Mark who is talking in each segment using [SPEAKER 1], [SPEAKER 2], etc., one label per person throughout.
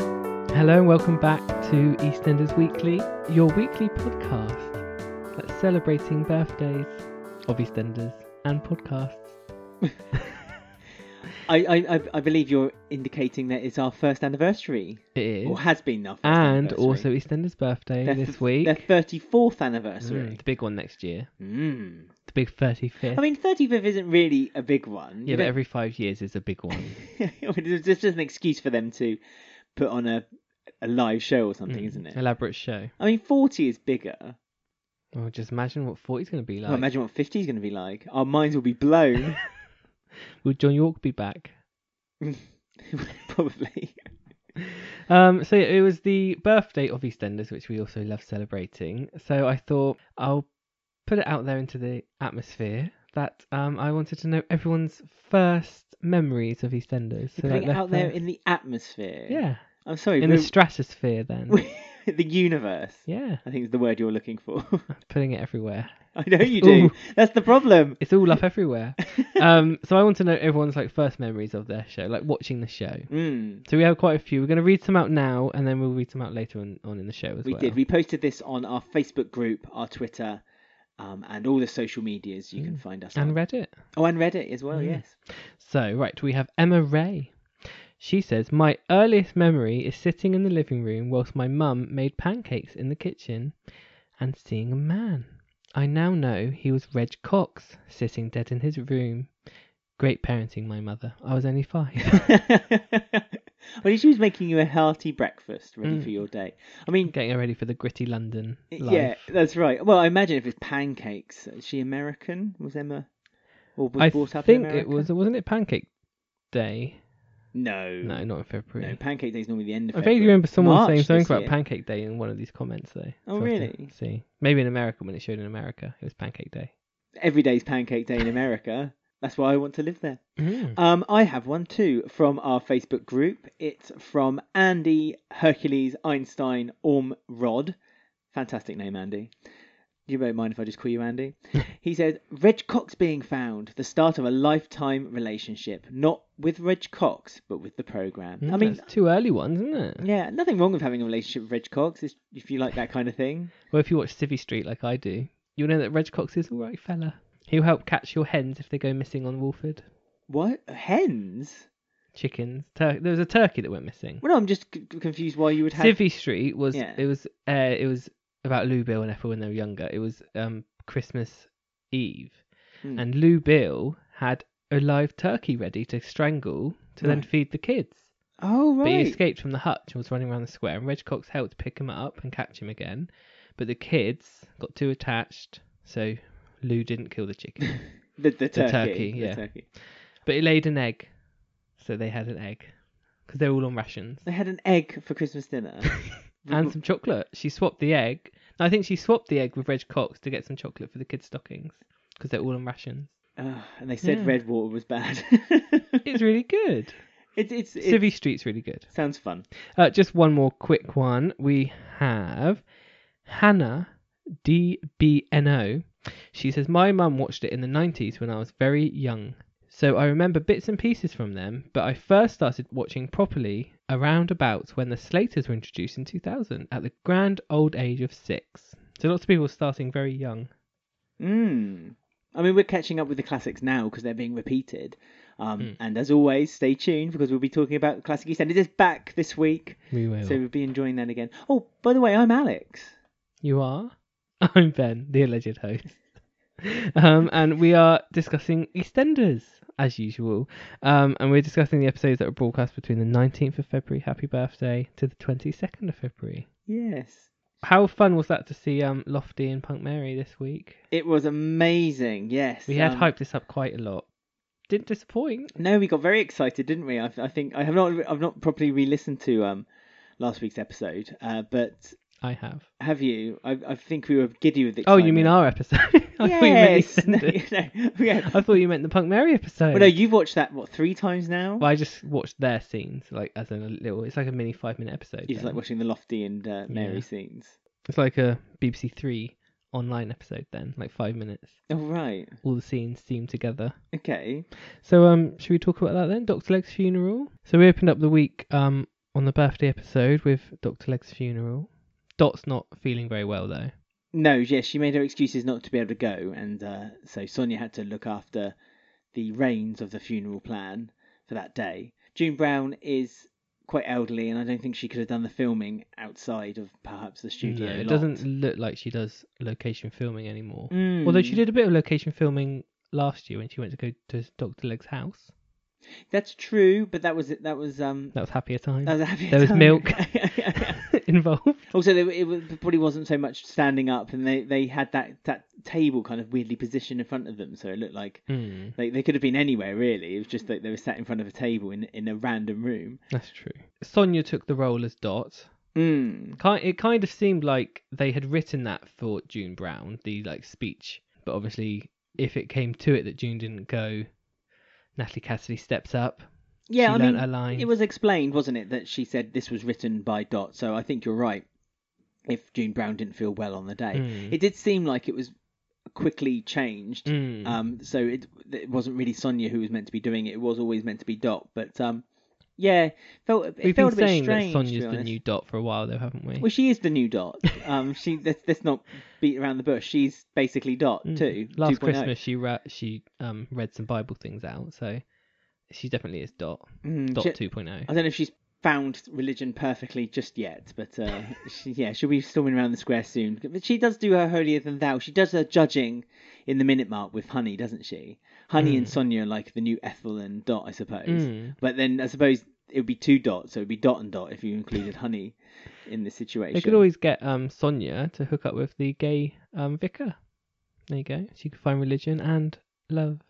[SPEAKER 1] Hello and welcome back to EastEnders Weekly, your weekly podcast that's celebrating birthdays of EastEnders and podcasts.
[SPEAKER 2] I, I, I- I believe you're indicating that it's our first anniversary,
[SPEAKER 1] It is.
[SPEAKER 2] or has been our first
[SPEAKER 1] and
[SPEAKER 2] anniversary.
[SPEAKER 1] also EastEnders' birthday
[SPEAKER 2] Their th-
[SPEAKER 1] this week.
[SPEAKER 2] their thirty fourth
[SPEAKER 1] Mm,
[SPEAKER 2] anniversary.
[SPEAKER 1] the big one next year.
[SPEAKER 2] Mm.
[SPEAKER 1] The big 35th.
[SPEAKER 2] I mean, thirty fifth isn't really a big one.
[SPEAKER 1] yeah, but every five years is a big one.
[SPEAKER 2] it's just an excuse for them to put on a a live show or something,
[SPEAKER 1] Mm,
[SPEAKER 2] isn't it?
[SPEAKER 1] Elaborate show.
[SPEAKER 2] I mean, forty is bigger.
[SPEAKER 1] Oh, just imagine what 40's going to be like.
[SPEAKER 2] Well, imagine what fifty is going to be like. Our minds will be blown,
[SPEAKER 1] Will John York be back?
[SPEAKER 2] probably.
[SPEAKER 1] Um, so yeah, it was the birthday of EastEnders, which we also love celebrating. So I thought I'll put it out there into the atmosphere that um, I wanted to know everyone's first memories of EastEnders. So
[SPEAKER 2] Putting
[SPEAKER 1] like
[SPEAKER 2] it
[SPEAKER 1] their
[SPEAKER 2] out there
[SPEAKER 1] first-
[SPEAKER 2] in the atmosphere.
[SPEAKER 1] yeah,
[SPEAKER 2] I'm sorry,
[SPEAKER 1] in
[SPEAKER 2] we're-
[SPEAKER 1] the stratosphere. Then
[SPEAKER 2] the universe.
[SPEAKER 1] yeah,
[SPEAKER 2] I think is the word you're looking for.
[SPEAKER 1] putting it everywhere.
[SPEAKER 2] I know you do.
[SPEAKER 1] Ooh.
[SPEAKER 2] That's the problem.
[SPEAKER 1] It's all up everywhere. um, so I want to know everyone's like first memories of their show, like watching the show.
[SPEAKER 2] Mm.
[SPEAKER 1] So we have quite a few. We're going to read some out now, and then we'll read some out later on, on in the show as
[SPEAKER 2] We
[SPEAKER 1] well.
[SPEAKER 2] did. We posted this on our Facebook group, our Twitter, um, and all the social medias. You can find us
[SPEAKER 1] Mm. and
[SPEAKER 2] on.
[SPEAKER 1] Reddit.
[SPEAKER 2] oh, and Reddit as well.
[SPEAKER 1] Mm.
[SPEAKER 2] Yes.
[SPEAKER 1] So, right, we have Emma Ray. She says, My earliest memory is sitting in the living room whilst my mum made pancakes in the kitchen and seeing a man. I now know he was Reg Cox sitting dead in his room. Great parenting, my mother. I was only five.
[SPEAKER 2] well, she was making you a hearty breakfast ready
[SPEAKER 1] Mm.
[SPEAKER 2] for your day. I mean,
[SPEAKER 1] Getting her ready for the gritty London life.
[SPEAKER 2] yeah, that's right. Well, I imagine if it's pancakes, is she American? Was Emma? Or was
[SPEAKER 1] I
[SPEAKER 2] brought up in
[SPEAKER 1] think it
[SPEAKER 2] America?
[SPEAKER 1] was, wasn't it Pancake Day?
[SPEAKER 2] No.
[SPEAKER 1] No, not in February.
[SPEAKER 2] No, Pancake Day is normally the end of
[SPEAKER 1] I
[SPEAKER 2] February.
[SPEAKER 1] vaguely remember someone
[SPEAKER 2] March
[SPEAKER 1] saying something
[SPEAKER 2] this
[SPEAKER 1] about
[SPEAKER 2] year.
[SPEAKER 1] Pancake Day in one of these comments, though.
[SPEAKER 2] Oh,
[SPEAKER 1] So I have to
[SPEAKER 2] really?
[SPEAKER 1] See, maybe in America when it showed in America, it was Pancake Day.
[SPEAKER 2] Every day's Pancake Day in America. That's why I want to live there.
[SPEAKER 1] Mm.
[SPEAKER 2] Um, I have one too from our Facebook group. It's from Andy Hercules Einstein Orm Rod. Fantastic name, Andy. You won't mind if I just call you Andy. he says, Reg Cox being found, the start of a lifetime relationship, not with Reg Cox, but with the program. I mean,
[SPEAKER 1] Hmm, that's two early ones, isn't it?
[SPEAKER 2] yeah, nothing wrong with having a relationship with Reg Cox if if you like that kind of thing.
[SPEAKER 1] Well, if you watch Civvy Street like I do, you'll know that Reg Cox is all right fella. He'll help catch your hens if they go missing on Wolford.
[SPEAKER 2] What? Hens?
[SPEAKER 1] Chickens. Tur- there was a turkey that went missing.
[SPEAKER 2] Well, no, I'm just c- confused why you would have.
[SPEAKER 1] Civvy Street was
[SPEAKER 2] Yeah.
[SPEAKER 1] it was uh, it was about Lou Bill and Ethel when they were younger. It was um, Christmas Eve,
[SPEAKER 2] Hmm.
[SPEAKER 1] and Lou Bill had a live turkey ready to strangle to then
[SPEAKER 2] Right.
[SPEAKER 1] feed the kids.
[SPEAKER 2] Oh,
[SPEAKER 1] But he
[SPEAKER 2] Hmm. right.
[SPEAKER 1] escaped from the hutch and was running around the square, and Reg Cox helped pick him up and catch him again. But the kids got too attached, so Lou didn't kill the chicken.
[SPEAKER 2] The, the turkey.
[SPEAKER 1] turkey, yeah.
[SPEAKER 2] The turkey.
[SPEAKER 1] but it laid an egg, so they had an egg. Because they're all on rations.
[SPEAKER 2] They had an egg for Christmas dinner.
[SPEAKER 1] And some chocolate. She swapped the egg. I think she swapped the egg with Reg Cox to get some chocolate for the kids' stockings. Because they're all on rations.
[SPEAKER 2] Ugh, and they said
[SPEAKER 1] Yeah.
[SPEAKER 2] red water was bad.
[SPEAKER 1] It's really good.
[SPEAKER 2] it's it's it
[SPEAKER 1] Civvy Street's really good.
[SPEAKER 2] sounds fun.
[SPEAKER 1] Uh, just one more quick one. We have Hannah DBNO. She says, My mum watched it in the 90s when I was very young. So I remember bits and pieces from them, but I first started watching properly around about when the Slaters were introduced in 2000 at the grand old age of six. So lots of people starting very young.
[SPEAKER 2] Mm. I mean, we're catching up with the classics now because they're being repeated. Um,
[SPEAKER 1] Hmm.
[SPEAKER 2] And as always, stay tuned because we'll be talking about classic EastEnders is back this week,
[SPEAKER 1] We will.
[SPEAKER 2] so we'll be enjoying that again. Oh, by the way, I'm Alex.
[SPEAKER 1] You are? I'm Ben, the alleged host. Um, and we are discussing EastEnders as usual. Um, and we're discussing the episodes that were broadcast between the 19th of February, happy birthday, to the 22nd of February.
[SPEAKER 2] Yes,
[SPEAKER 1] How fun was that to see um, Lofty and Punk Mary this week?
[SPEAKER 2] it was amazing. Yes,
[SPEAKER 1] We had
[SPEAKER 2] um,
[SPEAKER 1] hyped this up quite a lot. Didn't disappoint.
[SPEAKER 2] No, we got very excited, didn't we? I, I think I have not. I've not properly re-listened to um last week's episode, uh, but
[SPEAKER 1] I have.
[SPEAKER 2] have you? I, I think we were giddy with
[SPEAKER 1] Oh,
[SPEAKER 2] excitement.
[SPEAKER 1] you mean our episode? I thought you meant
[SPEAKER 2] yes. no,
[SPEAKER 1] EastEnders.
[SPEAKER 2] no, yeah.
[SPEAKER 1] I thought you meant the Punk Mary episode.
[SPEAKER 2] Well, no, you've watched that what three times now?
[SPEAKER 1] Well, I just watched their scenes, like as in a little. It's like a mini five-minute episode.
[SPEAKER 2] It's
[SPEAKER 1] then.
[SPEAKER 2] like watching the Lofty and uh, Mary
[SPEAKER 1] Yeah.
[SPEAKER 2] scenes.
[SPEAKER 1] It's like a BBC Three online episode then, like five minutes.
[SPEAKER 2] Oh right,
[SPEAKER 1] All the scenes seamed together.
[SPEAKER 2] okay.
[SPEAKER 1] So um should we talk about that then? Doctor Leg's funeral. So we opened up the week um on the birthday episode with Dr. Leg's funeral. Dot's not feeling very well though.
[SPEAKER 2] No, yes, she made her excuses not to be able to go, and uh, so Sonia had to look after the reins of the funeral plan for that day. June Brown is quite elderly, and I don't think she could have done the filming outside of perhaps the studio.
[SPEAKER 1] No, it
[SPEAKER 2] lot.
[SPEAKER 1] doesn't look like she does location filming anymore.
[SPEAKER 2] Mm.
[SPEAKER 1] Although she did a bit of location filming last year when she went to go to Dr. Leg's house.
[SPEAKER 2] That's true, but that was that was um
[SPEAKER 1] That was happier time
[SPEAKER 2] that was a happy
[SPEAKER 1] Mm. There was
[SPEAKER 2] time.
[SPEAKER 1] milk. involved.
[SPEAKER 2] also, there, it was- probably wasn't so much standing up, and they they had that that table kind of weirdly positioned in front of them, so it looked like.
[SPEAKER 1] Mm,
[SPEAKER 2] They, they could have been anywhere really. It was just that they were sat in front of a table in in a random room.
[SPEAKER 1] that's true. Sonia took the role as Dot.
[SPEAKER 2] Mm.
[SPEAKER 1] Ki- It kind of seemed like they had written that for June Brown, the like speech, but obviously, if it came to it that June didn't go, Natalie Cassidy steps up.
[SPEAKER 2] Yeah,
[SPEAKER 1] she
[SPEAKER 2] I
[SPEAKER 1] learnt
[SPEAKER 2] mean,
[SPEAKER 1] her lines.
[SPEAKER 2] It was explained, wasn't it, that she said this was written by Dot. So I think you're right. If June Brown didn't feel well on the day,
[SPEAKER 1] Mm.
[SPEAKER 2] it did seem like it was quickly changed.
[SPEAKER 1] Mm.
[SPEAKER 2] Um, so it it wasn't really Sonia who was meant to be doing it. It was always meant to be Dot. But um, yeah, felt it
[SPEAKER 1] We've
[SPEAKER 2] felt
[SPEAKER 1] been
[SPEAKER 2] a bit
[SPEAKER 1] saying
[SPEAKER 2] strange.
[SPEAKER 1] that
[SPEAKER 2] to be
[SPEAKER 1] Sonia's the
[SPEAKER 2] honest.
[SPEAKER 1] new Dot for a while, though, haven't we?
[SPEAKER 2] Well, she is the new Dot. Um, she let's, let's not beat around the bush. She's basically Dot
[SPEAKER 1] Mm.
[SPEAKER 2] too. oh.
[SPEAKER 1] Last
[SPEAKER 2] 2.0.
[SPEAKER 1] Christmas, she ra- she um read some Bible things out, so she definitely is Dot.
[SPEAKER 2] Mm,
[SPEAKER 1] Dot oh.
[SPEAKER 2] she-
[SPEAKER 1] 2.0.
[SPEAKER 2] I don't know if she's found religion perfectly just yet, but uh, she, yeah, she'll be storming around the square soon. But she does do her holier than thou. She does her judging in the minute mark with Honey, doesn't she? Honey
[SPEAKER 1] Hmm.
[SPEAKER 2] and Sonia are like the new Ethel and Dot, I suppose.
[SPEAKER 1] Mm.
[SPEAKER 2] But then I suppose it would be two dots, so it would be Dot and Dot if you included Honey in this situation.
[SPEAKER 1] They could always get um Sonia to hook up with the gay um vicar. There you go. She could find religion and love.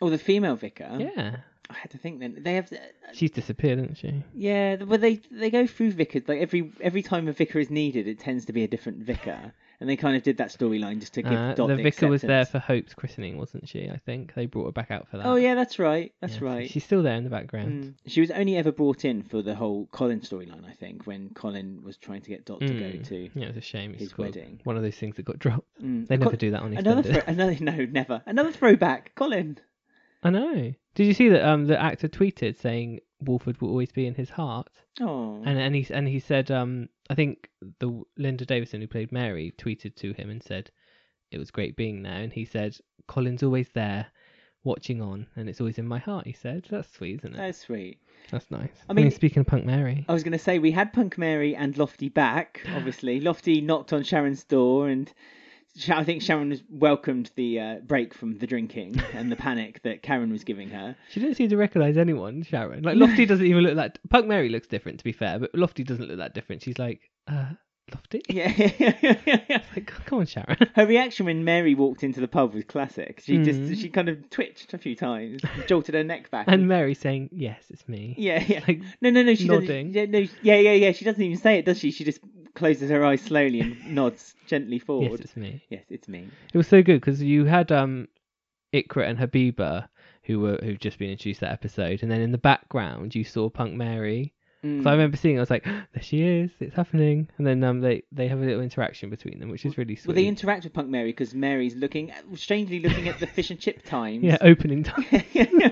[SPEAKER 2] Oh, the female vicar.
[SPEAKER 1] yeah.
[SPEAKER 2] I had to think then. They have.
[SPEAKER 1] She's disappeared, isn't she?
[SPEAKER 2] Yeah, th- but they they go through vicars. Like every every time a vicar is needed, it tends to be a different vicar, and they kind of did that storyline just to give
[SPEAKER 1] Uh,
[SPEAKER 2] Dot
[SPEAKER 1] the vicar was there
[SPEAKER 2] acceptance.
[SPEAKER 1] for Hope's christening, wasn't she? I think they brought her back out for that.
[SPEAKER 2] Oh yeah, that's right.
[SPEAKER 1] Yeah,
[SPEAKER 2] That's
[SPEAKER 1] so
[SPEAKER 2] right.
[SPEAKER 1] She's still there in the background.
[SPEAKER 2] Mm. She was only ever brought in for the whole Colin storyline, I think, when Colin was trying to get Dot to go
[SPEAKER 1] Mm.
[SPEAKER 2] to.
[SPEAKER 1] Yeah, it's a shame. It's
[SPEAKER 2] His
[SPEAKER 1] called
[SPEAKER 2] wedding.
[SPEAKER 1] One of those things that got dropped.
[SPEAKER 2] Mm.
[SPEAKER 1] They never
[SPEAKER 2] Col-
[SPEAKER 1] do that on
[SPEAKER 2] another
[SPEAKER 1] extended.
[SPEAKER 2] thro- another no never another throwback Colin.
[SPEAKER 1] I know. Did you see that? Um, the actor tweeted saying Wolford will always be in his heart,
[SPEAKER 2] Oh,
[SPEAKER 1] and and he and he said, um, I think the Linda Davison who played Mary tweeted to him and said, "It was great being there," and he said, "Colin's always there." Watching on, and it's always in my heart. He said, "That's sweet, isn't it?
[SPEAKER 2] that's sweet.
[SPEAKER 1] That's nice."
[SPEAKER 2] I
[SPEAKER 1] I
[SPEAKER 2] mean-
[SPEAKER 1] mean, speaking of Punk Mary,
[SPEAKER 2] I was going to say we had Punk Mary and Lofty back. Obviously, Lofty knocked on Sharon's door, and Sha- I think Sharon was- welcomed the uh, break from the drinking and the panic that Karen was giving her.
[SPEAKER 1] She didn't seem to recognise anyone, Sharon. Like Lofty doesn't even look that. Punk Mary looks different, to be fair, but Lofty doesn't look that different. She's like, uh, Lofty.
[SPEAKER 2] Yeah.
[SPEAKER 1] Like, come on, Sharon.
[SPEAKER 2] Her reaction when Mary walked into the pub was classic. She
[SPEAKER 1] Mhm.
[SPEAKER 2] just she kind of twitched a few times, jolted her neck back.
[SPEAKER 1] And Mary saying, "Yes, it's me."
[SPEAKER 2] yeah, yeah.
[SPEAKER 1] Like,
[SPEAKER 2] no, no, no. She
[SPEAKER 1] nodding.
[SPEAKER 2] doesn't. Yeah, no, yeah, yeah, yeah. She doesn't even say it, does she? She just closes her eyes slowly and nods gently
[SPEAKER 1] yes,
[SPEAKER 2] forward.
[SPEAKER 1] it's me.
[SPEAKER 2] Yes, it's me.
[SPEAKER 1] It was so good because you had um, Ikra and Habiba, who were who'd just been introduced that episode, and then in the background you saw Punk Mary.
[SPEAKER 2] Mm.
[SPEAKER 1] So I remember seeing, it, I was like, "There she is! It's happening!" And then um, they they have a little interaction between them, which is really sweet.
[SPEAKER 2] Well, they interact with Punk Mary because Mary's looking strangely looking at the fish and chip times.
[SPEAKER 1] yeah, opening time.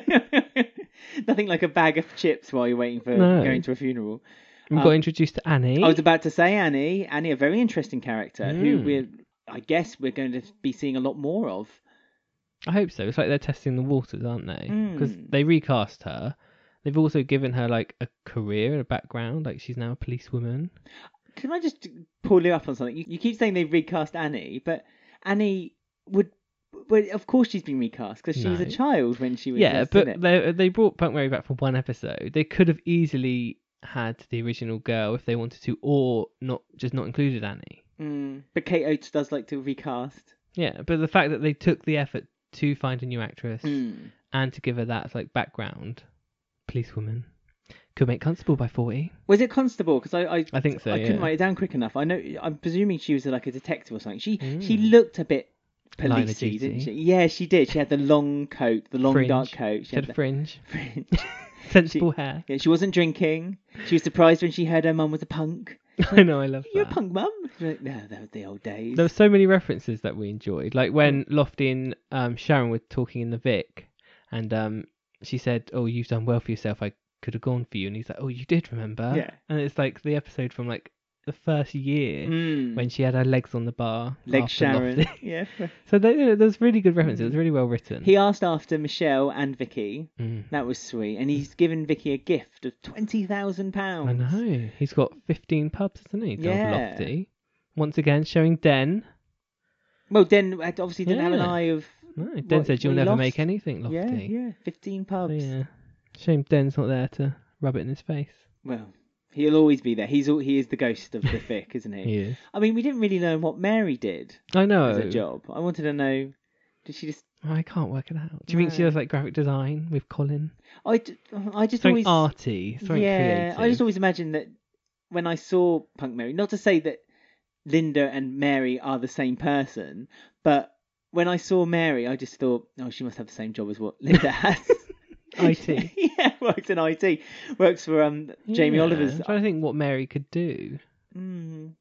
[SPEAKER 2] Nothing like a bag of chips while you're waiting for
[SPEAKER 1] No.
[SPEAKER 2] going to a funeral.
[SPEAKER 1] We
[SPEAKER 2] Um,
[SPEAKER 1] got introduced to Annie.
[SPEAKER 2] I was about to say Annie. Annie, a very interesting character who
[SPEAKER 1] Mm.
[SPEAKER 2] we're, I guess, we're going to be seeing a lot more of.
[SPEAKER 1] I hope so. It's like they're testing the waters, aren't they? Because
[SPEAKER 2] Mm.
[SPEAKER 1] they recast her. They've also given her like a career and a background. Like she's now a policewoman.
[SPEAKER 2] Can I just pull you up on something? You, you keep saying they recast Annie, but Annie would. Well, of course she's been recast because she was a
[SPEAKER 1] No.
[SPEAKER 2] child when she was.
[SPEAKER 1] Yeah,
[SPEAKER 2] cast in
[SPEAKER 1] but
[SPEAKER 2] it.
[SPEAKER 1] they they brought Punk Mary back for one episode. They could have easily had the original girl if they wanted to, or not just not included Annie.
[SPEAKER 2] Mm. but Kate Oates does like to recast.
[SPEAKER 1] Yeah, but the fact that they took the effort to find a new actress
[SPEAKER 2] Mm.
[SPEAKER 1] and to give her that like background, policewoman, could make constable by forty.
[SPEAKER 2] Was it Constable? Because I, I,
[SPEAKER 1] I think so.
[SPEAKER 2] I couldn't
[SPEAKER 1] yeah.
[SPEAKER 2] write it down quick enough. I know. I'm presuming she was like a detective or something. She she
[SPEAKER 1] Mm.
[SPEAKER 2] looked a bit
[SPEAKER 1] Line of
[SPEAKER 2] policey, didn't
[SPEAKER 1] duty.
[SPEAKER 2] she? Yeah, she did. She had the long coat, the long
[SPEAKER 1] Fringe.
[SPEAKER 2] dark coat.
[SPEAKER 1] She had a
[SPEAKER 2] the
[SPEAKER 1] fringe,
[SPEAKER 2] fringe.
[SPEAKER 1] sensible hair.
[SPEAKER 2] Yeah, she wasn't drinking. She was surprised when she heard her mum was a punk.
[SPEAKER 1] I know, I love
[SPEAKER 2] You're a
[SPEAKER 1] that.
[SPEAKER 2] punk, mum? She's Like, no, that was the old days.
[SPEAKER 1] There were so many references that we enjoyed. Like when Lofty and um, Sharon were talking in the Vic, and um, she said, "Oh, you've done well for yourself. I could have gone for you. And he's like, oh, you did remember?
[SPEAKER 2] Yeah.
[SPEAKER 1] And it's like the episode from like the first year
[SPEAKER 2] Mm.
[SPEAKER 1] when she had her legs on the bar.
[SPEAKER 2] Leg
[SPEAKER 1] after
[SPEAKER 2] Sharon.
[SPEAKER 1] Lofty.
[SPEAKER 2] yeah.
[SPEAKER 1] so they, you know, there's really good references. It was really well written.
[SPEAKER 2] He asked after Michelle and Vicky.
[SPEAKER 1] Mm.
[SPEAKER 2] That was sweet. And he's given Vicky a gift of twenty thousand pounds.
[SPEAKER 1] I know. He's got 15 pubs, hasn't he? Donald
[SPEAKER 2] Oh. Yeah.
[SPEAKER 1] Lofty. Once again, showing Den.
[SPEAKER 2] Well, Den obviously didn't have an
[SPEAKER 1] Yeah.
[SPEAKER 2] eye of
[SPEAKER 1] No, Den
[SPEAKER 2] What,
[SPEAKER 1] said you'll
[SPEAKER 2] we
[SPEAKER 1] never
[SPEAKER 2] lost?
[SPEAKER 1] make anything, Lofty.
[SPEAKER 2] yeah, yeah, fifteen
[SPEAKER 1] So,
[SPEAKER 2] pubs.
[SPEAKER 1] yeah. Shame Den's not there to rub it in his face.
[SPEAKER 2] Well, he'll always be there. He's all, he is the ghost of the Vic, isn't he?
[SPEAKER 1] He is.
[SPEAKER 2] I mean, we didn't really learn what Mary did
[SPEAKER 1] I know.
[SPEAKER 2] as a job. I wanted to know. Did she just?
[SPEAKER 1] I can't work it out. Do you think she
[SPEAKER 2] No.
[SPEAKER 1] does like graphic design with Colin?
[SPEAKER 2] I, d- I just
[SPEAKER 1] Something
[SPEAKER 2] always.
[SPEAKER 1] arty, something
[SPEAKER 2] yeah,
[SPEAKER 1] creative.
[SPEAKER 2] I just always imagined that when I saw Punk Mary, not to say that Linda and Mary are the same person, but when I saw Mary, I just thought, oh, she must have the same job as what Linda has.
[SPEAKER 1] IT.
[SPEAKER 2] yeah, works in IT. Works for um Jamie
[SPEAKER 1] Yeah,
[SPEAKER 2] Oliver's.
[SPEAKER 1] I'm trying to think what Mary could do.
[SPEAKER 2] Mm,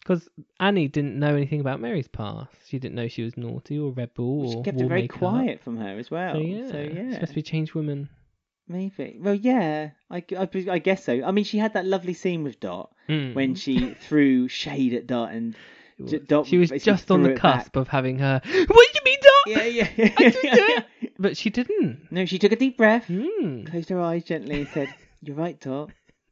[SPEAKER 1] Because Annie didn't know anything about Mary's past. She didn't know she was naughty or rebel
[SPEAKER 2] she
[SPEAKER 1] or
[SPEAKER 2] kept it
[SPEAKER 1] wore
[SPEAKER 2] very
[SPEAKER 1] makeup.
[SPEAKER 2] quiet from her as well.
[SPEAKER 1] So yeah,
[SPEAKER 2] So,
[SPEAKER 1] she
[SPEAKER 2] yeah.
[SPEAKER 1] must be a changed woman.
[SPEAKER 2] Maybe. Well, yeah. I, I, I guess so. I mean, she had that lovely scene with Dot
[SPEAKER 1] Mm.
[SPEAKER 2] when she threw shade at Dot, and
[SPEAKER 1] It
[SPEAKER 2] J-
[SPEAKER 1] was.
[SPEAKER 2] Dot
[SPEAKER 1] she was
[SPEAKER 2] basically
[SPEAKER 1] just on
[SPEAKER 2] threw
[SPEAKER 1] the
[SPEAKER 2] it back.
[SPEAKER 1] cusp of having her. What do you mean, Dot?
[SPEAKER 2] Yeah, yeah.
[SPEAKER 1] didn't But she didn't.
[SPEAKER 2] no, she took a deep breath,
[SPEAKER 1] Mm.
[SPEAKER 2] closed her eyes gently, and said, "You're right, Dot.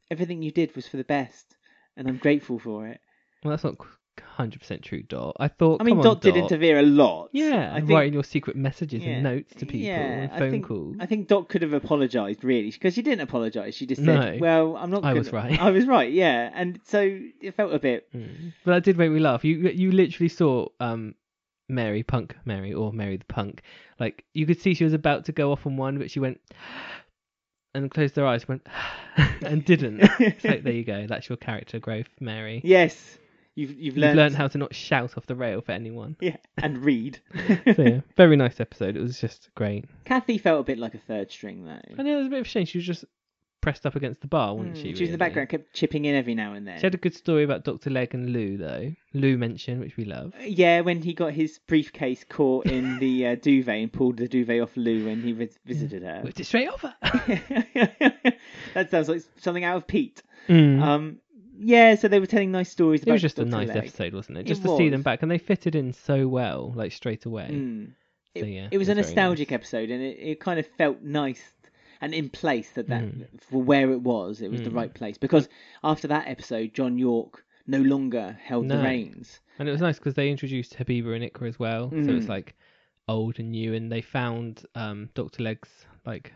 [SPEAKER 2] Everything you did was for the best, and I'm grateful for it."
[SPEAKER 1] Well, that's not hundred percent true, Dot. I thought.
[SPEAKER 2] I mean,
[SPEAKER 1] come
[SPEAKER 2] Dot
[SPEAKER 1] on,
[SPEAKER 2] did interfere a lot.
[SPEAKER 1] Yeah,
[SPEAKER 2] I
[SPEAKER 1] and
[SPEAKER 2] think.
[SPEAKER 1] writing your secret messages
[SPEAKER 2] Yeah.
[SPEAKER 1] and notes to people and
[SPEAKER 2] I
[SPEAKER 1] phone
[SPEAKER 2] think-
[SPEAKER 1] calls.
[SPEAKER 2] I think Dot could have apologised really because she didn't apologise. She just said,
[SPEAKER 1] No.
[SPEAKER 2] "Well, I'm not."
[SPEAKER 1] I
[SPEAKER 2] gonna-
[SPEAKER 1] was right.
[SPEAKER 2] I was right. Yeah, and so it felt a bit.
[SPEAKER 1] Mm. But that did make me laugh. You you literally saw um Mary Punk Mary or Mary the Punk. Like you could see she was about to go off on one, but she went and closed her eyes, went and didn't. It's like there you go. That's your character growth, Mary.
[SPEAKER 2] Yes, you've you've
[SPEAKER 1] You've
[SPEAKER 2] learned,
[SPEAKER 1] learned how to not shout off the rail for anyone.
[SPEAKER 2] yeah, and read.
[SPEAKER 1] So yeah, very nice episode. It was just great.
[SPEAKER 2] Kathy felt a bit like a third string
[SPEAKER 1] I
[SPEAKER 2] though.
[SPEAKER 1] know it was a bit of a shame. She was just pressed up against the bar, wasn't Mm. she?
[SPEAKER 2] she was in the
[SPEAKER 1] really?
[SPEAKER 2] background, kept chipping in every now and then.
[SPEAKER 1] She had a good story about Dr. Leg and Lou though. Lou mentioned, which we love.
[SPEAKER 2] Yeah, when he got his briefcase caught in the uh, duvet and pulled the duvet off Lou when he vis- visited her.
[SPEAKER 1] Whipped it straight over.
[SPEAKER 2] that sounds like something out of Pete.
[SPEAKER 1] Mm.
[SPEAKER 2] Um, yeah, so they were telling nice stories.
[SPEAKER 1] It
[SPEAKER 2] About
[SPEAKER 1] was just a
[SPEAKER 2] Dr.
[SPEAKER 1] nice
[SPEAKER 2] Leg.
[SPEAKER 1] episode, wasn't it?
[SPEAKER 2] It
[SPEAKER 1] Just to see them
[SPEAKER 2] was.
[SPEAKER 1] back, and they fitted in so well, like straight away.
[SPEAKER 2] Mm.
[SPEAKER 1] So, yeah,
[SPEAKER 2] it was
[SPEAKER 1] it
[SPEAKER 2] a
[SPEAKER 1] was very
[SPEAKER 2] nostalgic episode, and it, it kind of felt nice and in place that that
[SPEAKER 1] Mm.
[SPEAKER 2] for where it was, it was the
[SPEAKER 1] Mm.
[SPEAKER 2] right place because after that episode, John York no longer held the
[SPEAKER 1] No.
[SPEAKER 2] reins.
[SPEAKER 1] And it was nice because they introduced Habiba and Ikra as well, so
[SPEAKER 2] Mm.
[SPEAKER 1] it's like old and new, and they found um, Doctor Leg's like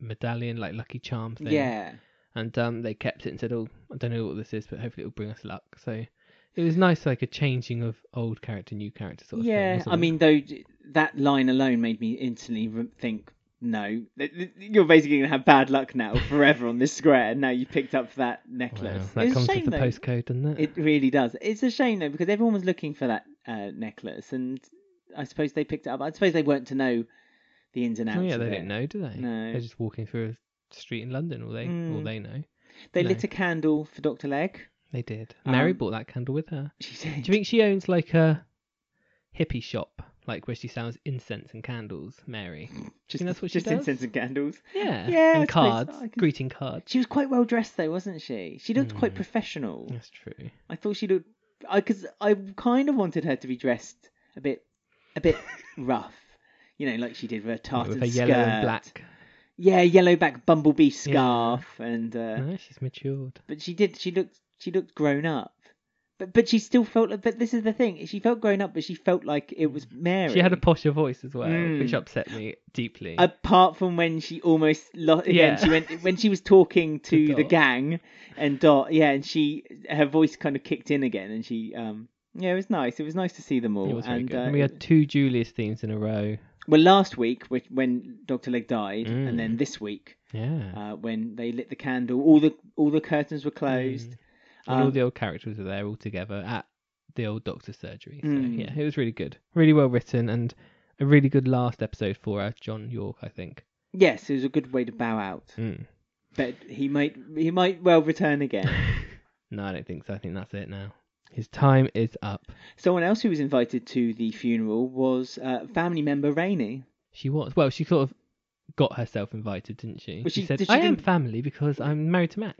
[SPEAKER 1] medallion, like lucky charm thing.
[SPEAKER 2] Yeah,
[SPEAKER 1] And um, they kept it and said, "Oh, I don't know what this is, but hopefully it'll bring us luck." So it was nice, like a changing of old character, new character sort of thing.
[SPEAKER 2] yeah.
[SPEAKER 1] wasn't
[SPEAKER 2] I
[SPEAKER 1] it?
[SPEAKER 2] mean, though that line alone made me instantly re- think. No, th- th- you're basically gonna have bad luck now forever on this square. Now you picked up that
[SPEAKER 1] Wow,
[SPEAKER 2] necklace.
[SPEAKER 1] that
[SPEAKER 2] It's a
[SPEAKER 1] comes with
[SPEAKER 2] shame,
[SPEAKER 1] the
[SPEAKER 2] though.
[SPEAKER 1] postcode, doesn't it?
[SPEAKER 2] It really does. It's a shame though because everyone was looking for that uh, necklace, and I suppose they picked it up. I suppose they weren't to know the ins and outs.
[SPEAKER 1] Oh yeah,
[SPEAKER 2] of
[SPEAKER 1] they
[SPEAKER 2] it.
[SPEAKER 1] didn't know, do they?
[SPEAKER 2] No.
[SPEAKER 1] They're just walking through a street in London, all they all
[SPEAKER 2] Mm.
[SPEAKER 1] they know.
[SPEAKER 2] They
[SPEAKER 1] No.
[SPEAKER 2] lit a candle for Doctor Leg.
[SPEAKER 1] They did. Mary
[SPEAKER 2] Um,
[SPEAKER 1] bought that candle with her.
[SPEAKER 2] She did.
[SPEAKER 1] Do you think she owns like a hippie shop, like where she sells incense and candles? Mary.
[SPEAKER 2] just,
[SPEAKER 1] that's what she
[SPEAKER 2] just
[SPEAKER 1] does?
[SPEAKER 2] incense and candles.
[SPEAKER 1] Yeah.
[SPEAKER 2] Yeah, I
[SPEAKER 1] And
[SPEAKER 2] suppose
[SPEAKER 1] cards,
[SPEAKER 2] so, I can-
[SPEAKER 1] greeting cards.
[SPEAKER 2] She was quite well dressed though, wasn't she? She looked quite
[SPEAKER 1] Mm.
[SPEAKER 2] professional.
[SPEAKER 1] That's true.
[SPEAKER 2] I thought she looked. I because I kind of wanted her to be dressed a bit, a bit rough. You know, like she did with her
[SPEAKER 1] Yeah,
[SPEAKER 2] tartan
[SPEAKER 1] with her
[SPEAKER 2] skirt.
[SPEAKER 1] yellow and black.
[SPEAKER 2] Yeah, yellow back bumblebee
[SPEAKER 1] Yeah.
[SPEAKER 2] scarf and. Uh,
[SPEAKER 1] No, she's matured.
[SPEAKER 2] but she did she looked she looked grown up but but she still felt but this is the thing she felt grown up but she felt like it was mary
[SPEAKER 1] Mm. She had a posher voice as well,
[SPEAKER 2] Mm.
[SPEAKER 1] which upset me deeply.
[SPEAKER 2] apart from when she almost lo- again
[SPEAKER 1] Yeah.
[SPEAKER 2] she went when she was talking to,
[SPEAKER 1] To
[SPEAKER 2] the
[SPEAKER 1] Dot.
[SPEAKER 2] gang and dot yeah and she her voice kind of kicked in again and she um yeah, it was nice. It was nice to see them all.
[SPEAKER 1] It was very
[SPEAKER 2] and,
[SPEAKER 1] good.
[SPEAKER 2] uh,
[SPEAKER 1] and we had two Julius themes in a row.
[SPEAKER 2] well, last week which- when Doctor Leg died, and
[SPEAKER 1] Mm.
[SPEAKER 2] then this week
[SPEAKER 1] Yeah.
[SPEAKER 2] uh, when they lit the candle, all the all the curtains were closed.
[SPEAKER 1] Mm. And all
[SPEAKER 2] Um,
[SPEAKER 1] the old characters were there all together at the old doctor's surgery. So
[SPEAKER 2] Mm.
[SPEAKER 1] yeah, it was really good, really well written, and a really good last episode for uh, John York, I think.
[SPEAKER 2] Yes, it was a good way to bow out.
[SPEAKER 1] Mm.
[SPEAKER 2] But he might he might well return again.
[SPEAKER 1] No, I don't think so. I think that's it now. His time is up.
[SPEAKER 2] Someone else who was invited to the funeral was uh, family member Rainey.
[SPEAKER 1] She was well. She sort of got herself invited, didn't she?
[SPEAKER 2] Well,
[SPEAKER 1] she,
[SPEAKER 2] she-
[SPEAKER 1] said,
[SPEAKER 2] did she
[SPEAKER 1] "I am
[SPEAKER 2] didn't-
[SPEAKER 1] family because I'm married to Max."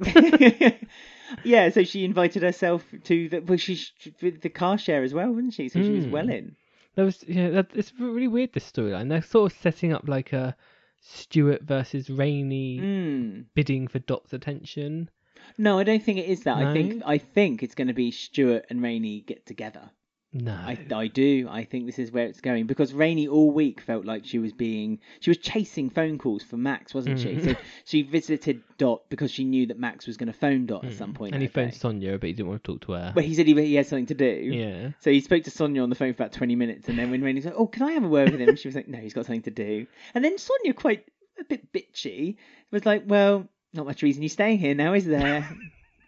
[SPEAKER 2] yeah, so she invited herself to the well, she the car share as well, wasn't she? So she was
[SPEAKER 1] Mm.
[SPEAKER 2] well in.
[SPEAKER 1] That was yeah. That, it's really weird this storyline. They're sort of setting up like a Stuart versus Rainey
[SPEAKER 2] Mm.
[SPEAKER 1] bidding for Dot's attention.
[SPEAKER 2] No, I don't think it is that.
[SPEAKER 1] No?
[SPEAKER 2] I think I think it's going to be Stuart and Rainey get together.
[SPEAKER 1] No,
[SPEAKER 2] I I do. I think this is where it's going because Rainey all week felt like she was being she was chasing phone calls for Max, wasn't she?
[SPEAKER 1] Mm.
[SPEAKER 2] So she visited Dot because she knew that Max was going to phone Dot at some point.
[SPEAKER 1] Hmm. Mm-hmm. And he
[SPEAKER 2] that day.
[SPEAKER 1] phoned Sonia, but he didn't want to talk to her.
[SPEAKER 2] But he said he, he had something to do.
[SPEAKER 1] yeah.
[SPEAKER 2] So he spoke to Sonia on the phone for about 20 minutes, and then when Rainey's like, "Oh, can I have a word with him?" she was like, "No, he's got something to do." And then Sonia, quite a bit bitchy, was like, "Well, not much reason you staying here now, is there?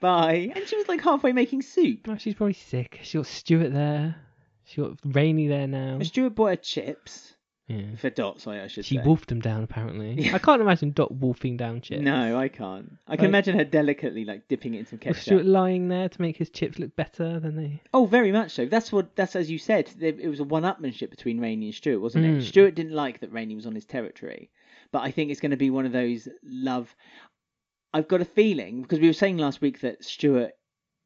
[SPEAKER 2] Bye." And she was like halfway making soup.
[SPEAKER 1] Well, she's probably sick. She got Stuart there. She got Rainey there now.
[SPEAKER 2] Stuart bought her chips
[SPEAKER 1] Yeah.
[SPEAKER 2] for Dot. Sorry, I should
[SPEAKER 1] Mm-hmm. She
[SPEAKER 2] say.
[SPEAKER 1] wolfed him down apparently.
[SPEAKER 2] Yeah.
[SPEAKER 1] I can't imagine Dot wolfing down chips.
[SPEAKER 2] No, I can't. I can
[SPEAKER 1] Like-
[SPEAKER 2] imagine her delicately like dipping it in some
[SPEAKER 1] Was
[SPEAKER 2] ketchup.
[SPEAKER 1] Stuart lying there to make his chips look better than they?
[SPEAKER 2] Oh, very much so. That's what that's as you said. there- It was a one-upmanship between Rainey and Stuart, wasn't
[SPEAKER 1] Mm.
[SPEAKER 2] it? Stuart didn't like that Rainey was on his territory, but I think it's going to be one of those love. I've got a feeling because we were saying last week that Stuart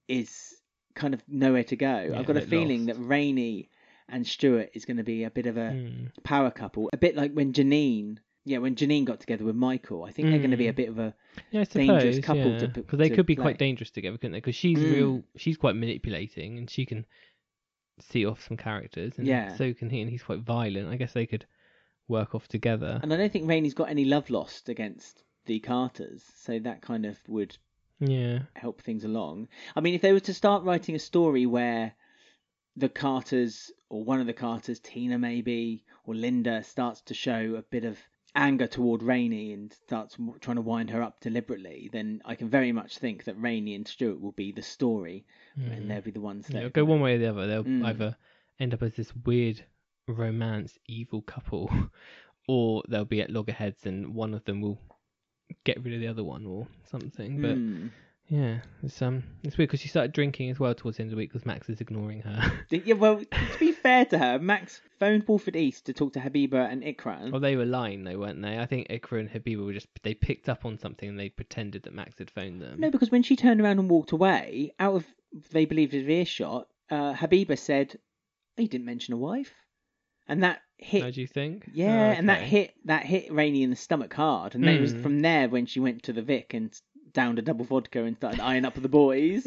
[SPEAKER 2] is kind of nowhere to go.
[SPEAKER 1] Yeah,
[SPEAKER 2] I've got a
[SPEAKER 1] a bit
[SPEAKER 2] feeling
[SPEAKER 1] lost.
[SPEAKER 2] that Rainey and Stuart is going to be a bit of a
[SPEAKER 1] Hmm.
[SPEAKER 2] power couple, a bit like when Janine. Yeah, when Janine got together with Michael, I think they're going to be a
[SPEAKER 1] Mm.
[SPEAKER 2] bit of a
[SPEAKER 1] Yeah, I
[SPEAKER 2] Dangerous
[SPEAKER 1] suppose.
[SPEAKER 2] couple
[SPEAKER 1] yeah.
[SPEAKER 2] to p-
[SPEAKER 1] because they
[SPEAKER 2] to
[SPEAKER 1] could be
[SPEAKER 2] play.
[SPEAKER 1] quite dangerous together, couldn't they? Because she's
[SPEAKER 2] Mm.
[SPEAKER 1] real. She's quite manipulating, and she can see off some characters, and
[SPEAKER 2] Yeah.
[SPEAKER 1] so can he. And he's quite violent. I guess they could work off together.
[SPEAKER 2] and I don't think Rainey's got any love lost against the Carters, so that kind of would
[SPEAKER 1] Yeah.
[SPEAKER 2] help things along. I mean, if they were to start writing a story where the Carters or one of the Carters, Tina maybe or Linda, starts to show a bit of anger toward Rainey and starts w- trying to wind her up deliberately, then I can very much think that Rainey and Stuart will be the story,
[SPEAKER 1] Mm.
[SPEAKER 2] and they'll be the ones
[SPEAKER 1] Yeah,
[SPEAKER 2] that
[SPEAKER 1] it'll go one way or the other. They'll
[SPEAKER 2] Mm.
[SPEAKER 1] either end up as this weird romance evil couple, or they'll be at loggerheads, and one of them will get rid of the other one or something. But
[SPEAKER 2] Mm.
[SPEAKER 1] yeah, it's um, it's weird because she started drinking as well towards the end of the week because Max is ignoring her.
[SPEAKER 2] Yeah, well, to be fair to her, Max phoned Wolford East to talk to Habiba and Ikran.
[SPEAKER 1] Well, they were lying, though, weren't they? I think Ikra and Habiba were just they picked up on something and they pretended that Max had phoned them.
[SPEAKER 2] No, because when she turned around and walked away, out of they believed his earshot, uh, Habiba said, "He didn't mention a wife," and that hit.
[SPEAKER 1] How do you think?
[SPEAKER 2] yeah,
[SPEAKER 1] Oh,
[SPEAKER 2] and that
[SPEAKER 1] okay.
[SPEAKER 2] hit that hit Rainey in the stomach hard, and then it was
[SPEAKER 1] Mm.
[SPEAKER 2] from there when she went to the Vic and downed a double vodka and started eyeing up the boys.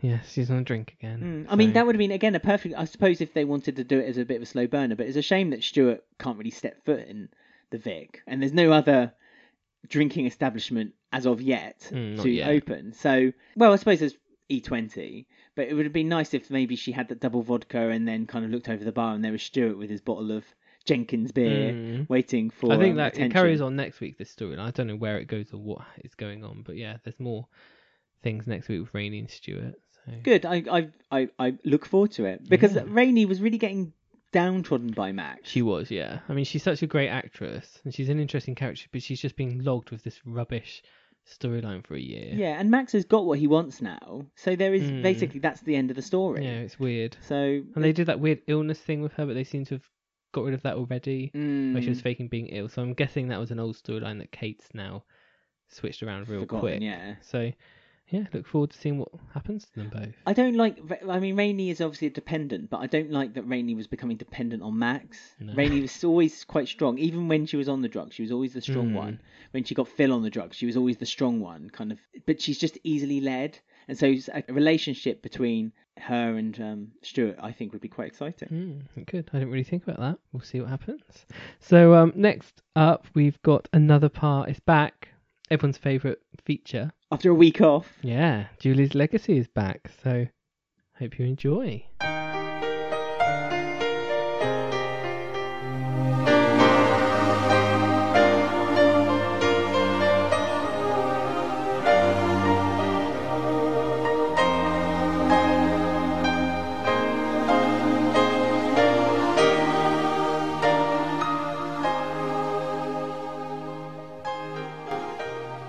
[SPEAKER 1] Yeah, she's on a drink again.
[SPEAKER 2] Mm. I mean,
[SPEAKER 1] so-
[SPEAKER 2] that would have been again a perfect. I suppose if they wanted to do it as a bit of a slow burner, but it's a shame that Stuart can't really step foot in the Vic, and there's no other drinking establishment as of yet
[SPEAKER 1] Mm, not
[SPEAKER 2] to
[SPEAKER 1] yet.
[SPEAKER 2] open. So, well, I suppose there's E20, but it would have been nice if maybe she had that double vodka and then kind of looked over the bar and there was Stuart with his bottle of Jenkins beer
[SPEAKER 1] Mm.
[SPEAKER 2] waiting for.
[SPEAKER 1] I think
[SPEAKER 2] um,
[SPEAKER 1] that
[SPEAKER 2] attention.
[SPEAKER 1] it carries on next week. This story, and I don't know where it goes or what is going on, but yeah, there's more things next week with Rainey and Stewart. So
[SPEAKER 2] Good. I I I, I look forward to it because
[SPEAKER 1] Yeah.
[SPEAKER 2] Rainey was really getting downtrodden by Max.
[SPEAKER 1] she was, yeah. I mean, she's such a great actress, and she's an interesting character, but she's just being logged with this rubbish storyline for a year.
[SPEAKER 2] Yeah, and Max has got what he wants now. So there is
[SPEAKER 1] Mm.
[SPEAKER 2] basically that's the end of the story.
[SPEAKER 1] yeah, it's weird.
[SPEAKER 2] So
[SPEAKER 1] And they did that weird illness thing with her, but they seem to have got rid of that already.
[SPEAKER 2] mm,
[SPEAKER 1] where she was faking being ill. So I'm guessing that was an old storyline that Kate's now switched around real
[SPEAKER 2] forgotten,
[SPEAKER 1] quick.
[SPEAKER 2] Yeah,
[SPEAKER 1] So yeah, look forward to seeing what happens to them both.
[SPEAKER 2] I don't like. Ra- I mean, Rainey is obviously a dependent, but I don't like that Rainey was becoming dependent on Max.
[SPEAKER 1] No.
[SPEAKER 2] Rainey was always quite strong, even when she was on the drugs. She was always the strong
[SPEAKER 1] Mm.
[SPEAKER 2] one. When she got Phil on the drugs, she was always the strong one, kind of. But she's just easily led, and so it's a a relationship between her and um, Stuart, I think, would be quite exciting.
[SPEAKER 1] Mm, good. I didn't really think about that. We'll see what happens. So um, next up, we've got another part. It's back. Everyone's favourite feature.
[SPEAKER 2] After a week off,
[SPEAKER 1] Yeah, Julie's Legacy is back. So hope you enjoy.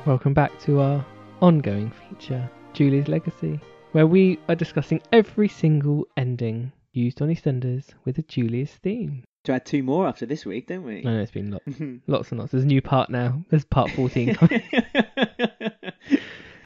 [SPEAKER 1] Welcome back to our ongoing feature, Julie's Legacy, where we are discussing every single ending used on EastEnders with a Julie's theme.
[SPEAKER 2] to add two more after this week, don't we?
[SPEAKER 1] I know it's been lots, lots and lots. There's a new part now. There's part 14 coming.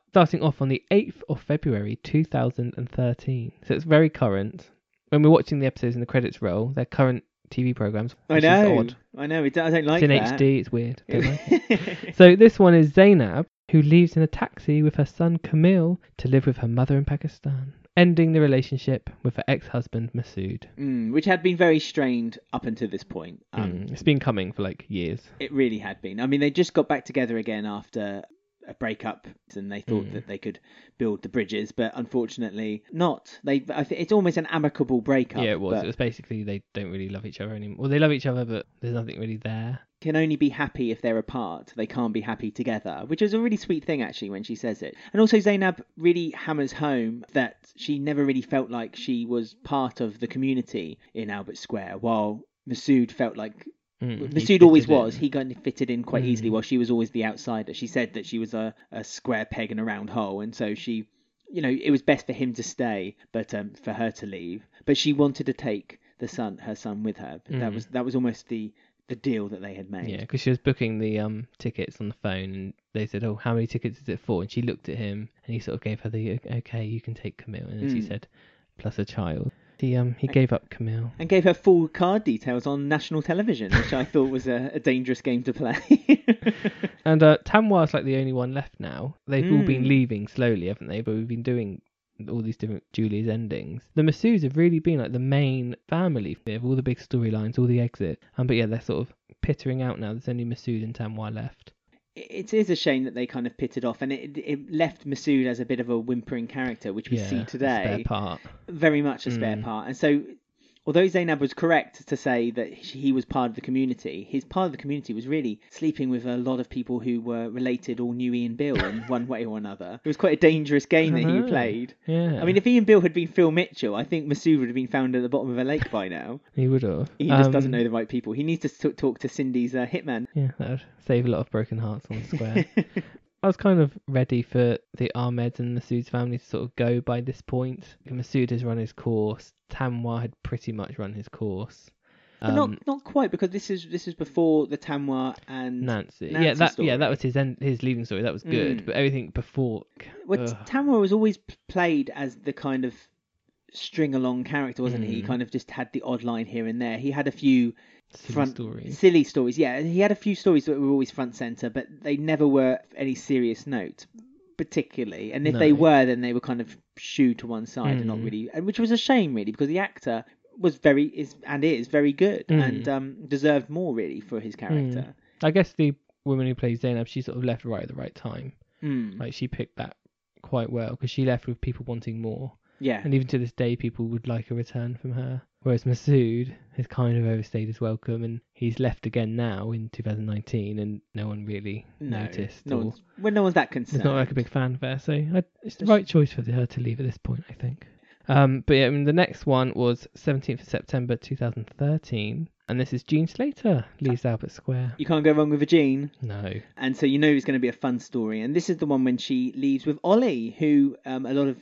[SPEAKER 1] starting off on the 8th of February 2013. So it's very current. When we're watching the episodes in the credits roll, they're current TV programs.
[SPEAKER 2] I
[SPEAKER 1] which is
[SPEAKER 2] know.
[SPEAKER 1] odd.
[SPEAKER 2] I know. I don't I don't like
[SPEAKER 1] It's in
[SPEAKER 2] that.
[SPEAKER 1] HD. It's weird. Don't know. so this one is Zainab, who leaves in a taxi with her son Camille to live with her mother in Pakistan, ending the relationship with her ex-husband Masood.
[SPEAKER 2] Mm, which had been very strained up until this point. Um,
[SPEAKER 1] Mm, It's been coming for like years.
[SPEAKER 2] It really had been. I mean, they just got back together again after a breakup, and they thought
[SPEAKER 1] Mm.
[SPEAKER 2] that they could build the bridges, but unfortunately, not. They, I think it's almost an amicable breakup.
[SPEAKER 1] yeah, it was.
[SPEAKER 2] but
[SPEAKER 1] It was basically they don't really love each other anymore. Well, they love each other, but there's nothing really there.
[SPEAKER 2] Can only be happy if they're apart. They can't be happy together, which is a really sweet thing actually when she says it. And also, Zainab really hammers home that she never really felt like she was part of the community in Albert Square, while Masood felt like
[SPEAKER 1] Mm, he
[SPEAKER 2] Masood always
[SPEAKER 1] fitted in.
[SPEAKER 2] was. He kind of fitted in quite
[SPEAKER 1] Mm.
[SPEAKER 2] easily, while she was always the outsider. She said that she was a, a square peg in a round hole, and so she, you know, it was best for him to stay, but um, for her to leave. But she wanted to take the son, her son, with her. But That
[SPEAKER 1] Mm.
[SPEAKER 2] was that was almost the the deal that they had made.
[SPEAKER 1] Yeah, because she was booking the um tickets on the phone, and they said, "Oh, how many tickets is it for?" And she looked at him, and he sort of gave her the "Okay, you can take Camille," and then she
[SPEAKER 2] Mm.
[SPEAKER 1] said, "Plus a child." He um he gave up Camille.
[SPEAKER 2] And gave her full card details on national television, which I thought was a, a dangerous game to play.
[SPEAKER 1] And uh, Tamwa's like the only one left now. They've all
[SPEAKER 2] Mm.
[SPEAKER 1] been leaving slowly, haven't they? But we've been doing all these different Julie's endings. The Masus have really been like the main family. They have all the big storylines, all the exits. Um, but yeah, they're sort of pittering out now. There's only Masood and Tamwa left.
[SPEAKER 2] it is a shame that they kind of pitted off, and it, it left Masood as a bit of a whimpering character, which we
[SPEAKER 1] yeah,
[SPEAKER 2] see
[SPEAKER 1] a
[SPEAKER 2] today.
[SPEAKER 1] Spare part.
[SPEAKER 2] very much a spare
[SPEAKER 1] Mm.
[SPEAKER 2] part. And so, although Zainab was correct to say that he was part of the community, his part of the community was really sleeping with a lot of people who were related or knew Ian Bill in one way or another. It was quite a dangerous game that he
[SPEAKER 1] Uh-huh.
[SPEAKER 2] played.
[SPEAKER 1] Yeah.
[SPEAKER 2] I mean, if Ian Bill had been Phil Mitchell, I think Masood would have been found at the bottom of a lake by now.
[SPEAKER 1] he would have.
[SPEAKER 2] He just
[SPEAKER 1] Um,
[SPEAKER 2] doesn't know the right people. He needs to t- talk to Cindy's uh, hitman.
[SPEAKER 1] Yeah, that would save a lot of broken hearts on the square. I was kind of ready for the Ahmeds and Masood's family to sort of go by this point. Masood has run his course. Tamwa had pretty much run his course.
[SPEAKER 2] But
[SPEAKER 1] um,
[SPEAKER 2] not not quite because this is this is before the Tamwa and
[SPEAKER 1] Nancy.
[SPEAKER 2] Nancy
[SPEAKER 1] yeah, that yeah,
[SPEAKER 2] story.
[SPEAKER 1] that was his end, his leaving story. That was good,
[SPEAKER 2] Mm.
[SPEAKER 1] but everything before.
[SPEAKER 2] Well,
[SPEAKER 1] Ugh.
[SPEAKER 2] Tamara was always p- played as the kind of string along character, wasn't he? He
[SPEAKER 1] Mm.
[SPEAKER 2] kind of just had the odd line here and there. He had a few
[SPEAKER 1] silly
[SPEAKER 2] front
[SPEAKER 1] stories.
[SPEAKER 2] silly stories, yeah. He had a few stories that were always front center, but they never were any serious note, particularly. And if they
[SPEAKER 1] No.
[SPEAKER 2] were, then they were kind of shooed to one side and not
[SPEAKER 1] Mm.
[SPEAKER 2] really, and which was a shame, really, because the actor was very is and is very good
[SPEAKER 1] Mm.
[SPEAKER 2] and um, deserved more really for his character.
[SPEAKER 1] I guess the woman who plays Zainab, she sort of left right at the right time.
[SPEAKER 2] Mm.
[SPEAKER 1] Like she picked that quite well because she left with people wanting more,
[SPEAKER 2] Yeah.
[SPEAKER 1] and even to this day, people would like a return from her. Whereas Masood has kind of overstayed his welcome, and he's left again now in 2019, and no one really
[SPEAKER 2] No,
[SPEAKER 1] noticed.
[SPEAKER 2] no
[SPEAKER 1] or-
[SPEAKER 2] one's, well, no one's that concerned.
[SPEAKER 1] There's not like a big fanfare, so I, it's the right choice for her to leave at this point, I think. Um, but yeah, I mean, the next one was 17th of September 2013, and this is Gene Slater leaves Albert Square.
[SPEAKER 2] You can't go wrong with a Gene.
[SPEAKER 1] No,
[SPEAKER 2] and so you know it's going to be a fun story. And this is the one when she leaves with Ollie, who um, a lot of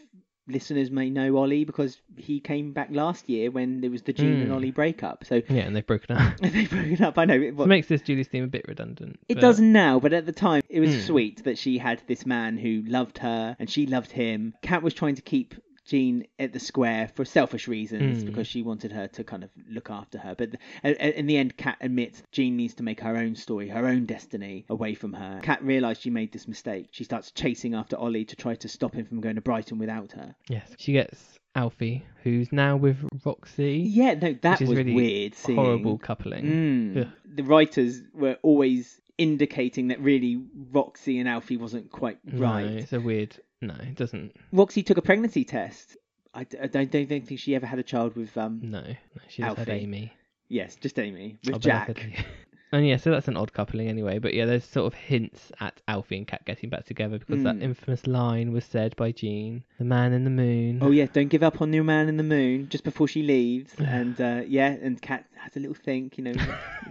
[SPEAKER 2] listeners may know Ollie because he came back last year when there was the Gene and
[SPEAKER 1] Hmm.
[SPEAKER 2] Ollie breakup. So
[SPEAKER 1] yeah, and they've broken up.
[SPEAKER 2] they broke it up. I know it,
[SPEAKER 1] So it makes this Julie's theme a bit redundant.
[SPEAKER 2] it
[SPEAKER 1] but-
[SPEAKER 2] does now, but at the time it was
[SPEAKER 1] Hmm.
[SPEAKER 2] sweet that she had this man who loved her and she loved him. Kat was trying to keep. Jean at the square for selfish reasons
[SPEAKER 1] Hmm.
[SPEAKER 2] because she wanted her to kind of look after her. But a- a- in the end, Kat admits Jean needs to make her own story, her own destiny away from her. Kat realised she made this mistake. She starts chasing after Ollie to try to stop him from going to Brighton without her.
[SPEAKER 1] Yes, she gets Alfie, who's now with Roxy.
[SPEAKER 2] Yeah, no, that
[SPEAKER 1] Which is
[SPEAKER 2] was
[SPEAKER 1] really
[SPEAKER 2] weird. Seeing.
[SPEAKER 1] Horrible coupling.
[SPEAKER 2] Mm.
[SPEAKER 1] Ugh.
[SPEAKER 2] The writers were always indicating that really Roxy and Alfie wasn't quite right.
[SPEAKER 1] No, it's a weird. No, it doesn't.
[SPEAKER 2] Roxy took a pregnancy test. I, d- I don't, don't, don't think
[SPEAKER 1] Mm.
[SPEAKER 2] she ever had a child with um
[SPEAKER 1] No, no she just had
[SPEAKER 2] Alfie.
[SPEAKER 1] Amy.
[SPEAKER 2] yes, just Amy with
[SPEAKER 1] Oh,
[SPEAKER 2] Jack.
[SPEAKER 1] beloved. And yeah, so that's an odd coupling anyway. But yeah, there's sort of hints at Alfie and Kat getting back together because that
[SPEAKER 2] Mm.
[SPEAKER 1] infamous line was said by Jean, the man in the moon.
[SPEAKER 2] Oh yeah, don't give up on your man in the moon just before she leaves. And uh, yeah, and Kat has a little think, you know,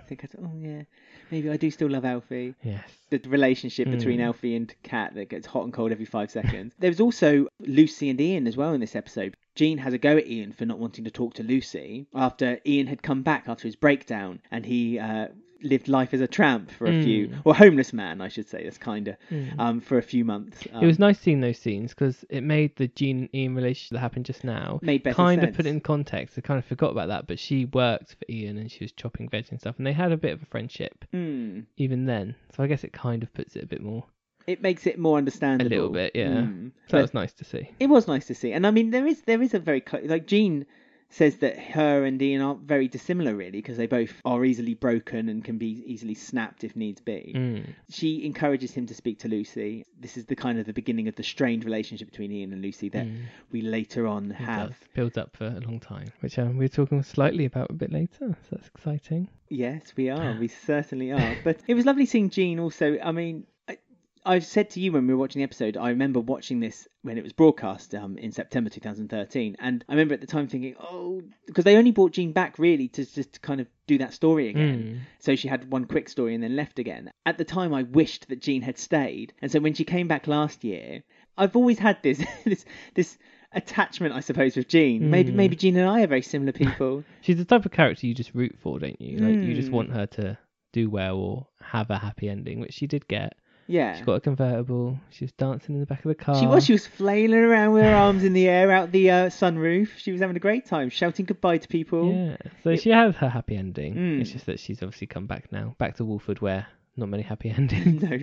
[SPEAKER 2] think, oh yeah, maybe I do still love Alfie.
[SPEAKER 1] Yes.
[SPEAKER 2] The relationship between
[SPEAKER 1] Hmm.
[SPEAKER 2] Alfie and Kat that gets hot and cold every five seconds. There's also Lucy and Ian as well in this episode. Jean has a go at Ian for not wanting to talk to Lucy after Ian had come back after his breakdown and he uh, lived life as a tramp for a few,
[SPEAKER 1] Hmm.
[SPEAKER 2] or homeless man, I should say, that's kinder,
[SPEAKER 1] Mm.
[SPEAKER 2] um, for a few months. Um,
[SPEAKER 1] it was nice seeing those scenes because it made the Jean and Ian relationship that happened just now
[SPEAKER 2] Um, made better
[SPEAKER 1] kind
[SPEAKER 2] sense.
[SPEAKER 1] of put it in context. I kind of forgot about that, but she worked for Ian and she was chopping veg and stuff, and they had a bit of a friendship
[SPEAKER 2] Hmm.
[SPEAKER 1] even then. So I guess it kind of puts it a bit more.
[SPEAKER 2] it makes it more understandable
[SPEAKER 1] bit, yeah.
[SPEAKER 2] Mm.
[SPEAKER 1] So that
[SPEAKER 2] But
[SPEAKER 1] was nice to see.
[SPEAKER 2] it was nice to see, and I mean, there is there is a very cl- like Jean says that her and Ian aren't very dissimilar really because they both are easily broken and can be easily snapped if needs be.
[SPEAKER 1] Mm.
[SPEAKER 2] She encourages him to speak to Lucy. This is the kind of the beginning of the strained relationship between Ian and Lucy that
[SPEAKER 1] Mm.
[SPEAKER 2] we later on
[SPEAKER 1] It
[SPEAKER 2] have.
[SPEAKER 1] does build up for a long time, which um, we're talking slightly about a bit later. So that's exciting.
[SPEAKER 2] Yes, we are. We certainly are. But it was lovely seeing Jean also. I mean, I, I've said to you when we were watching the episode, I remember watching this when it was broadcast um, in September 2013. And I remember at the time thinking, oh, because they only brought Jean back really to just kind of do that story again.
[SPEAKER 1] Mm.
[SPEAKER 2] So she had one quick story and then left again. At the time, I wished that Jean had stayed. And so when she came back last year, I've always had this this this attachment, I suppose, with Jean. Maybe
[SPEAKER 1] Mm.
[SPEAKER 2] maybe Jean and I are very similar people.
[SPEAKER 1] She's the type of character you just root for, don't you? Like you just
[SPEAKER 2] Mm.
[SPEAKER 1] want her to do well or have a happy ending, which she did get.
[SPEAKER 2] Yeah.
[SPEAKER 1] She got a convertible. She was dancing in the back of the car.
[SPEAKER 2] She was. She was flailing around with her arms in the air out the uh, sunroof. She was having a great time, shouting goodbye to people.
[SPEAKER 1] Yeah. So
[SPEAKER 2] It-
[SPEAKER 1] she had her happy ending. It's
[SPEAKER 2] Mm.
[SPEAKER 1] just that she's obviously come back now, back to Wolford, where not many happy endings.
[SPEAKER 2] no,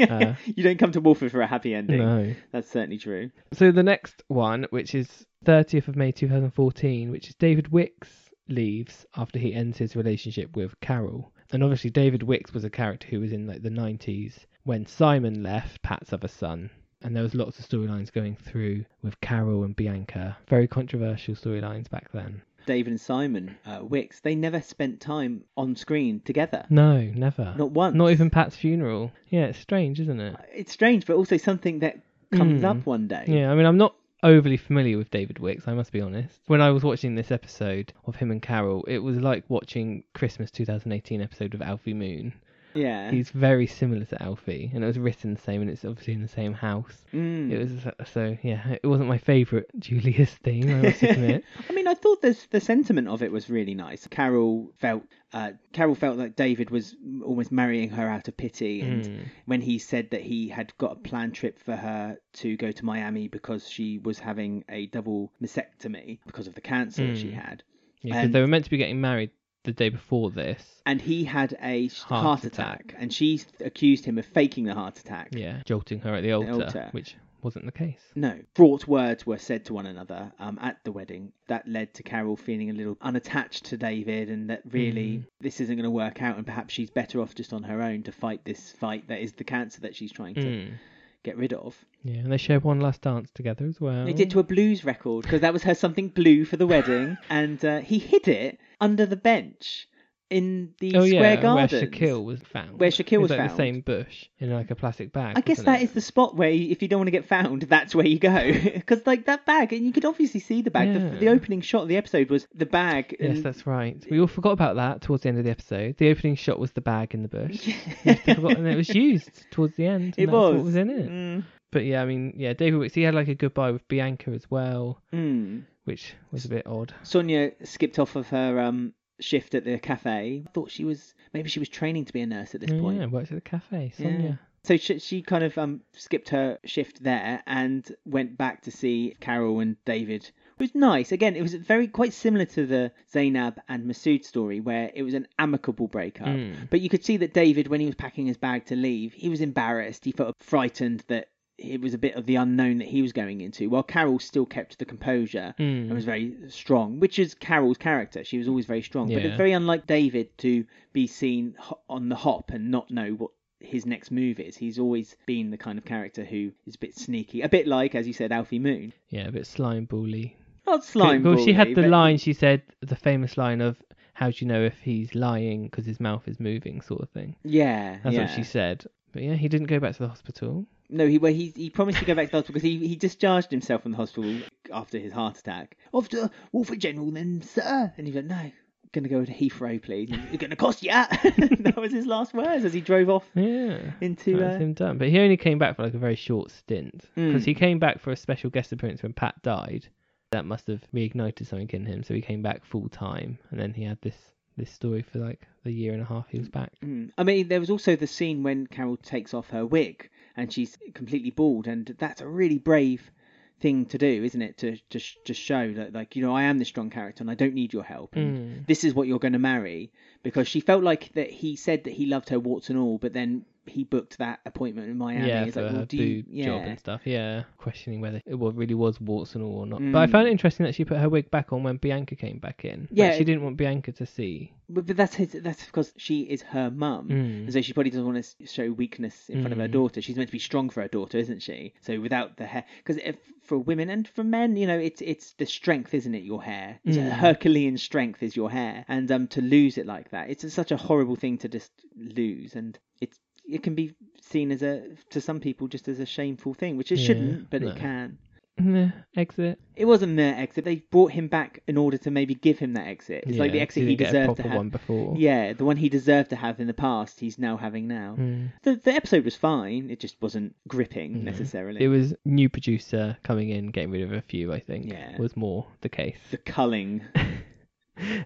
[SPEAKER 1] Uh.
[SPEAKER 2] you don't come to Wolford for a happy ending.
[SPEAKER 1] no.
[SPEAKER 2] That's certainly true.
[SPEAKER 1] So the next one, which is 30th of May 2014, which is David Wicks leaves after he ends his relationship with Carol. And obviously David Wicks was a character who was in like the 90s when Simon left Pat's other son. And there was lots of storylines going through with Carol and Bianca. Very controversial storylines back then.
[SPEAKER 2] David and Simon uh, Wicks. They never spent time on screen together.
[SPEAKER 1] No, never.
[SPEAKER 2] Not once.
[SPEAKER 1] Not even Pat's funeral. Yeah, it's strange, isn't it?
[SPEAKER 2] It's strange, but also something that comes
[SPEAKER 1] Mm.
[SPEAKER 2] up one day.
[SPEAKER 1] Yeah, I mean, I'm not overly familiar with David Wicks, I must be honest. When I was watching this episode of him and Carol, it was like watching Christmas 2018 episode of Alfie Moon.
[SPEAKER 2] Yeah.
[SPEAKER 1] He's very similar to Alfie, and it was written the same, and it's obviously in the same house.
[SPEAKER 2] Mm.
[SPEAKER 1] It was so yeah, it wasn't my favourite Julius theme, I must admit.
[SPEAKER 2] I mean, I thought this, the sentiment of it was really nice. Carol felt uh, Carol felt like David was almost marrying her out of pity, and
[SPEAKER 1] Mm.
[SPEAKER 2] when he said that he had got a planned trip for her to go to Miami because she was having a double mastectomy because of the cancer
[SPEAKER 1] Mm.
[SPEAKER 2] she had,
[SPEAKER 1] Yeah, because
[SPEAKER 2] And-
[SPEAKER 1] they were meant to be getting married the day before this.
[SPEAKER 2] and he had a s-
[SPEAKER 1] Heart
[SPEAKER 2] heart,
[SPEAKER 1] attack.
[SPEAKER 2] attack. and she s- accused him of faking the heart attack.
[SPEAKER 1] Yeah, jolting her at the altar,
[SPEAKER 2] altar.
[SPEAKER 1] which wasn't the case.
[SPEAKER 2] No, fraught words were said to one another um, at the wedding. That led to Carol feeling a little unattached to David, and that really
[SPEAKER 1] Mm.
[SPEAKER 2] this isn't going to work out, and perhaps she's better off just on her own to fight this fight that is the cancer that she's trying to
[SPEAKER 1] Mm.
[SPEAKER 2] get rid of.
[SPEAKER 1] Yeah, and they shared one last dance together as well.
[SPEAKER 2] They did to a blues record because that was her something blue for the wedding, and uh, he hid it under the bench in the
[SPEAKER 1] oh,
[SPEAKER 2] square
[SPEAKER 1] yeah,
[SPEAKER 2] garden.
[SPEAKER 1] Where Shaquille was found.
[SPEAKER 2] Where Shaquille was
[SPEAKER 1] like the
[SPEAKER 2] found.
[SPEAKER 1] same bush in like a plastic bag.
[SPEAKER 2] I guess
[SPEAKER 1] wasn't
[SPEAKER 2] that
[SPEAKER 1] it?
[SPEAKER 2] is the spot where, you, if you don't want to get found, that's where you go. Because like that bag, and you could obviously see the bag. The,
[SPEAKER 1] Yeah.
[SPEAKER 2] the opening shot of the episode was the bag.
[SPEAKER 1] Yes,
[SPEAKER 2] and-
[SPEAKER 1] that's right. We all forgot about that towards the end of the episode. The opening shot was the bag in the bush. We'd forgotten it was used towards the end. And
[SPEAKER 2] It
[SPEAKER 1] that's
[SPEAKER 2] was.
[SPEAKER 1] what was in it.
[SPEAKER 2] Mm.
[SPEAKER 1] But yeah, I mean, yeah, David Wicks. He had like a goodbye with Bianca as well,
[SPEAKER 2] Mm.
[SPEAKER 1] which was a bit odd.
[SPEAKER 2] Sonia skipped off of her um, shift at the cafe. Thought she was maybe she was training to be a nurse at this
[SPEAKER 1] Oh,
[SPEAKER 2] point.
[SPEAKER 1] Yeah, worked at the cafe.
[SPEAKER 2] Yeah.
[SPEAKER 1] Sonia.
[SPEAKER 2] So she, she kind of um, skipped her shift there and went back to see Carol and David. It was nice. Again, it was very quite similar to the Zainab and Masood story, where it was an amicable breakup.
[SPEAKER 1] Mm.
[SPEAKER 2] But you could see that David, when he was packing his bag to leave, he was embarrassed. He felt frightened that it was a bit of the unknown that he was going into, while Carol still kept the composure
[SPEAKER 1] Mm.
[SPEAKER 2] and was very strong, which is Carol's character. She was always very strong, but
[SPEAKER 1] Yeah.
[SPEAKER 2] it's very unlike David to be seen ho- on the hop and not know what his next move is. He's always been the kind of character who is a bit sneaky, a bit like, as you said, Alfie Moon.
[SPEAKER 1] Yeah, a bit slime bully.
[SPEAKER 2] Not slime.
[SPEAKER 1] Well, she had
[SPEAKER 2] bully,
[SPEAKER 1] the
[SPEAKER 2] but-
[SPEAKER 1] line. She said the famous line of how do you know if he's lying because his mouth is moving, sort of thing.
[SPEAKER 2] Yeah,
[SPEAKER 1] That's
[SPEAKER 2] yeah.
[SPEAKER 1] what she said. But yeah, he didn't go back to the hospital.
[SPEAKER 2] No, he well, he he promised to go back to the hospital because he, he discharged himself from the hospital after his heart attack. Off to Wolford General then, sir. And he went, no, I'm going to go to Heathrow, please. It's going to cost you. that was his last words as he drove off
[SPEAKER 1] Yeah.
[SPEAKER 2] into.
[SPEAKER 1] That's
[SPEAKER 2] Uh,
[SPEAKER 1] him done. But he only came back for like a very short stint because
[SPEAKER 2] Mm.
[SPEAKER 1] he came back for a special guest appearance when Pat died. That must have reignited something in him, so he came back full time, and then he had this this story for like the year and a half he was back.
[SPEAKER 2] mm. I mean, there was also the scene when Carol takes off her wig and she's completely bald, and that's a really brave thing to do, isn't it? To just just show that, like, you know, I am this strong character and I don't need your help. And
[SPEAKER 1] Mm.
[SPEAKER 2] this is what you're going to marry because she felt like that he said that he loved her warts and all but then he booked that appointment in miami
[SPEAKER 1] Yeah,
[SPEAKER 2] It's
[SPEAKER 1] for
[SPEAKER 2] like,
[SPEAKER 1] her
[SPEAKER 2] well, do you,
[SPEAKER 1] boob
[SPEAKER 2] yeah.
[SPEAKER 1] job and stuff. Yeah, questioning whether it wa- really was warts and all or not. But
[SPEAKER 2] Hmm.
[SPEAKER 1] I found it interesting that she put her wig back on when Bianca came back in. Like,
[SPEAKER 2] Yeah,
[SPEAKER 1] she
[SPEAKER 2] it-
[SPEAKER 1] didn't want Bianca to see.
[SPEAKER 2] but, but that's his, that's because she is her mum
[SPEAKER 1] Mm.
[SPEAKER 2] and so she probably doesn't want to show weakness in front of her
[SPEAKER 1] Mm.
[SPEAKER 2] daughter she's meant to be strong for her daughter isn't she so without the hair because for women and for men you know it's it's the strength isn't it your hair It's a
[SPEAKER 1] Mm.
[SPEAKER 2] herculean strength is your hair and um to lose it like that it's such a horrible thing to just lose and it's it can be seen as a to some people just as a shameful thing which it
[SPEAKER 1] Yeah,
[SPEAKER 2] shouldn't but
[SPEAKER 1] no.
[SPEAKER 2] it can
[SPEAKER 1] Nah, exit.
[SPEAKER 2] it wasn't their exit they brought him back in order to maybe give him that exit it's like
[SPEAKER 1] Yeah,
[SPEAKER 2] the
[SPEAKER 1] she
[SPEAKER 2] exit he
[SPEAKER 1] didn't get a
[SPEAKER 2] deserved
[SPEAKER 1] proper
[SPEAKER 2] to have
[SPEAKER 1] one before.
[SPEAKER 2] yeah, the one he deserved to have in the past, he's now having now.
[SPEAKER 1] Mm.
[SPEAKER 2] The, the episode was fine, it just wasn't gripping
[SPEAKER 1] No.
[SPEAKER 2] necessarily.
[SPEAKER 1] It was new producer coming in, getting rid of a few. I think
[SPEAKER 2] Yeah.
[SPEAKER 1] was more the case.
[SPEAKER 2] the culling.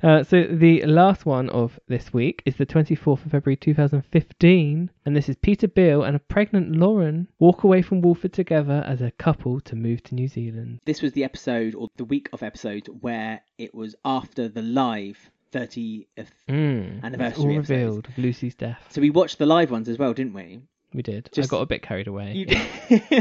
[SPEAKER 1] Uh, so the last one of this week is the 24th of February 2015, and this is Peter Beale and a pregnant Lauren walk away from Wolford together as a couple to move to New Zealand.
[SPEAKER 2] This was the episode, or the week of episodes, where it was after the live 30th.
[SPEAKER 1] Mm. It's
[SPEAKER 2] Anniversary
[SPEAKER 1] all
[SPEAKER 2] episodes.
[SPEAKER 1] revealed of Lucy's death.
[SPEAKER 2] So we watched the live ones as well, didn't we?
[SPEAKER 1] We did. I
[SPEAKER 2] Just-
[SPEAKER 1] got a bit carried away.
[SPEAKER 2] You... so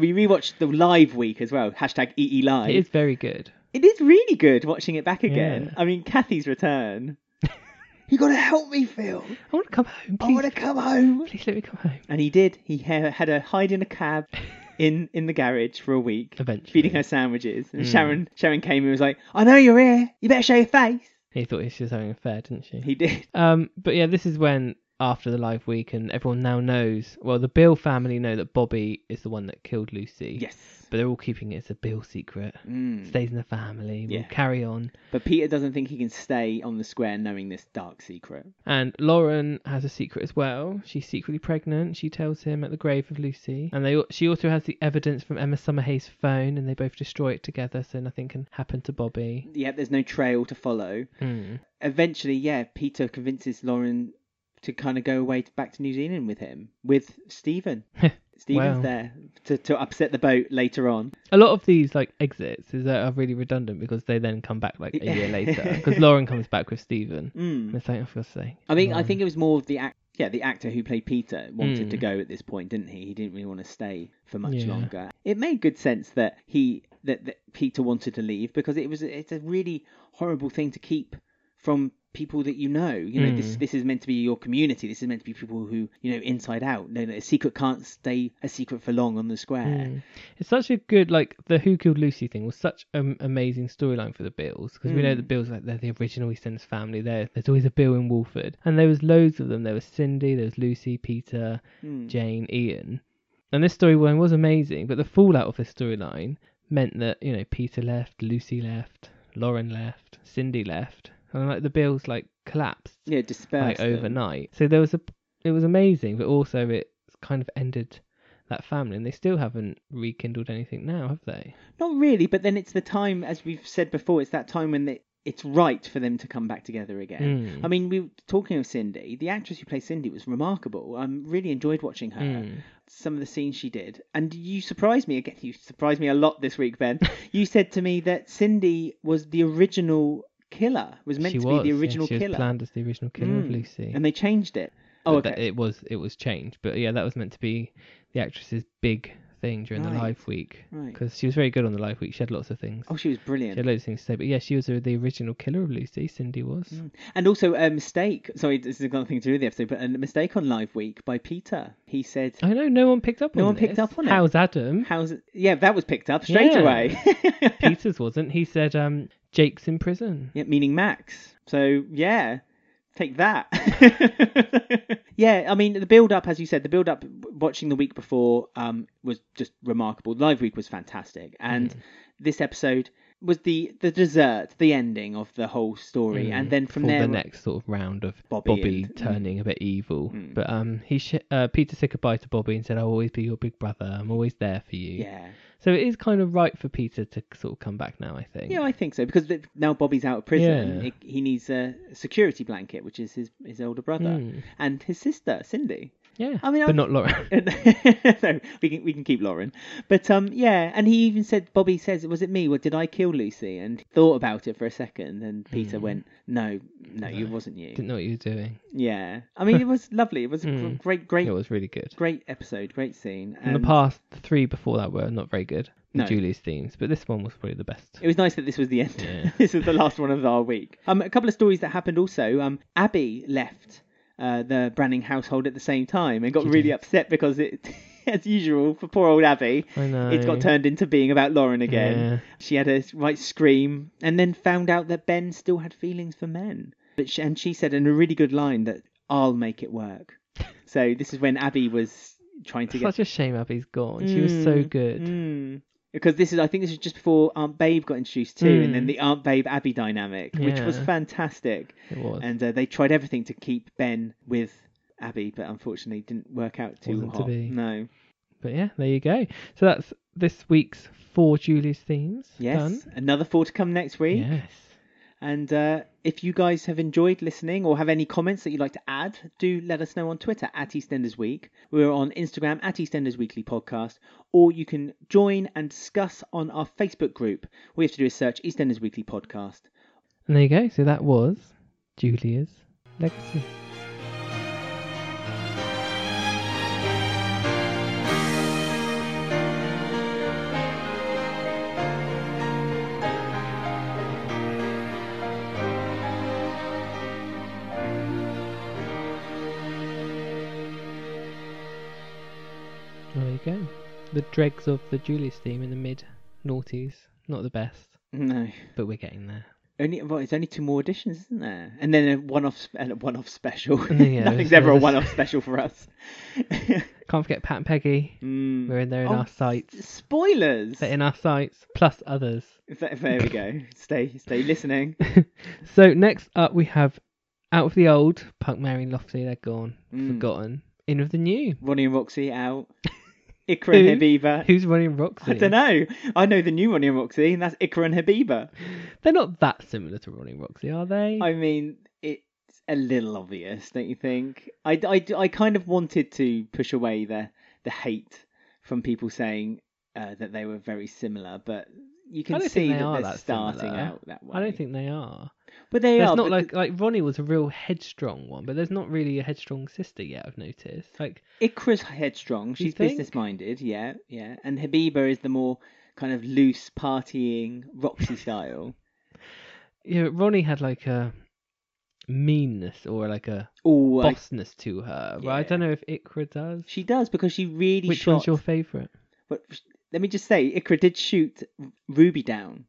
[SPEAKER 2] we rewatched the live week as well, hashtag EE Live.
[SPEAKER 1] It is very good.
[SPEAKER 2] It is really good watching it back again.
[SPEAKER 1] Yeah.
[SPEAKER 2] I mean, Kathy's return. you gotta help me, Phil.
[SPEAKER 1] I want to come home.
[SPEAKER 2] I
[SPEAKER 1] Please,
[SPEAKER 2] wanna come home.
[SPEAKER 1] please let me come home.
[SPEAKER 2] And he did. He ha- had her hide in a cab in in the garage for a week,
[SPEAKER 1] Eventually.
[SPEAKER 2] feeding her sandwiches. And Sharon Sharon came and was like, "I know you're here. You better show your face."
[SPEAKER 1] He thought she was having an affair, didn't she?
[SPEAKER 2] He did.
[SPEAKER 1] Um, but yeah, this is when after the live week, and everyone now knows. Well, the Bill family know that Bobby is the one that killed Lucy.
[SPEAKER 2] Yes.
[SPEAKER 1] But they're all keeping it as a Bill secret.
[SPEAKER 2] Mm.
[SPEAKER 1] Stays in the family. We'll
[SPEAKER 2] Yeah.
[SPEAKER 1] carry on.
[SPEAKER 2] But Peter doesn't think he can stay on the square knowing this dark secret.
[SPEAKER 1] And Lauren has a secret as well. She's secretly pregnant. She tells him at the grave of Lucy. And they she also has the evidence from Emma Summerhay's phone, and they both destroy it together, so nothing can happen to Bobby.
[SPEAKER 2] Yet there's no trail to follow.
[SPEAKER 1] Hmm.
[SPEAKER 2] Mm. Eventually, yeah, Peter convinces Lauren to kind of go away to, back to New Zealand with him, with Stephen. Stephen's
[SPEAKER 1] Wow.
[SPEAKER 2] there to, to upset the boat later on.
[SPEAKER 1] A lot of these like exits is that are really redundant because they then come back like a year later because Lauren comes back with Stephen.
[SPEAKER 2] Mm.
[SPEAKER 1] And it's like, oh, for God's sake.
[SPEAKER 2] I mean, I
[SPEAKER 1] Lauren.
[SPEAKER 2] think it was more of the act. Yeah, the actor who played Peter wanted to
[SPEAKER 1] Mm.
[SPEAKER 2] go at this point, didn't he? He didn't really want to stay for much
[SPEAKER 1] Yeah.
[SPEAKER 2] longer. It made good sense that he that, that Peter wanted to leave because it was it's a really horrible thing to keep from people that you know. You know, this
[SPEAKER 1] Mm.
[SPEAKER 2] this is meant to be your community. This is meant to be people who you know inside out. No, no, a secret can't stay a secret for long on the square.
[SPEAKER 1] Mm. It's such a good like the Who Killed Lucy thing was such an amazing storyline for the Bills because we know the
[SPEAKER 2] Mm.
[SPEAKER 1] Bills like they're the original EastEnders family. There, there's always a Bill in Wolford, and there was loads of them. There was Cindy, there was Lucy, Peter,
[SPEAKER 2] Mm.
[SPEAKER 1] Jane, Ian, and this storyline was amazing. But the fallout of this storyline meant that you know Peter left, Lucy left, Lauren left, Cindy left, and like the Bills like collapsed
[SPEAKER 2] Yeah, disperse
[SPEAKER 1] like overnight. So there was a it was amazing, but also it kind of ended that family, and they still haven't rekindled anything now, have they?
[SPEAKER 2] Not really, but then it's the time, as we've said before, it's that time when they, it's right for them to come back together again.
[SPEAKER 1] Mm.
[SPEAKER 2] I mean, we were talking of Cindy. The actress who plays Cindy was remarkable. I really enjoyed watching her.
[SPEAKER 1] Mm.
[SPEAKER 2] Some of the scenes she did, and you surprised me again. You surprised me a lot this week, Ben. you said to me that Cindy was the original killer. Was meant
[SPEAKER 1] she
[SPEAKER 2] to
[SPEAKER 1] was
[SPEAKER 2] be
[SPEAKER 1] yeah,
[SPEAKER 2] the original
[SPEAKER 1] she was
[SPEAKER 2] killer,
[SPEAKER 1] planned as the original killer of
[SPEAKER 2] Mm.
[SPEAKER 1] Lucy.
[SPEAKER 2] and they changed it.
[SPEAKER 1] But
[SPEAKER 2] Oh,
[SPEAKER 1] that-
[SPEAKER 2] okay.
[SPEAKER 1] it was it was changed, but yeah, that was meant to be the actress's big thing during the
[SPEAKER 2] Right.
[SPEAKER 1] live week
[SPEAKER 2] Right.
[SPEAKER 1] because she was very good on the live week. She had lots of things.
[SPEAKER 2] Oh, she was
[SPEAKER 1] She
[SPEAKER 2] brilliant.
[SPEAKER 1] had loads of things to say, but yeah, she was the original killer of Lucy. Cindy was.
[SPEAKER 2] And also a mistake. Sorry, this is got nothing to do with the episode, but a mistake on Live Week by Peter. He said,
[SPEAKER 1] I know no one picked up
[SPEAKER 2] No
[SPEAKER 1] on
[SPEAKER 2] one picked
[SPEAKER 1] this.
[SPEAKER 2] up on it.
[SPEAKER 1] How's Adam?
[SPEAKER 2] "How's it? Yeah, that was picked up straight
[SPEAKER 1] Yeah.
[SPEAKER 2] away."
[SPEAKER 1] Peter's wasn't. He said, um, Jake's in prison.
[SPEAKER 2] yeah, meaning Max. So yeah, take that. yeah, I mean the build-up, as you said, the build-up w- watching the week before um, was just remarkable. Live Week was fantastic, and
[SPEAKER 1] Mm-hmm.
[SPEAKER 2] this episode was the the dessert, the ending of the whole story,
[SPEAKER 1] Mm,
[SPEAKER 2] and then from
[SPEAKER 1] for
[SPEAKER 2] there,
[SPEAKER 1] the next sort of round of
[SPEAKER 2] Bobby
[SPEAKER 1] Bobby,
[SPEAKER 2] and-
[SPEAKER 1] turning a bit evil.
[SPEAKER 2] Mm.
[SPEAKER 1] But um, he sh- uh, Peter said goodbye to Bobby and said, "I'll always be your big brother. I'm always there for you."
[SPEAKER 2] yeah.
[SPEAKER 1] So it is kind of right for Peter to sort of come back now. I think.
[SPEAKER 2] Yeah, I think so because th- now Bobby's out of prison.
[SPEAKER 1] Yeah.
[SPEAKER 2] He, he needs a security blanket, which is his his older brother
[SPEAKER 1] Mm.
[SPEAKER 2] and his sister Cindy.
[SPEAKER 1] Yeah.
[SPEAKER 2] I mean,
[SPEAKER 1] but
[SPEAKER 2] I'm-
[SPEAKER 1] not Laura.
[SPEAKER 2] no, we can we can keep Lauren, but um, yeah, and he even said Bobby says, "Was it me? What did I kill Lucy?" And thought about it for a second, and Peter
[SPEAKER 1] Mm.
[SPEAKER 2] went, "No, no, it
[SPEAKER 1] No.
[SPEAKER 2] wasn't you."
[SPEAKER 1] Didn't know what you were doing.
[SPEAKER 2] Yeah, I mean, it was lovely. It was a gr-
[SPEAKER 1] Mm.
[SPEAKER 2] great, great,
[SPEAKER 1] It was really good.
[SPEAKER 2] great episode, great scene. Um,
[SPEAKER 1] And the
[SPEAKER 2] and-
[SPEAKER 1] past the three before that were not very good. The
[SPEAKER 2] No.
[SPEAKER 1] Julie's themes, but this one was probably the best.
[SPEAKER 2] It was nice that this was the end.
[SPEAKER 1] Yeah.
[SPEAKER 2] this is the last one of our week. Um, a couple of stories that happened also. Um, Abby left uh, the Branning household at the same time and got
[SPEAKER 1] She
[SPEAKER 2] really
[SPEAKER 1] did.
[SPEAKER 2] upset because it, as usual for poor old Abby,
[SPEAKER 1] I know.
[SPEAKER 2] it got turned into being about Lauren again. She had a right scream and then found out that Ben still had feelings for men. But she, and she said in a really good line that I'll make it work. So this is when Abby was trying to
[SPEAKER 1] It's
[SPEAKER 2] get
[SPEAKER 1] Such a shame Abby's gone. She was so
[SPEAKER 2] Mm,
[SPEAKER 1] good.
[SPEAKER 2] Mm. Because this is, I think this was just before Aunt Babe got introduced too, and then
[SPEAKER 1] Mm.
[SPEAKER 2] the Aunt Babe Abby dynamic, which was
[SPEAKER 1] Yeah.
[SPEAKER 2] fantastic.
[SPEAKER 1] It was.
[SPEAKER 2] And uh, they tried everything to keep Ben with Abby, but unfortunately didn't work out too
[SPEAKER 1] Wasn't to
[SPEAKER 2] hot.
[SPEAKER 1] be.
[SPEAKER 2] No.
[SPEAKER 1] But yeah, there you go. So that's this week's four Julie's themes.
[SPEAKER 2] Yes.
[SPEAKER 1] Done.
[SPEAKER 2] Another four to come next week.
[SPEAKER 1] Yes.
[SPEAKER 2] And uh, if you guys have enjoyed listening or have any comments that you'd like to add, do let us know on Twitter at EastEnders Week. We're on Instagram at EastEnders Weekly Podcast, or you can join and discuss on our Facebook group. All you have to do is search EastEnders Weekly Podcast.
[SPEAKER 1] And there you go. So that was Julia's legacy. Well, There you go. The dregs of the Julius theme in the mid noughties. Not the best,
[SPEAKER 2] No,
[SPEAKER 1] but we're getting there.
[SPEAKER 2] only well, it's only two more editions, isn't there? And then a one-off sp- and a one-off special.
[SPEAKER 1] then, yeah,
[SPEAKER 2] Nothing's
[SPEAKER 1] there's-
[SPEAKER 2] ever a
[SPEAKER 1] there's-
[SPEAKER 2] one-off special for us.
[SPEAKER 1] Can't forget Pat and Peggy.
[SPEAKER 2] Mm.
[SPEAKER 1] We're in there in
[SPEAKER 2] Oh,
[SPEAKER 1] our sights.
[SPEAKER 2] Spoilers.
[SPEAKER 1] They're in our sights, plus others.
[SPEAKER 2] There there we go. Stay, stay listening.
[SPEAKER 1] So next up we have Out of the Old, Punk Mary and Lofty, they're gone,
[SPEAKER 2] Mm.
[SPEAKER 1] forgotten. In with the new.
[SPEAKER 2] Ronnie and Roxy out. Ikra and
[SPEAKER 1] Who?
[SPEAKER 2] Habiba.
[SPEAKER 1] Who's running Roxy?
[SPEAKER 2] I don't know. I know the new Ronnie and Roxy, and that's Ikra and Habiba.
[SPEAKER 1] They're not that similar to Ronnie and Roxy, are they?
[SPEAKER 2] I mean, it's a little obvious, don't you think? I, I, I kind of wanted to push away the, the hate from people saying uh, that they were very similar, but you
[SPEAKER 1] I
[SPEAKER 2] can
[SPEAKER 1] don't
[SPEAKER 2] see
[SPEAKER 1] think they
[SPEAKER 2] that
[SPEAKER 1] are
[SPEAKER 2] they're
[SPEAKER 1] that
[SPEAKER 2] starting
[SPEAKER 1] similar.
[SPEAKER 2] out that way.
[SPEAKER 1] I don't think they are.
[SPEAKER 2] but they
[SPEAKER 1] there's
[SPEAKER 2] are.
[SPEAKER 1] not
[SPEAKER 2] but
[SPEAKER 1] like like Ronnie was a real headstrong one, but there's not really a headstrong sister yet. I've noticed. Like
[SPEAKER 2] Ikra's headstrong. She's
[SPEAKER 1] think?
[SPEAKER 2] business minded. Yeah, yeah. And Habiba is the more kind of loose, partying, Roxy style.
[SPEAKER 1] you know, Ronnie had like a meanness or like a
[SPEAKER 2] Oh, I
[SPEAKER 1] bossness to her. But I
[SPEAKER 2] Yeah.
[SPEAKER 1] don't know if Ikra does.
[SPEAKER 2] She does because she really
[SPEAKER 1] Which
[SPEAKER 2] shot.
[SPEAKER 1] one's your favourite?
[SPEAKER 2] but sh- let me just say, Ikra did shoot Ruby down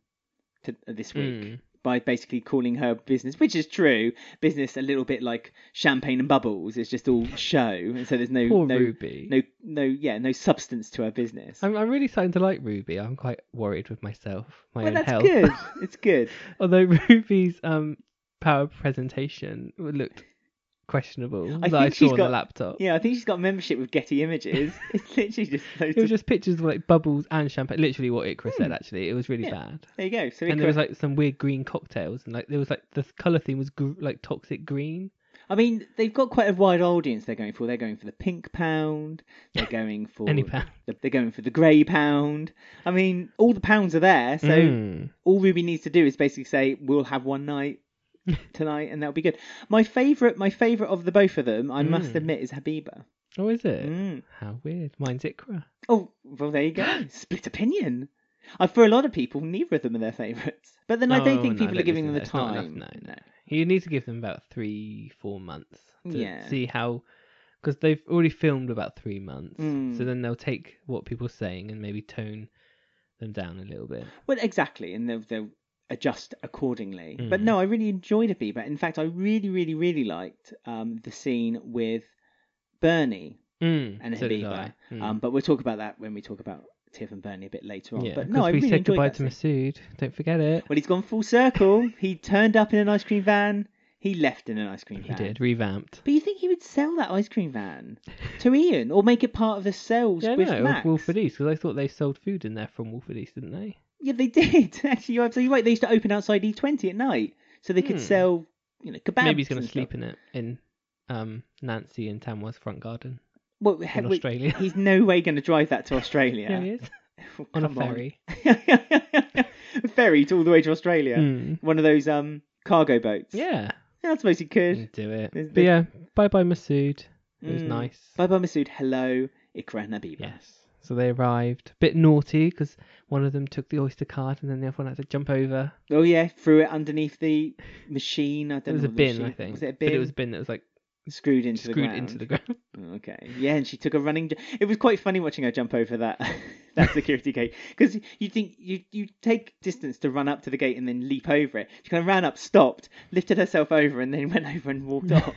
[SPEAKER 2] to, uh, this week
[SPEAKER 1] Mm.
[SPEAKER 2] by basically calling her business, which is true. Business a little bit like champagne and bubbles. It's just all show, and so there's no
[SPEAKER 1] Poor
[SPEAKER 2] no
[SPEAKER 1] Ruby. Oh,
[SPEAKER 2] no no yeah no substance to her business.
[SPEAKER 1] I'm, I'm really starting to like Ruby. I'm quite worried with myself, my
[SPEAKER 2] well,
[SPEAKER 1] own
[SPEAKER 2] that's
[SPEAKER 1] health.
[SPEAKER 2] good. It's good.
[SPEAKER 1] Although Ruby's um power presentation looked questionable that I
[SPEAKER 2] think
[SPEAKER 1] saw
[SPEAKER 2] she's
[SPEAKER 1] on
[SPEAKER 2] got-
[SPEAKER 1] the laptop.
[SPEAKER 2] Yeah, I think she's got membership with Getty Images. It's literally just those.
[SPEAKER 1] It was
[SPEAKER 2] two-
[SPEAKER 1] just pictures of like bubbles and champagne. Literally what Ikra said. Actually, it was really
[SPEAKER 2] Yeah.
[SPEAKER 1] bad.
[SPEAKER 2] There you go. So
[SPEAKER 1] And
[SPEAKER 2] Ikra,
[SPEAKER 1] there was like some weird green cocktails, and like there was like the color theme was gr- like toxic green.
[SPEAKER 2] I mean, they've got quite a wide audience. They're going for. They're going for the pink pound. They're going for
[SPEAKER 1] Any pound.
[SPEAKER 2] The- They're going for the grey pound. I mean, all the pounds are there, so
[SPEAKER 1] Mm.
[SPEAKER 2] all Ruby needs to do is basically say, "We'll have one night tonight, and that'll be good." My favorite, my favorite of the both of them, I must
[SPEAKER 1] Mm.
[SPEAKER 2] admit, is Habiba.
[SPEAKER 1] Oh, is it?
[SPEAKER 2] Mm.
[SPEAKER 1] How weird. Mine's Ikra.
[SPEAKER 2] Oh, well, there you go. Split opinion. Uh, for a lot of people, neither of them are their favourites. But then I
[SPEAKER 1] Oh,
[SPEAKER 2] don't think
[SPEAKER 1] no,
[SPEAKER 2] people
[SPEAKER 1] I
[SPEAKER 2] are
[SPEAKER 1] don't
[SPEAKER 2] giving them
[SPEAKER 1] think
[SPEAKER 2] the
[SPEAKER 1] so. It's not
[SPEAKER 2] time.
[SPEAKER 1] enough, no, You need to give them about three, four months to
[SPEAKER 2] Yeah.
[SPEAKER 1] see how, because they've already filmed about three months.
[SPEAKER 2] Mm.
[SPEAKER 1] So then they'll take what people are saying and maybe tone them down a little bit.
[SPEAKER 2] Well, exactly, and they'll, they'll adjust accordingly. But
[SPEAKER 1] Mhm.
[SPEAKER 2] no, I really enjoyed it, but in fact, I really, really, really liked um, the scene with Bernie
[SPEAKER 1] Mm.
[SPEAKER 2] and
[SPEAKER 1] so did
[SPEAKER 2] Habiba.
[SPEAKER 1] I. Mm.
[SPEAKER 2] Um, but we'll talk about that when we talk about Tiff and Bernie a bit later on.
[SPEAKER 1] yeah,
[SPEAKER 2] but
[SPEAKER 1] 'cause
[SPEAKER 2] no, I
[SPEAKER 1] we
[SPEAKER 2] really
[SPEAKER 1] said
[SPEAKER 2] enjoyed
[SPEAKER 1] goodbye
[SPEAKER 2] that
[SPEAKER 1] to
[SPEAKER 2] scene.
[SPEAKER 1] Masood. Don't forget it.
[SPEAKER 2] Well, he's gone full circle. he turned up in an ice cream van. He left in an ice cream
[SPEAKER 1] He
[SPEAKER 2] van.
[SPEAKER 1] did. Revamped.
[SPEAKER 2] But you think he would sell that ice cream van to Ian or make it part of the sales
[SPEAKER 1] Yeah,
[SPEAKER 2] with
[SPEAKER 1] no,
[SPEAKER 2] Max?
[SPEAKER 1] Wolford East, because I thought they sold food in there from Wolford East, didn't they?
[SPEAKER 2] Yeah, they did. Actually, you're absolutely right. They used to open outside E20 at night, so they could
[SPEAKER 1] Hmm.
[SPEAKER 2] sell, you know, kebabs.
[SPEAKER 1] Maybe he's going
[SPEAKER 2] and
[SPEAKER 1] to
[SPEAKER 2] stuff.
[SPEAKER 1] sleep in it in um, Nancy and Tamworth's front garden
[SPEAKER 2] Well,
[SPEAKER 1] in
[SPEAKER 2] heck, we-
[SPEAKER 1] Australia.
[SPEAKER 2] he's no way going to drive that to Australia.
[SPEAKER 1] Yeah, he is.
[SPEAKER 2] Oh,
[SPEAKER 1] On a
[SPEAKER 2] come on.
[SPEAKER 1] ferry.
[SPEAKER 2] ferry to all the way to Australia.
[SPEAKER 1] Mm.
[SPEAKER 2] One of those um cargo boats.
[SPEAKER 1] Yeah.
[SPEAKER 2] Yeah, I suppose he could.
[SPEAKER 1] Didn't do it.
[SPEAKER 2] There's-
[SPEAKER 1] But yeah, bye bye Masood. It was
[SPEAKER 2] Mm.
[SPEAKER 1] nice.
[SPEAKER 2] Bye bye, Masood. Hello, Ikra and Habiba.
[SPEAKER 1] Yes. So they arrived. Bit naughty because one of them took the oyster card and then the other one had to jump over.
[SPEAKER 2] Oh, yeah, threw it underneath the machine. I
[SPEAKER 1] It
[SPEAKER 2] don't
[SPEAKER 1] was
[SPEAKER 2] know
[SPEAKER 1] a
[SPEAKER 2] what the
[SPEAKER 1] bin, I
[SPEAKER 2] machine-
[SPEAKER 1] think.
[SPEAKER 2] Was it a
[SPEAKER 1] But
[SPEAKER 2] bin?
[SPEAKER 1] it was a bin that was like
[SPEAKER 2] screwed into the
[SPEAKER 1] screwed
[SPEAKER 2] ground.
[SPEAKER 1] into the ground.
[SPEAKER 2] Okay. Yeah, and she took a running. ju- It was quite funny watching her jump over that that security gate because you think you you take distance to run up to the gate and then leap over it. She kind of ran up, stopped, lifted herself over, and then went over and walked off.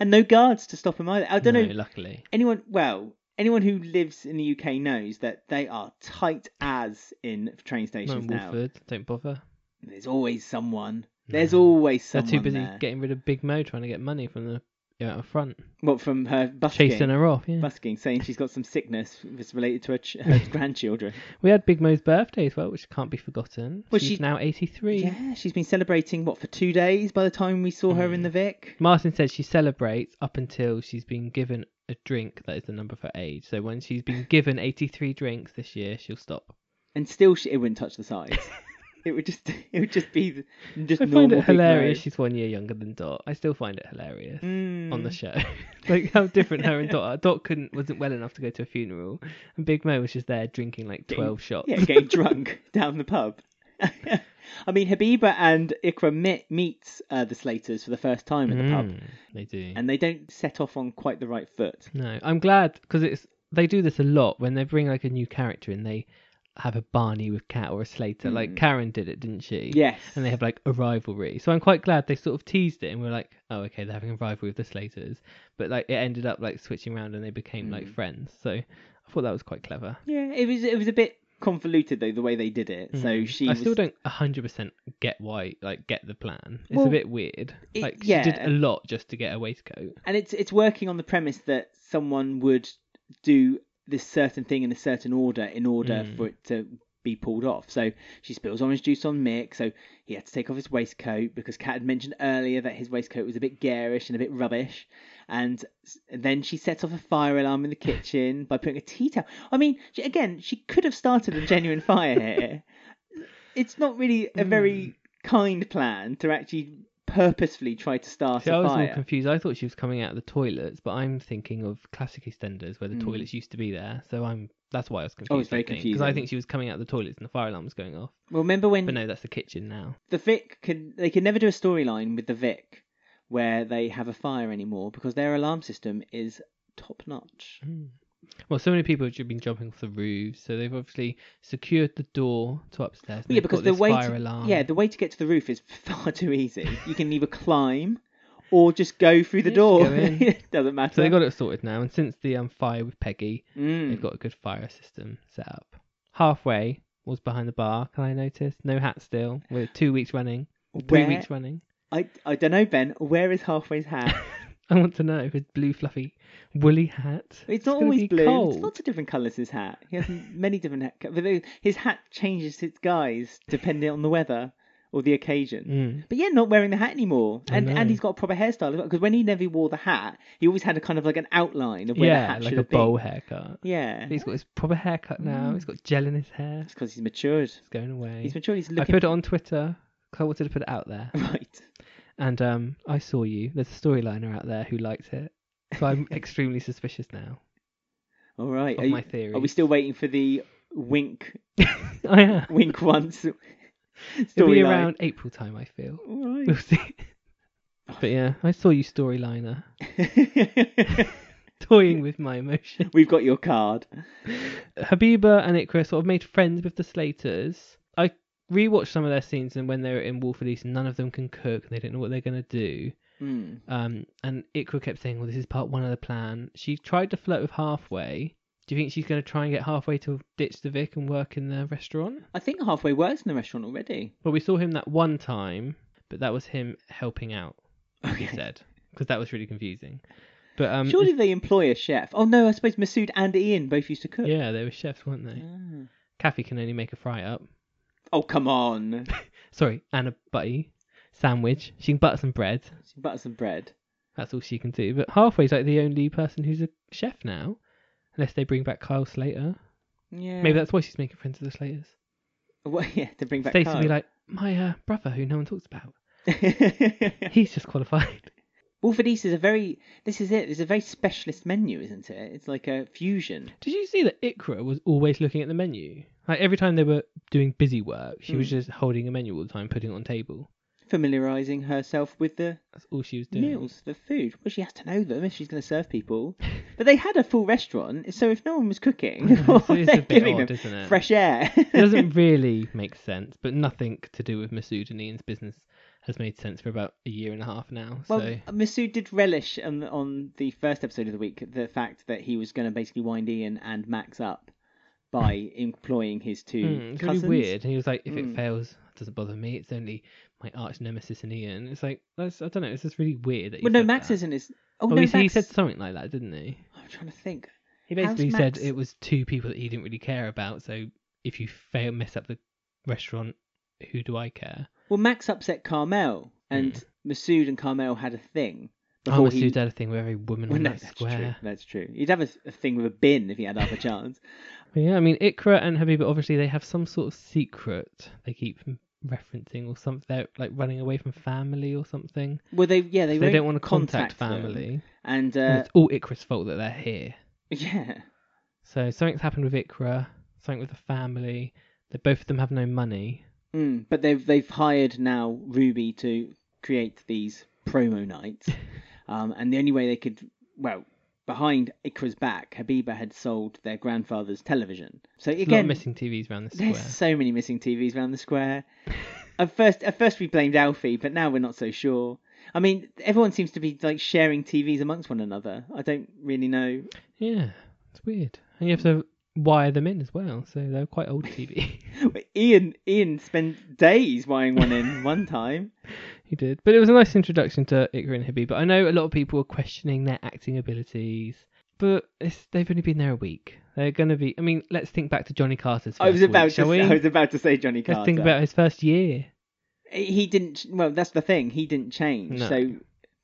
[SPEAKER 2] And no guards to stop him either. I don't
[SPEAKER 1] no,
[SPEAKER 2] know
[SPEAKER 1] luckily.
[SPEAKER 2] anyone. Well, anyone who lives in the UK knows that they are tight as in train
[SPEAKER 1] Not in
[SPEAKER 2] stations now.
[SPEAKER 1] Wolford. Don't bother.
[SPEAKER 2] There's always someone. There's
[SPEAKER 1] No.
[SPEAKER 2] always
[SPEAKER 1] They're
[SPEAKER 2] someone
[SPEAKER 1] too busy
[SPEAKER 2] there.
[SPEAKER 1] getting rid of Big Mo trying to get money from the yeah, out front.
[SPEAKER 2] What from her busking?
[SPEAKER 1] Chasing her off, yeah.
[SPEAKER 2] busking, saying she's got some sickness that's related to her, ch- her grandchildren.
[SPEAKER 1] We had Big Mo's birthday as well, which can't be forgotten.
[SPEAKER 2] Well,
[SPEAKER 1] She's
[SPEAKER 2] she-
[SPEAKER 1] now 83.
[SPEAKER 2] Yeah, she's been celebrating what for two days by the time we saw
[SPEAKER 1] Mm.
[SPEAKER 2] her in the Vic.
[SPEAKER 1] Martin says she celebrates up until she's been given a drink that is the number for age. So when she's been given 83 drinks this year, she'll stop.
[SPEAKER 2] And still, she, it wouldn't touch the sides. it would just, it would just be th- just
[SPEAKER 1] I
[SPEAKER 2] normal.
[SPEAKER 1] find it
[SPEAKER 2] Big Mo.
[SPEAKER 1] hilarious. She's one year younger than Dot. I still find it hilarious
[SPEAKER 2] Mm.
[SPEAKER 1] on the show. like how different her and Dot are. Dot couldn't wasn't well enough to go to a funeral, and Big Mo was just there drinking like 12 shots.
[SPEAKER 2] yeah, getting drunk down the pub. I mean, Habiba and Ikra meet, meets uh, the Slaters for the first time at the pub,
[SPEAKER 1] Mm, they do.
[SPEAKER 2] and they don't set off on quite the right foot.
[SPEAKER 1] No, I'm glad because it's they do this a lot when they bring like a new character and they have a Barney with Cat or a Slater. Like
[SPEAKER 2] Mm.
[SPEAKER 1] Karen did it, didn't she?
[SPEAKER 2] Yes,
[SPEAKER 1] and they have like a rivalry. So I'm quite glad they sort of teased it and we're like, oh, okay, they're having a rivalry with the Slaters. But like it ended up like switching around and they became like
[SPEAKER 2] Mm.
[SPEAKER 1] friends. So I thought that was quite clever.
[SPEAKER 2] yeah, it was it was a bit convoluted though the way they did it. So
[SPEAKER 1] Mm.
[SPEAKER 2] she
[SPEAKER 1] I
[SPEAKER 2] was
[SPEAKER 1] still don't 100% get why, like, get the plan. It's
[SPEAKER 2] Well,
[SPEAKER 1] a bit weird.
[SPEAKER 2] it-
[SPEAKER 1] like, she did
[SPEAKER 2] yeah.
[SPEAKER 1] a lot just to get a waistcoat.
[SPEAKER 2] and it's it's working on the premise that someone would do this certain thing in a certain order in order
[SPEAKER 1] Mm.
[SPEAKER 2] for it to be pulled off. So she spills orange juice on Mick, so he had to take off his waistcoat because Kat had mentioned earlier that his waistcoat was a bit garish and a bit rubbish. And s- then she sets off a fire alarm in the kitchen by putting a tea towel. I mean, she, again, she could have started a genuine fire here. It's not really a very
[SPEAKER 1] Hmm.
[SPEAKER 2] kind plan to actually purposefully try to start
[SPEAKER 1] See,
[SPEAKER 2] a
[SPEAKER 1] I was all
[SPEAKER 2] fire.
[SPEAKER 1] confused. I thought she was coming out of the toilets, but I'm thinking of classic EastEnders where the
[SPEAKER 2] Mm.
[SPEAKER 1] toilets used to be there. So I'm. That's why I was confused.
[SPEAKER 2] Oh, it's very
[SPEAKER 1] Because I
[SPEAKER 2] confusing.
[SPEAKER 1] think she was coming out of the toilets and the fire alarm was going off.
[SPEAKER 2] Well, remember when
[SPEAKER 1] But no, that's the kitchen now.
[SPEAKER 2] the Vic can they can never do a storyline with the Vic where they have a fire anymore because their alarm system is top notch.
[SPEAKER 1] Mm. Well, so many people have ju- been jumping off the roofs, so they've obviously secured the door to upstairs. and
[SPEAKER 2] Yeah,
[SPEAKER 1] they've
[SPEAKER 2] because
[SPEAKER 1] got
[SPEAKER 2] the
[SPEAKER 1] this
[SPEAKER 2] way
[SPEAKER 1] fire
[SPEAKER 2] to,
[SPEAKER 1] alarm.
[SPEAKER 2] yeah the way to get to the roof is far too easy. You can either climb or just go through the
[SPEAKER 1] Yeah, just
[SPEAKER 2] door.
[SPEAKER 1] go in.
[SPEAKER 2] it doesn't matter.
[SPEAKER 1] so they got it sorted now, and since the um, fire with Peggy,
[SPEAKER 2] Mm.
[SPEAKER 1] they've got a good fire system set up. Halfway was behind the bar. Can I notice no hat still? We're two weeks running, three
[SPEAKER 2] Where-
[SPEAKER 1] weeks running.
[SPEAKER 2] I I don't know, Ben. Where is halfway's hat?
[SPEAKER 1] I want to know if his blue fluffy woolly hat.
[SPEAKER 2] It's not
[SPEAKER 1] gonna be
[SPEAKER 2] always blue. It's
[SPEAKER 1] cold.
[SPEAKER 2] lots of different colours. His hat. He has many different hat. But they- his hat changes its guise depending on the weather or the occasion.
[SPEAKER 1] Mm.
[SPEAKER 2] But yeah, not wearing the hat anymore,
[SPEAKER 1] I
[SPEAKER 2] and and
[SPEAKER 1] know.
[SPEAKER 2] he's got a proper hairstyle because when he never wore the hat, he always had a kind of like an outline of where the
[SPEAKER 1] Yeah,
[SPEAKER 2] hat
[SPEAKER 1] like
[SPEAKER 2] should
[SPEAKER 1] a
[SPEAKER 2] have been.
[SPEAKER 1] bowl haircut.
[SPEAKER 2] Yeah,
[SPEAKER 1] He's got his proper haircut now.
[SPEAKER 2] Mm.
[SPEAKER 1] He's got gel in his hair.
[SPEAKER 2] it's because he's matured.
[SPEAKER 1] It's going away.
[SPEAKER 2] He's matured. He's
[SPEAKER 1] I
[SPEAKER 2] looking
[SPEAKER 1] put it on Twitter. 'cause I wanted to put it out there.
[SPEAKER 2] right.
[SPEAKER 1] And um, I saw you. There's a storyliner out there who likes it. So I'm extremely suspicious now
[SPEAKER 2] All right.
[SPEAKER 1] of
[SPEAKER 2] Are, you-
[SPEAKER 1] my theory.
[SPEAKER 2] are we still waiting for the wink,
[SPEAKER 1] I am.
[SPEAKER 2] wink once
[SPEAKER 1] It'll be
[SPEAKER 2] storyline?
[SPEAKER 1] around April time, I feel.
[SPEAKER 2] All
[SPEAKER 1] We'll
[SPEAKER 2] right.
[SPEAKER 1] see. But yeah, I saw you storyliner toying with my emotion.
[SPEAKER 2] We've got your card.
[SPEAKER 1] Habiba and Ikra sort of made friends with the Slaters. I rewatched some of their scenes, and when they were in Wolf Elise, none of them can cook, and they don't know what they're gonna do.
[SPEAKER 2] Hmm.
[SPEAKER 1] Um, and Ikra kept saying, "Well, this is part one of the plan." She tried to flirt with halfway. Do you think she's gonna try and get halfway to ditch the Vic and work in the restaurant?
[SPEAKER 2] I think halfway works in the restaurant already.
[SPEAKER 1] Well, we saw him that one time, but that was him helping out. He
[SPEAKER 2] Okay.
[SPEAKER 1] said because that was really confusing. But um,
[SPEAKER 2] Surely they employ a chef. Oh no, I suppose Masood and Ian both used to cook.
[SPEAKER 1] yeah, they were chefs, weren't they?
[SPEAKER 2] Ah.
[SPEAKER 1] Kathy can only make a fry up.
[SPEAKER 2] Oh come on.
[SPEAKER 1] Sorry, and a butty sandwich. She can butter some bread.
[SPEAKER 2] Butter some bread.
[SPEAKER 1] That's all she can do. But halfway's like the only person who's a chef now, unless they bring back Kyle Slater.
[SPEAKER 2] Yeah.
[SPEAKER 1] Maybe that's why she's making friends with the Slaters.
[SPEAKER 2] What, yeah, to bring back
[SPEAKER 1] Stacey would be
[SPEAKER 2] Kyle.
[SPEAKER 1] like, my uh, brother, who no one talks about. He's just qualified.
[SPEAKER 2] Wolf and East is a very. This is it. It's a very specialist menu, isn't it? It's like a fusion.
[SPEAKER 1] Did you see that Ikra was always looking at the menu? Like every time they were doing busy work, she was
[SPEAKER 2] Mm.
[SPEAKER 1] just holding a menu all the time, putting it on table.
[SPEAKER 2] Familiarising herself with the
[SPEAKER 1] That's all she was doing.
[SPEAKER 2] meals, the food. Well, she has to know them if she's going to serve people. But they had a full restaurant, so if no one was cooking,
[SPEAKER 1] Yeah, so it's
[SPEAKER 2] they're
[SPEAKER 1] a bit
[SPEAKER 2] giving
[SPEAKER 1] odd,
[SPEAKER 2] them
[SPEAKER 1] isn't it?
[SPEAKER 2] fresh air.
[SPEAKER 1] It doesn't really make sense, but nothing to do with Masood and Ian's business has made sense for about a year and a half now.
[SPEAKER 2] Well,
[SPEAKER 1] so
[SPEAKER 2] Masood did relish on, on the first episode of the week the fact that he was going to basically wind Ian and Max up by employing his two
[SPEAKER 1] Mm, it's
[SPEAKER 2] cousins.
[SPEAKER 1] really weird. And he was like, if
[SPEAKER 2] Mm.
[SPEAKER 1] it fails, it doesn't bother me. It's only my arch nemesis and Ian. It's like that's I don't know. It's just really weird. That he
[SPEAKER 2] Well, no,
[SPEAKER 1] said
[SPEAKER 2] Max
[SPEAKER 1] that.
[SPEAKER 2] isn't his. Oh,
[SPEAKER 1] Well,
[SPEAKER 2] no,
[SPEAKER 1] he,
[SPEAKER 2] Max. Oh,
[SPEAKER 1] said- he said something like that, didn't he?
[SPEAKER 2] I'm trying to think.
[SPEAKER 1] He
[SPEAKER 2] How's
[SPEAKER 1] basically said
[SPEAKER 2] Max-
[SPEAKER 1] it was two people that he didn't really care about. So if you fail, mess up the restaurant, who do I care?
[SPEAKER 2] Well, Max upset Carmel, and
[SPEAKER 1] Hmm.
[SPEAKER 2] Masood and Carmel had a thing.
[SPEAKER 1] Oh,
[SPEAKER 2] he-
[SPEAKER 1] Masood had a thing with every woman
[SPEAKER 2] Well,
[SPEAKER 1] on
[SPEAKER 2] no,
[SPEAKER 1] that
[SPEAKER 2] that's true.
[SPEAKER 1] square.
[SPEAKER 2] That's true. He'd have a, a thing with a bin if he had half a chance.
[SPEAKER 1] But Yeah, I mean, Ikra and Habiba obviously they have some sort of secret they keep m- referencing or something. They're like running away from family or something.
[SPEAKER 2] Well, they yeah they
[SPEAKER 1] They, they
[SPEAKER 2] won't
[SPEAKER 1] don't want to contact,
[SPEAKER 2] them.
[SPEAKER 1] family.
[SPEAKER 2] and
[SPEAKER 1] And
[SPEAKER 2] uh,
[SPEAKER 1] it's all Ikra's fault that they're here.
[SPEAKER 2] yeah,
[SPEAKER 1] So something's happened with Ikra, something with the family. That both of them have no money.
[SPEAKER 2] mm, but they've they've hired now Ruby to create these promo nights, um, and the only way they could well behind Ikra's back, Habiba had sold their grandfather's television. So
[SPEAKER 1] There's a lot
[SPEAKER 2] again,
[SPEAKER 1] of missing TVs around the square.
[SPEAKER 2] There's so many missing TVs around the square. at first, at first we blamed Alfie, but now we're not so sure. I mean, everyone seems to be like sharing TVs amongst one another. I don't really know.
[SPEAKER 1] Yeah, it's weird. And you have to wire them in as well. So they're quite old TV.
[SPEAKER 2] Ian Ian spent days wiring one in one time.
[SPEAKER 1] He did. But it was a nice introduction to Ikra and Hibby. But I know a lot of people are questioning their acting abilities. But it's, they've only been there a week. They're going to be. I mean, let's think back to Johnny Carter's first
[SPEAKER 2] I was about
[SPEAKER 1] week,
[SPEAKER 2] to
[SPEAKER 1] shall we?
[SPEAKER 2] I was about to say Johnny Carter.
[SPEAKER 1] let's think about his first year.
[SPEAKER 2] he didn't well that's the thing he didn't change
[SPEAKER 1] No.
[SPEAKER 2] so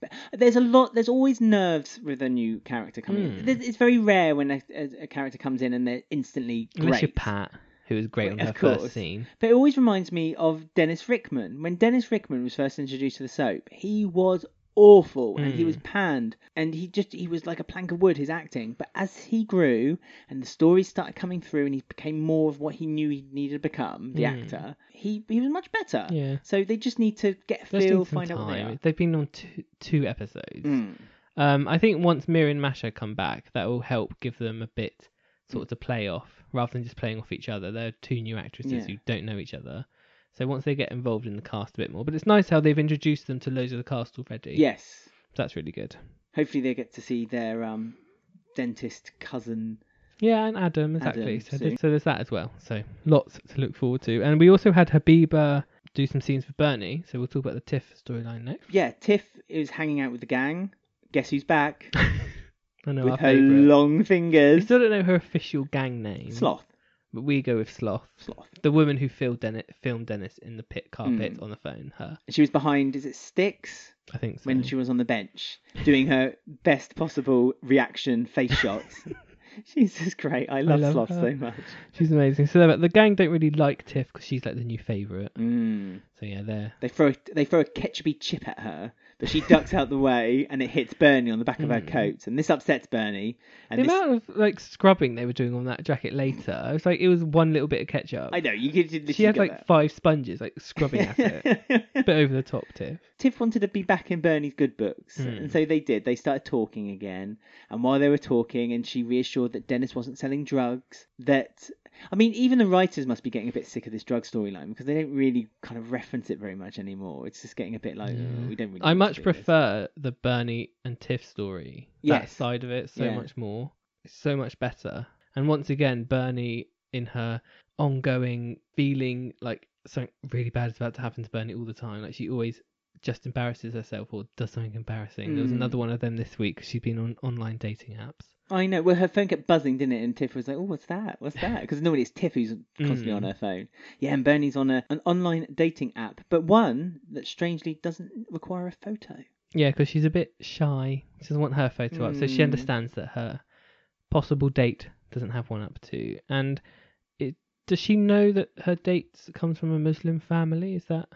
[SPEAKER 2] but there's a lot there's always nerves with a new character coming in
[SPEAKER 1] Hmm.
[SPEAKER 2] There's- it's very rare when a, a, a character comes in and they're instantly great
[SPEAKER 1] Unless you're Pat, who was great on
[SPEAKER 2] Of
[SPEAKER 1] her
[SPEAKER 2] course.
[SPEAKER 1] first scene.
[SPEAKER 2] But it always reminds me of Dennis Rickman. When Dennis Rickman was first introduced to the soap, he was awful and he
[SPEAKER 1] Mm.
[SPEAKER 2] was panned and he just he was like a plank of wood his acting but as he grew and the stories started coming through and he became more of what he knew he needed to become the
[SPEAKER 1] Mm.
[SPEAKER 2] actor he he was much better
[SPEAKER 1] Yeah.
[SPEAKER 2] so they just need to get a
[SPEAKER 1] They just
[SPEAKER 2] feel
[SPEAKER 1] need some
[SPEAKER 2] Uh, find out what they
[SPEAKER 1] time.
[SPEAKER 2] are
[SPEAKER 1] They've been on two, two episodes.
[SPEAKER 2] Mm.
[SPEAKER 1] Um, I think once Mira and Masha come back, that will help give them a bit sort of to play off rather than just playing off each other. They're two new actresses
[SPEAKER 2] Yeah.
[SPEAKER 1] who don't know each other. So once they get involved in the cast a bit more, but it's nice how they've introduced them to loads of the cast already.
[SPEAKER 2] yes
[SPEAKER 1] that's really good.
[SPEAKER 2] hopefully they get to see their um dentist cousin
[SPEAKER 1] Yeah, and Adam exactly.
[SPEAKER 2] Adam,
[SPEAKER 1] so,
[SPEAKER 2] see?
[SPEAKER 1] there's, so there's that as well. So lots to look forward to, and we also had Habiba do some scenes with Bernie. So we'll talk about the Tiff storyline next.
[SPEAKER 2] yeah tiff is hanging out with the gang guess who's back
[SPEAKER 1] I know our
[SPEAKER 2] with her
[SPEAKER 1] favourite.
[SPEAKER 2] long
[SPEAKER 1] we
[SPEAKER 2] fingers
[SPEAKER 1] still don't know her official gang name.
[SPEAKER 2] sloth
[SPEAKER 1] But we go with Sloth.
[SPEAKER 2] Sloth.
[SPEAKER 1] The woman who filmed Dennis, filmed Dennis in the pit carpet
[SPEAKER 2] Mm.
[SPEAKER 1] on the phone. Her,
[SPEAKER 2] She was behind, is it Sticks?
[SPEAKER 1] I think so.
[SPEAKER 2] When she was on the bench, doing her best possible reaction face shots. Jesus, great. I love,
[SPEAKER 1] love
[SPEAKER 2] Sloth
[SPEAKER 1] her.
[SPEAKER 2] so much.
[SPEAKER 1] She's amazing. So the- the gang don't really like Tiff because she's like the new favourite.
[SPEAKER 2] Mm.
[SPEAKER 1] So So yeah, there.
[SPEAKER 2] They throw a, they throw a Ketchby chip at her, but she ducks out the way and it hits Bernie on the back of her
[SPEAKER 1] Hmm.
[SPEAKER 2] coat, and this upsets Bernie. And
[SPEAKER 1] the
[SPEAKER 2] this,
[SPEAKER 1] amount of like scrubbing they were doing on that jacket later, it was like it was one little bit of ketchup.
[SPEAKER 2] I know you could literally
[SPEAKER 1] she had
[SPEAKER 2] go
[SPEAKER 1] like
[SPEAKER 2] there.
[SPEAKER 1] five sponges like scrubbing at it, a bit over the top tip.
[SPEAKER 2] Tiff wanted to be back in Bernie's good books,
[SPEAKER 1] Hmm.
[SPEAKER 2] and so they did. They started talking again, and while they were talking, and she reassured that Dennis wasn't selling drugs. That I mean, even the writers must be getting a bit sick of this drug storyline because they don't really kind of reference it very much anymore. It's just getting a bit like
[SPEAKER 1] Yeah.
[SPEAKER 2] "Oh, we don't really.
[SPEAKER 1] I
[SPEAKER 2] want to
[SPEAKER 1] much
[SPEAKER 2] do this."
[SPEAKER 1] prefer the Bernie and Tiff story. That
[SPEAKER 2] Yes.
[SPEAKER 1] side of it so
[SPEAKER 2] Yeah.
[SPEAKER 1] much more. It's so much better. And once again, Bernie in her ongoing feeling like something really bad is about to happen to Bernie all the time. Like she always just embarrasses herself or does something embarrassing. There was
[SPEAKER 2] Mm.
[SPEAKER 1] another one of them this week. She's been on online dating apps.
[SPEAKER 2] I know. Well, her phone kept buzzing, didn't it? And Tiff was like, "Oh, what's that? What's that?" Because normally it's Tiff who's constantly
[SPEAKER 1] Mm.
[SPEAKER 2] on her phone. Yeah, and Bernie's on a, an online dating app, but one that strangely doesn't require a photo.
[SPEAKER 1] Yeah, because she's a bit shy. She doesn't want her photo up, so she
[SPEAKER 2] Mm.
[SPEAKER 1] understands that her possible date doesn't have one up too. And it does she know that her date comes from a Muslim family? Is that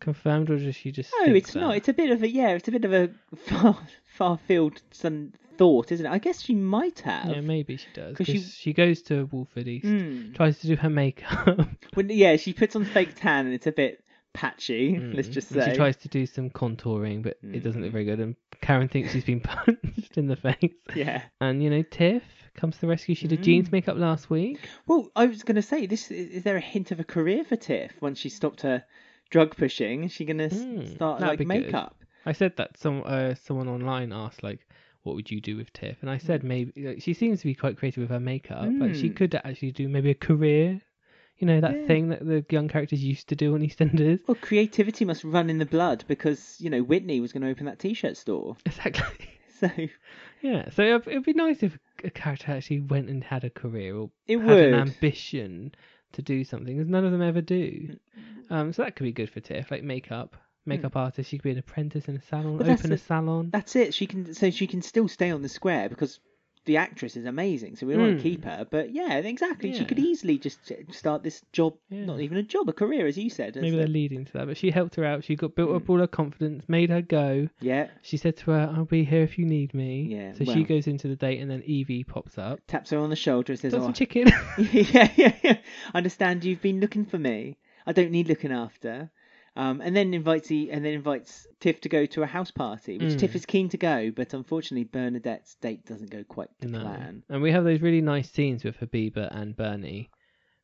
[SPEAKER 1] confirmed, or does she just?
[SPEAKER 2] No,
[SPEAKER 1] think
[SPEAKER 2] Oh, it's
[SPEAKER 1] that?
[SPEAKER 2] not. It's a bit of a yeah. It's a bit of a far far field some thought, isn't it? I guess she might have.
[SPEAKER 1] Yeah, maybe she does.
[SPEAKER 2] 'Cause
[SPEAKER 1] Because
[SPEAKER 2] she-
[SPEAKER 1] she... goes to Wolford East,
[SPEAKER 2] Mm.
[SPEAKER 1] tries to do her makeup.
[SPEAKER 2] When, yeah, she puts on fake tan and it's a bit patchy. Let's
[SPEAKER 1] Mm.
[SPEAKER 2] just
[SPEAKER 1] And
[SPEAKER 2] say.
[SPEAKER 1] she tries to do some contouring, but it doesn't
[SPEAKER 2] Mm.
[SPEAKER 1] look very good. And Karen thinks she's been punched in the face.
[SPEAKER 2] Yeah.
[SPEAKER 1] And you know, Tiff comes to the rescue. She did
[SPEAKER 2] Hmm.
[SPEAKER 1] jeans makeup last week.
[SPEAKER 2] Well, I was going to say this. Is, is there a hint of a career for Tiff once she stopped her drug pushing? Is she going to
[SPEAKER 1] Mm,
[SPEAKER 2] start
[SPEAKER 1] that'd
[SPEAKER 2] like
[SPEAKER 1] be good.
[SPEAKER 2] makeup?
[SPEAKER 1] I said that some uh, someone online asked like, "What would you do with Tiff?" And I said maybe like, she seems to be quite creative with her makeup. Like she
[SPEAKER 2] Mm.
[SPEAKER 1] could actually do maybe a career, you know, that
[SPEAKER 2] Yeah.
[SPEAKER 1] thing that the young characters used to do on EastEnders.
[SPEAKER 2] Well, creativity must run in the blood because you know Whitney was going to open that T-shirt store.
[SPEAKER 1] Exactly.
[SPEAKER 2] So
[SPEAKER 1] yeah. So it'd, it'd be nice if a character actually went and had a career or
[SPEAKER 2] it
[SPEAKER 1] had an
[SPEAKER 2] would.
[SPEAKER 1] ambition to do something, because none of them ever do. Um, so that could be good for Tiff, like makeup. Makeup artist, she could be an apprentice in a salon,
[SPEAKER 2] Mm. But that's
[SPEAKER 1] open
[SPEAKER 2] the-
[SPEAKER 1] a salon.
[SPEAKER 2] That's it. She can so she can still stay on the square because the actress is amazing. So we want
[SPEAKER 1] Mm.
[SPEAKER 2] to keep her, but yeah, exactly. She
[SPEAKER 1] Yeah.
[SPEAKER 2] could easily just start this job,
[SPEAKER 1] Yeah.
[SPEAKER 2] not even a job, a career, as you said.
[SPEAKER 1] Maybe they're
[SPEAKER 2] isn't it?
[SPEAKER 1] leading to that, but she helped her out. She got built
[SPEAKER 2] Hmm.
[SPEAKER 1] up all her confidence, made her go.
[SPEAKER 2] yeah.
[SPEAKER 1] She said to her, "I'll be here if you need me."
[SPEAKER 2] Yeah,
[SPEAKER 1] So
[SPEAKER 2] well-
[SPEAKER 1] she goes into the date, and then Evie pops up.
[SPEAKER 2] Taps her on the shoulder and says,
[SPEAKER 1] Got
[SPEAKER 2] "Oh,
[SPEAKER 1] some chicken.
[SPEAKER 2] yeah, yeah, yeah. Understand you've been looking for me. I don't need looking after. Um, and then invites he, and then invites Tiff to go to a house party, which
[SPEAKER 1] Mm.
[SPEAKER 2] Tiff is keen to go, but unfortunately Bernadette's date doesn't go quite to
[SPEAKER 1] no.
[SPEAKER 2] plan.
[SPEAKER 1] And we have those really nice scenes with Habiba and Bernie,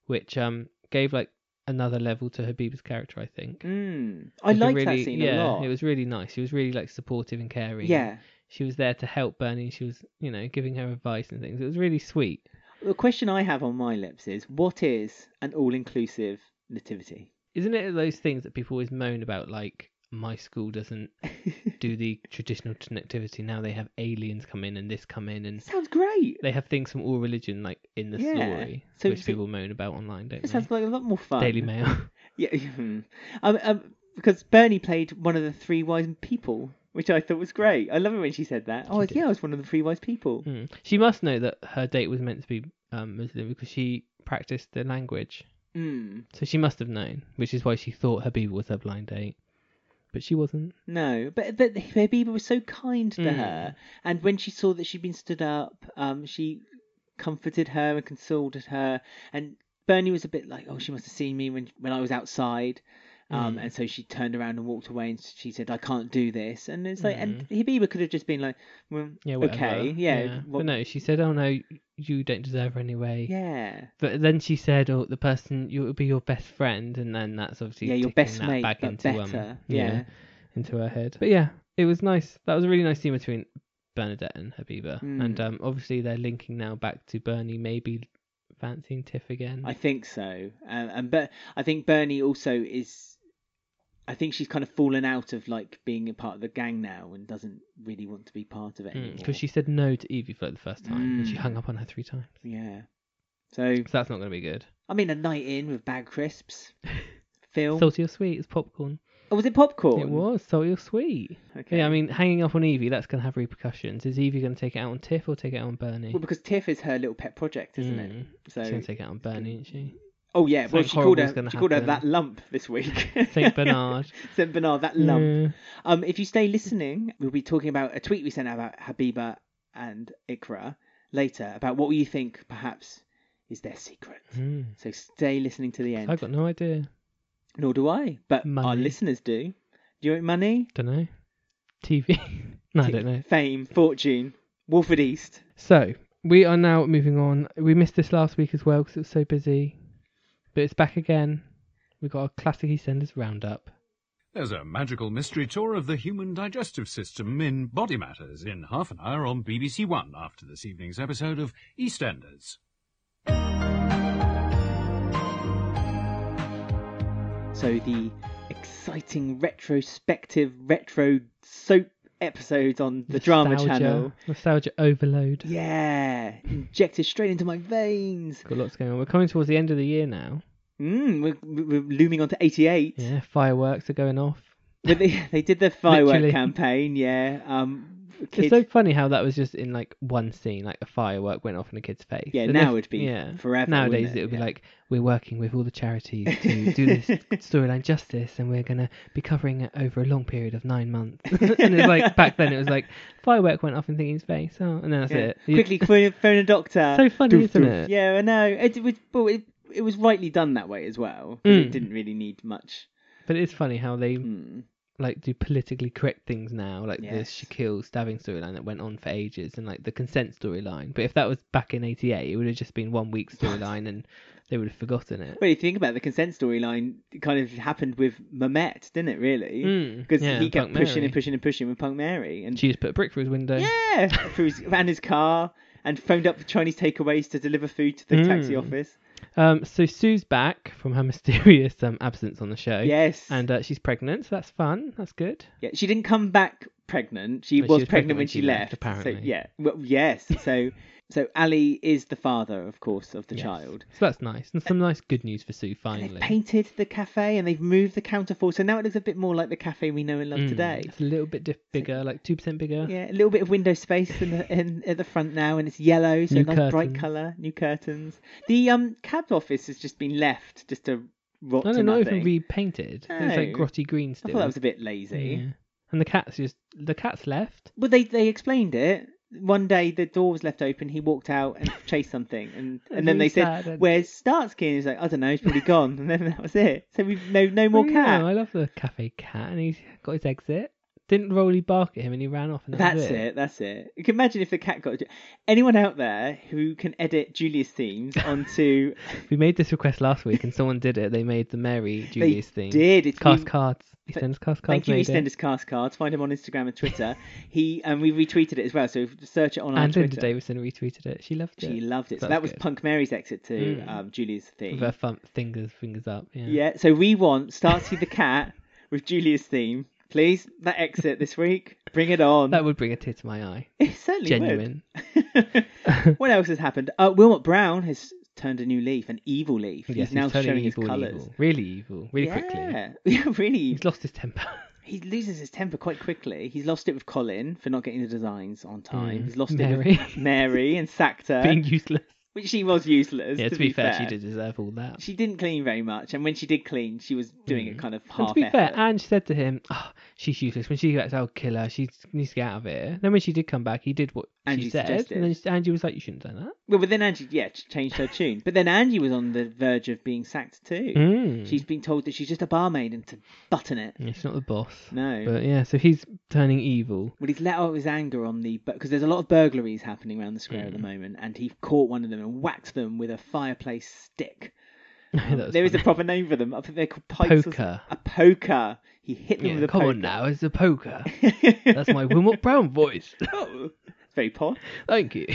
[SPEAKER 1] which um gave like another level to Habiba's character. I think.
[SPEAKER 2] Mm. I
[SPEAKER 1] It was a
[SPEAKER 2] liked
[SPEAKER 1] really-
[SPEAKER 2] that scene
[SPEAKER 1] yeah,
[SPEAKER 2] a lot.
[SPEAKER 1] it was really nice. She was really like supportive and caring.
[SPEAKER 2] Yeah.
[SPEAKER 1] She was there to help Bernie. She was, you know, giving her advice and things. It was really sweet.
[SPEAKER 2] The question I have on my lips is what is an all inclusive nativity?
[SPEAKER 1] Isn't it those things that people always moan about, like my school doesn't do the traditional t- nativity. Now they have aliens come in and this come in, and
[SPEAKER 2] Sounds great.
[SPEAKER 1] they have things from all religion like in the
[SPEAKER 2] Yeah.
[SPEAKER 1] story,
[SPEAKER 2] So-
[SPEAKER 1] which
[SPEAKER 2] so-
[SPEAKER 1] people moan about online, don't
[SPEAKER 2] It
[SPEAKER 1] they?
[SPEAKER 2] sounds like a lot more fun.
[SPEAKER 1] Daily Mail.
[SPEAKER 2] Yeah. um, um, because Bernie played one of the three wise people, which I thought was great. I love it when she said that. Oh,
[SPEAKER 1] She did.
[SPEAKER 2] yeah, I was one of the three wise people.
[SPEAKER 1] Hmm. She must know that her date was meant to be um, Muslim because she practiced the language,
[SPEAKER 2] Mm.
[SPEAKER 1] so she must have known, which is why she thought Habiba was her blind date, but she wasn't.
[SPEAKER 2] No, but but Habiba was so kind to
[SPEAKER 1] Mm.
[SPEAKER 2] her, and when she saw that she'd been stood up, um, she comforted her and consoled her. And Bernie was a bit like, oh, she must have seen me when when I was outside. Um,
[SPEAKER 1] Mm.
[SPEAKER 2] and so she turned around and walked away, and she said, "I can't do this." And it's like, and
[SPEAKER 1] Hmm.
[SPEAKER 2] Habiba could have just been like, "Well,
[SPEAKER 1] Yeah, whatever.
[SPEAKER 2] okay, yeah,
[SPEAKER 1] But
[SPEAKER 2] what-
[SPEAKER 1] no, she said, "Oh no, you don't deserve her anyway."
[SPEAKER 2] yeah."
[SPEAKER 1] But then she said, "Oh, the person you will be your best friend," and then that's obviously
[SPEAKER 2] yeah, your
[SPEAKER 1] ticking
[SPEAKER 2] best
[SPEAKER 1] that
[SPEAKER 2] mate,
[SPEAKER 1] back
[SPEAKER 2] but
[SPEAKER 1] into
[SPEAKER 2] better.
[SPEAKER 1] um,
[SPEAKER 2] yeah.
[SPEAKER 1] into her head. But yeah, it was nice. That was a really nice scene between Bernadette and Habiba,
[SPEAKER 2] Mm.
[SPEAKER 1] and um, obviously they're linking now back to Bernie maybe fancying Tiff again.
[SPEAKER 2] I think so. Um, and but I think Bernie also is. I think she's kind of fallen out of like being a part of the gang now and doesn't really want to be part of it anymore.
[SPEAKER 1] because Hmm, she said no to Evie for like, the first time, and she
[SPEAKER 2] Mm.
[SPEAKER 1] hung up on her three times.
[SPEAKER 2] Yeah. So
[SPEAKER 1] So that's not going to be good.
[SPEAKER 2] I mean, a night in with bag crisps, film.
[SPEAKER 1] Salty or sweet? It's popcorn.
[SPEAKER 2] oh, was it popcorn?
[SPEAKER 1] It was salty or sweet.
[SPEAKER 2] Okay.
[SPEAKER 1] Yeah, I mean, hanging up on Evie, that's going to have repercussions. Is Evie going to take it out on Tiff or take it out on Bernie?
[SPEAKER 2] well, because Tiff is her little pet project, isn't it?
[SPEAKER 1] Mm.
[SPEAKER 2] So
[SPEAKER 1] She's going to take it out on Bernie, isn't she?
[SPEAKER 2] Oh yeah, well
[SPEAKER 1] Something
[SPEAKER 2] she called
[SPEAKER 1] horrible's
[SPEAKER 2] her
[SPEAKER 1] gonna
[SPEAKER 2] she called her
[SPEAKER 1] happen.
[SPEAKER 2] that lump this week.
[SPEAKER 1] Saint Bernard. Hmm.
[SPEAKER 2] Saint Bernard, that lump.
[SPEAKER 1] Yeah.
[SPEAKER 2] Um, if you stay listening, we'll be talking about a tweet we sent out about Habiba and Ikra later about what you think perhaps is their secret.
[SPEAKER 1] Hmm.
[SPEAKER 2] So stay listening to the end.
[SPEAKER 1] I've got no idea.
[SPEAKER 2] Nor do I, but our
[SPEAKER 1] Money.
[SPEAKER 2] listeners do. Do you want money,
[SPEAKER 1] Don't know. TV. no, I don't know.
[SPEAKER 2] fame, fortune, Wolford East?
[SPEAKER 1] So we are now moving on. We missed this last week as well because it was so busy, but it's back again. We've got a classic EastEnders roundup.
[SPEAKER 3] There's a magical mystery tour of the human digestive system in Body Matters in half an hour on BBC One after this evening's episode of EastEnders.
[SPEAKER 2] So the exciting retrospective retro soap episodes on the Drama
[SPEAKER 1] Nostalgia-
[SPEAKER 2] Channel.
[SPEAKER 1] Nostalgia overload.
[SPEAKER 2] Yeah, injected straight into my veins.
[SPEAKER 1] Got lots going on. We're coming towards the end of the year now.
[SPEAKER 2] Mm, we're, we're looming onto 88.
[SPEAKER 1] Yeah, fireworks are going off.
[SPEAKER 2] But they, they did the firework
[SPEAKER 1] Literally.
[SPEAKER 2] campaign, yeah. Um,
[SPEAKER 1] It's
[SPEAKER 2] kids,
[SPEAKER 1] so funny how that was just in like one scene, like a firework went off in a kid's face.
[SPEAKER 2] Yeah,
[SPEAKER 1] But
[SPEAKER 2] now
[SPEAKER 1] if-
[SPEAKER 2] it'd be
[SPEAKER 1] yeah.
[SPEAKER 2] forever,
[SPEAKER 1] Nowadays
[SPEAKER 2] wouldn't it?
[SPEAKER 1] would be
[SPEAKER 2] Yeah.
[SPEAKER 1] like we're working with all the charities to do this storyline justice, and we're gonna be covering it over a long period of nine months. and it's like back then it was like firework went off in Thingy's face, oh, and then that's
[SPEAKER 2] yeah.
[SPEAKER 1] it. You-
[SPEAKER 2] quickly phone, phone a doctor.
[SPEAKER 1] so funny,
[SPEAKER 2] Doof,
[SPEAKER 1] isn't
[SPEAKER 2] doof.
[SPEAKER 1] it?
[SPEAKER 2] Yeah, I know. It, it was, but it, it was rightly done that way as well. 'cause It
[SPEAKER 1] Mm.
[SPEAKER 2] didn't really need much.
[SPEAKER 1] But it's funny how they
[SPEAKER 2] Mm.
[SPEAKER 1] like do politically correct things now, like
[SPEAKER 2] Yes.
[SPEAKER 1] the Shaquille stabbing storyline that went on for ages, and like the consent storyline. But if that was back in '88, it would have just been one week storyline, and they would have forgotten it.
[SPEAKER 2] But if you think about it, the consent storyline, it kind of happened with Mamet, didn't it? Really,
[SPEAKER 1] Mm,
[SPEAKER 2] because
[SPEAKER 1] yeah,
[SPEAKER 2] he kept
[SPEAKER 1] Punk
[SPEAKER 2] pushing
[SPEAKER 1] Mary.
[SPEAKER 2] and pushing and pushing with Punk Mary, and
[SPEAKER 1] She uh, just put a brick through his window.
[SPEAKER 2] yeah, through his, and his car, and phoned up the Chinese takeaways to deliver food to the taxi
[SPEAKER 1] Mm.
[SPEAKER 2] office.
[SPEAKER 1] Um, so Sue's back from her mysterious um, absence on the show.
[SPEAKER 2] Yes,
[SPEAKER 1] And uh, she's pregnant, so that's fun. That's good.
[SPEAKER 2] Yeah, she didn't come back pregnant. She,
[SPEAKER 1] No,
[SPEAKER 2] was, pregnant, when she left. So,
[SPEAKER 1] apparently.
[SPEAKER 2] yeah. Well, yes. So, so Ali is the father, of course, of the
[SPEAKER 1] Yes.
[SPEAKER 2] child.
[SPEAKER 1] So that's nice. And some nice good news for Sue
[SPEAKER 2] And
[SPEAKER 1] finally.
[SPEAKER 2] they've painted the cafe and they've moved the counterforce, so now it looks a bit more like the cafe we know and love
[SPEAKER 1] Mm,
[SPEAKER 2] today.
[SPEAKER 1] It's a little bit diff- bigger, like two percent bigger.
[SPEAKER 2] Yeah, a little bit of window space in the in, at the front now, and it's yellow, so
[SPEAKER 1] New
[SPEAKER 2] nice bright
[SPEAKER 1] curtains.
[SPEAKER 2] color, new curtains. The um cab office has just been left just to rot
[SPEAKER 1] No, no,
[SPEAKER 2] to
[SPEAKER 1] not
[SPEAKER 2] nothing.
[SPEAKER 1] even repainted. It's like
[SPEAKER 2] No.
[SPEAKER 1] grotty green
[SPEAKER 2] I
[SPEAKER 1] still.
[SPEAKER 2] thought that was a bit lazy.
[SPEAKER 1] Yeah. And the cat's just the cat's left.
[SPEAKER 2] Well, they they explained it. One day the door was left open. He walked out and chased something, and,
[SPEAKER 1] That's
[SPEAKER 2] and then
[SPEAKER 1] really
[SPEAKER 2] they
[SPEAKER 1] sad,
[SPEAKER 2] said,
[SPEAKER 1] and-
[SPEAKER 2] "Where's Starsky?" And he's like, "I don't know. He's probably gone." And then that was it. So we no no more
[SPEAKER 1] No,
[SPEAKER 2] cat.
[SPEAKER 1] Oh, I love the cafe cat, and he's got his exit. Didn't Rolly bark at him, and he ran off. And that
[SPEAKER 2] That's
[SPEAKER 1] was
[SPEAKER 2] it. That's it. You can imagine if the cat got anyone out there who can edit Julius themes onto.
[SPEAKER 1] We made this request last week, and someone did it. They made the Mary Julius thing.
[SPEAKER 2] did. It's
[SPEAKER 1] Cast
[SPEAKER 2] been-
[SPEAKER 1] cards. EastEnders cast cards.
[SPEAKER 2] Thank you,
[SPEAKER 1] made it.
[SPEAKER 2] EastEnders Cast Cards. Find him on Instagram and Twitter. he and we retweeted it as well. So search it on our
[SPEAKER 1] And Linda
[SPEAKER 2] Twitter.
[SPEAKER 1] Davison retweeted it. She loved it.
[SPEAKER 2] She loved it. So
[SPEAKER 1] That's
[SPEAKER 2] that was
[SPEAKER 1] good.
[SPEAKER 2] Punk Mary's exit to
[SPEAKER 1] Mm.
[SPEAKER 2] um, Julius
[SPEAKER 1] With
[SPEAKER 2] theme.
[SPEAKER 1] her thumb, fingers, fingers up. Yeah.
[SPEAKER 2] Yeah, so we want Starsky the Cat with Julia's theme. Please, that exit this week. Bring it on.
[SPEAKER 1] That would bring a tear to my eye.
[SPEAKER 2] it certainly
[SPEAKER 1] Genuine.
[SPEAKER 2] would. what else has happened? Uh, Wilmot Brown has turned a new leaf, an evil leaf.
[SPEAKER 1] Yes,
[SPEAKER 2] he's now
[SPEAKER 1] turning
[SPEAKER 2] showing his
[SPEAKER 1] evil,
[SPEAKER 2] colours.
[SPEAKER 1] evil. Really evil. Really quickly.
[SPEAKER 2] yeah. yeah, really.
[SPEAKER 1] He's lost his temper.
[SPEAKER 2] He loses his temper quite quickly. He's lost it with Colin for not getting the designs on time.
[SPEAKER 1] Mm.
[SPEAKER 2] He's lost
[SPEAKER 1] Mary.
[SPEAKER 2] it with Mary and Sacta,
[SPEAKER 1] Being useless.
[SPEAKER 2] which she was useless.
[SPEAKER 1] Yeah,
[SPEAKER 2] to,
[SPEAKER 1] to be fair, she did deserve all that.
[SPEAKER 2] She didn't clean very much, and when she did clean, she was doing it kind of half
[SPEAKER 1] Mm. And to be
[SPEAKER 2] effort.
[SPEAKER 1] fair, Ange said to him, oh, she's useless. When she gets, I'll kill her. She needs to get out of here. Then when she did come back, he did what
[SPEAKER 2] Angie
[SPEAKER 1] she said.
[SPEAKER 2] suggested.
[SPEAKER 1] And then she- Angie was like, you shouldn't have done
[SPEAKER 2] Well, but then Angie, yeah, ch- changed her tune. But then Angie was on the verge of being sacked too.
[SPEAKER 1] that. Mm.
[SPEAKER 2] She's been told that she's just a barmaid and to button it.
[SPEAKER 1] Yeah, she's not the boss.
[SPEAKER 2] No.
[SPEAKER 1] Hmm. But yeah, so he's turning evil.
[SPEAKER 2] Well, he's let out his anger on the because there's a lot of burglaries happening around the square
[SPEAKER 1] Hmm.
[SPEAKER 2] at the moment, and he caught one of them and whacked them with a fireplace stick.
[SPEAKER 1] That was
[SPEAKER 2] There is a
[SPEAKER 1] funny.
[SPEAKER 2] proper name for them. I think they're called pikes. or something.
[SPEAKER 1] poker.
[SPEAKER 2] A poker. He hit them
[SPEAKER 1] Yeah,
[SPEAKER 2] with a
[SPEAKER 1] come
[SPEAKER 2] poker.
[SPEAKER 1] on now, it's a poker.
[SPEAKER 2] That's
[SPEAKER 1] That's my Wilmot Brown voice.
[SPEAKER 2] oh, it's very posh.
[SPEAKER 1] Thank you.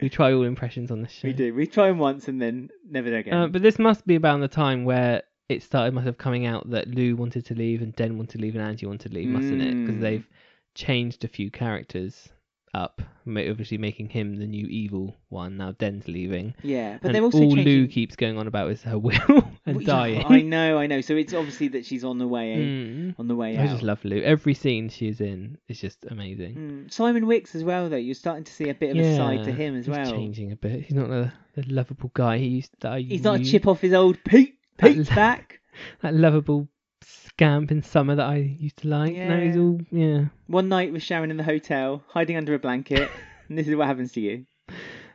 [SPEAKER 1] We try all impressions on this show.
[SPEAKER 2] we do. We try them once and then never again.
[SPEAKER 1] Uh, but this must be about the time where it started must have coming out that Lou wanted to leave and Den wanted to leave and Angie wanted to leave, mustn't it?
[SPEAKER 2] Mm.
[SPEAKER 1] Because they've changed a few characters up, ma- obviously making him the new evil one. Now Den's leaving,
[SPEAKER 2] Yeah, but
[SPEAKER 1] and
[SPEAKER 2] they're also
[SPEAKER 1] all
[SPEAKER 2] changing...
[SPEAKER 1] Lou keeps going on about is her will and
[SPEAKER 2] Well, yeah,
[SPEAKER 1] dying.
[SPEAKER 2] I know, I know. So it's obviously that she's on the way eh?
[SPEAKER 1] Mm.
[SPEAKER 2] on the way
[SPEAKER 1] I
[SPEAKER 2] out.
[SPEAKER 1] just love Lou. Every scene she's in is just amazing.
[SPEAKER 2] Mm. Simon Wicks as well, though. You're starting to see a bit of a side to him as
[SPEAKER 1] he's
[SPEAKER 2] well.
[SPEAKER 1] changing a bit. He's not the, the lovable guy he used to. I
[SPEAKER 2] He's not a
[SPEAKER 1] used-
[SPEAKER 2] chip off his old Pete.
[SPEAKER 1] That
[SPEAKER 2] Pete's
[SPEAKER 1] l-
[SPEAKER 2] back.
[SPEAKER 1] that lovable scamp in summer that I used to like. Now he's
[SPEAKER 2] Yeah.
[SPEAKER 1] all yeah.
[SPEAKER 2] One night with Sharon in the hotel, hiding under a blanket, and this is what happens to you.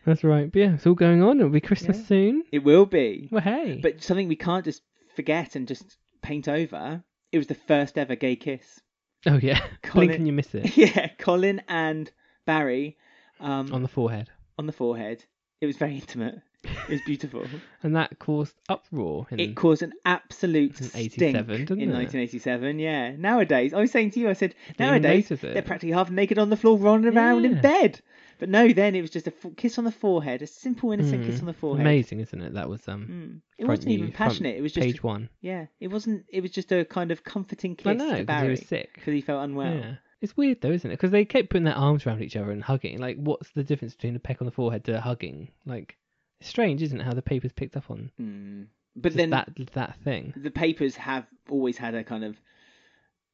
[SPEAKER 1] That's right. But yeah, it's all going on. It'll be Christmas
[SPEAKER 2] Yeah.
[SPEAKER 1] soon.
[SPEAKER 2] It will be.
[SPEAKER 1] Well, hey.
[SPEAKER 2] But something we can't just forget and just paint over. It was the first ever gay kiss.
[SPEAKER 1] oh yeah,
[SPEAKER 2] Colin-
[SPEAKER 1] blink and you miss it
[SPEAKER 2] yeah, Colin and Barry um,
[SPEAKER 1] on the forehead,
[SPEAKER 2] on the forehead. It was very intimate. It was beautiful.
[SPEAKER 1] and that caused uproor in
[SPEAKER 2] It caused an absolute
[SPEAKER 1] in
[SPEAKER 2] stink
[SPEAKER 1] 87, didn't
[SPEAKER 2] in
[SPEAKER 1] it?
[SPEAKER 2] 1987. Yeah. Nowadays, I was saying to you, I said
[SPEAKER 1] They
[SPEAKER 2] nowadays
[SPEAKER 1] notice it.
[SPEAKER 2] they're practically half naked on the floor, rolling around in
[SPEAKER 1] Yeah.
[SPEAKER 2] bed. But no, then it was just a f- kiss on the forehead, a simple innocent kiss
[SPEAKER 1] Mm.
[SPEAKER 2] on the forehead.
[SPEAKER 1] Amazing, isn't it? That was um.
[SPEAKER 2] Mm. It
[SPEAKER 1] front
[SPEAKER 2] wasn't even
[SPEAKER 1] knee, front
[SPEAKER 2] passionate. It was just
[SPEAKER 1] page one.
[SPEAKER 2] yeah. It wasn't. It was just a kind of comforting
[SPEAKER 1] I
[SPEAKER 2] kiss
[SPEAKER 1] know
[SPEAKER 2] to
[SPEAKER 1] 'cause he
[SPEAKER 2] Barry
[SPEAKER 1] was
[SPEAKER 2] because
[SPEAKER 1] sick.
[SPEAKER 2] he felt unwell.
[SPEAKER 1] Yeah. It's weird though, isn't it? Because they kept putting their arms around each other and hugging. Like, what's the difference between a peck on the forehead to a hugging? Like, it's strange, isn't it? How the papers picked up on
[SPEAKER 2] Mm. But
[SPEAKER 1] just
[SPEAKER 2] then
[SPEAKER 1] that that thing.
[SPEAKER 2] the papers have always had a kind of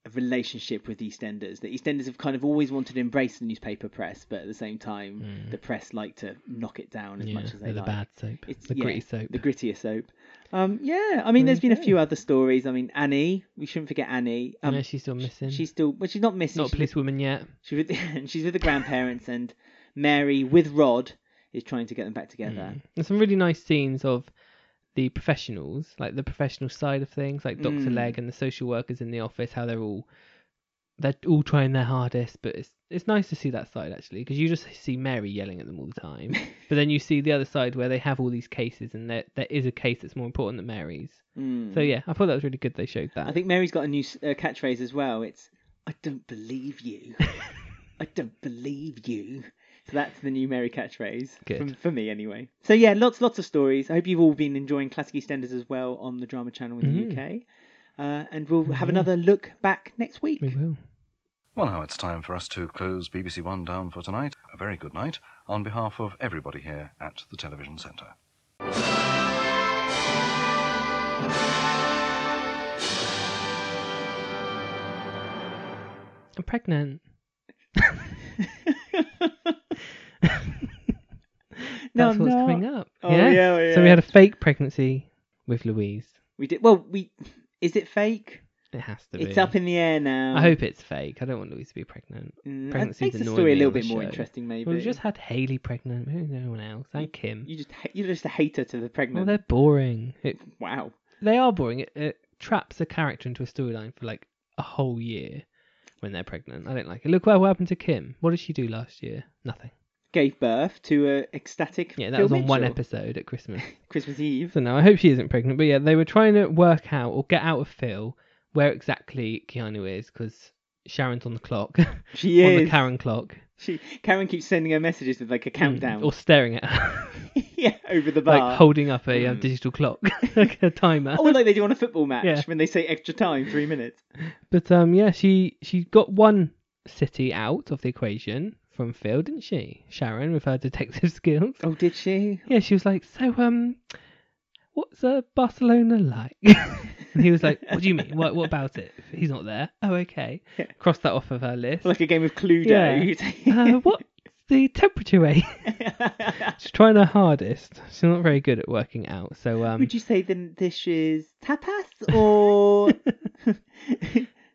[SPEAKER 2] a relationship with EastEnders. The EastEnders have kind of always wanted to embrace the newspaper press, but at the same time,
[SPEAKER 1] Mm.
[SPEAKER 2] the press like to knock it down as
[SPEAKER 1] yeah,
[SPEAKER 2] much as they
[SPEAKER 1] the
[SPEAKER 2] like.
[SPEAKER 1] bad soap,
[SPEAKER 2] It's-
[SPEAKER 1] the
[SPEAKER 2] yeah,
[SPEAKER 1] gritty soap.
[SPEAKER 2] The grittier soap. Um, yeah, I mean,
[SPEAKER 1] There
[SPEAKER 2] there's
[SPEAKER 1] you
[SPEAKER 2] been a
[SPEAKER 1] go.
[SPEAKER 2] few other stories. I mean, Annie. We shouldn't forget Annie.
[SPEAKER 1] I
[SPEAKER 2] Um,
[SPEAKER 1] know she's still missing.
[SPEAKER 2] she's still, well, she's not missing.
[SPEAKER 1] not a
[SPEAKER 2] she's, with,
[SPEAKER 1] policewoman yet.
[SPEAKER 2] she's with, she's with the grandparents, and Mary with Rod is trying to get them back together.
[SPEAKER 1] Mm. There's some really nice scenes of the professionals, like the professional side of things, like Doctor
[SPEAKER 2] Mm.
[SPEAKER 1] Leg and the social workers in the office, how they're all they're all trying their hardest, but it's it's nice to see that side actually because you just see Mary yelling at them all the time, but then you see the other side where they have all these cases and there there is a case that's more important than Mary's.
[SPEAKER 2] Mm.
[SPEAKER 1] So yeah, I thought that was really good they showed that.
[SPEAKER 2] I think Mary's got a new s- uh, catchphrase as well. It's "I don't believe you. I don't believe you." So that's the new Mary catchphrase
[SPEAKER 1] Good.
[SPEAKER 2] From, for me, anyway. So yeah, lots lots of stories. I hope you've all been enjoying classic EastEnders as well on the Drama Channel
[SPEAKER 1] Mm.
[SPEAKER 2] in the UK. Uh, and we'll have another look back next week.
[SPEAKER 1] Mm-hmm. we will.
[SPEAKER 3] Well, now it's time for us to close BBC One down for tonight. A very good night on behalf of everybody here at the Television Centre.
[SPEAKER 1] I'm pregnant.
[SPEAKER 2] No,
[SPEAKER 1] That's
[SPEAKER 2] I'm
[SPEAKER 1] what's
[SPEAKER 2] not.
[SPEAKER 1] coming up.
[SPEAKER 2] Oh, yeah, oh,
[SPEAKER 1] So we
[SPEAKER 2] yeah.
[SPEAKER 1] had a fake pregnancy with Louise.
[SPEAKER 2] We did well. We is it fake?
[SPEAKER 1] It has to be.
[SPEAKER 2] It's up in the air now.
[SPEAKER 1] I hope it's fake. I don't want Louise to be pregnant.
[SPEAKER 2] Mm, that
[SPEAKER 1] pregnancies
[SPEAKER 2] makes the
[SPEAKER 1] annoy
[SPEAKER 2] story a
[SPEAKER 1] me
[SPEAKER 2] little
[SPEAKER 1] on the
[SPEAKER 2] bit more
[SPEAKER 1] show.
[SPEAKER 2] interesting, maybe.
[SPEAKER 1] We've just had Haley pregnant. Maybe no one else. And Kim.
[SPEAKER 2] you just ha- you're just a hater to the
[SPEAKER 1] well,
[SPEAKER 2] pregnant.
[SPEAKER 1] they're boring. It,
[SPEAKER 2] wow.
[SPEAKER 1] they are boring. It, it traps a character into a storyline for like a whole year when they're pregnant. I don't like it. Look what happened to Kim. What did she do last year? Nothing.
[SPEAKER 2] Gave birth to a ecstatic.
[SPEAKER 1] Yeah, that
[SPEAKER 2] Phil
[SPEAKER 1] was on one
[SPEAKER 2] Mitchell.
[SPEAKER 1] episode at Christmas.
[SPEAKER 2] Christmas Eve.
[SPEAKER 1] So no, I hope she isn't pregnant. But yeah, they were trying to work out or get out of Phil where exactly Keanu is because Sharon's on the clock, on
[SPEAKER 2] She
[SPEAKER 1] the
[SPEAKER 2] is.
[SPEAKER 1] Karen clock,
[SPEAKER 2] she Karen keeps sending her messages with like a countdown.
[SPEAKER 1] or staring at her,
[SPEAKER 2] yeah, over the bar.
[SPEAKER 1] like holding up a uh,
[SPEAKER 2] Mm.
[SPEAKER 1] digital clock, like a timer.
[SPEAKER 2] or like they do on a football match
[SPEAKER 1] Yeah.
[SPEAKER 2] when they say extra time, three minutes.
[SPEAKER 1] But um, yeah, she she got one city out of the equation from Phil, didn't she? Sharon with her detective skills.
[SPEAKER 2] Oh, did she?
[SPEAKER 1] Yeah, she was like, so um, what's uh, Barcelona like? and he was like, what do you mean? What what about it? He's not there. Oh, okay.
[SPEAKER 2] Yeah.
[SPEAKER 1] Cross that off of her list.
[SPEAKER 2] Like a game of Cluedo.
[SPEAKER 1] Yeah.
[SPEAKER 2] You take-
[SPEAKER 1] uh, what's the temperature? Rate? She's trying her hardest. She's not very good at working out. So um,
[SPEAKER 2] Would you say the dish is tapas or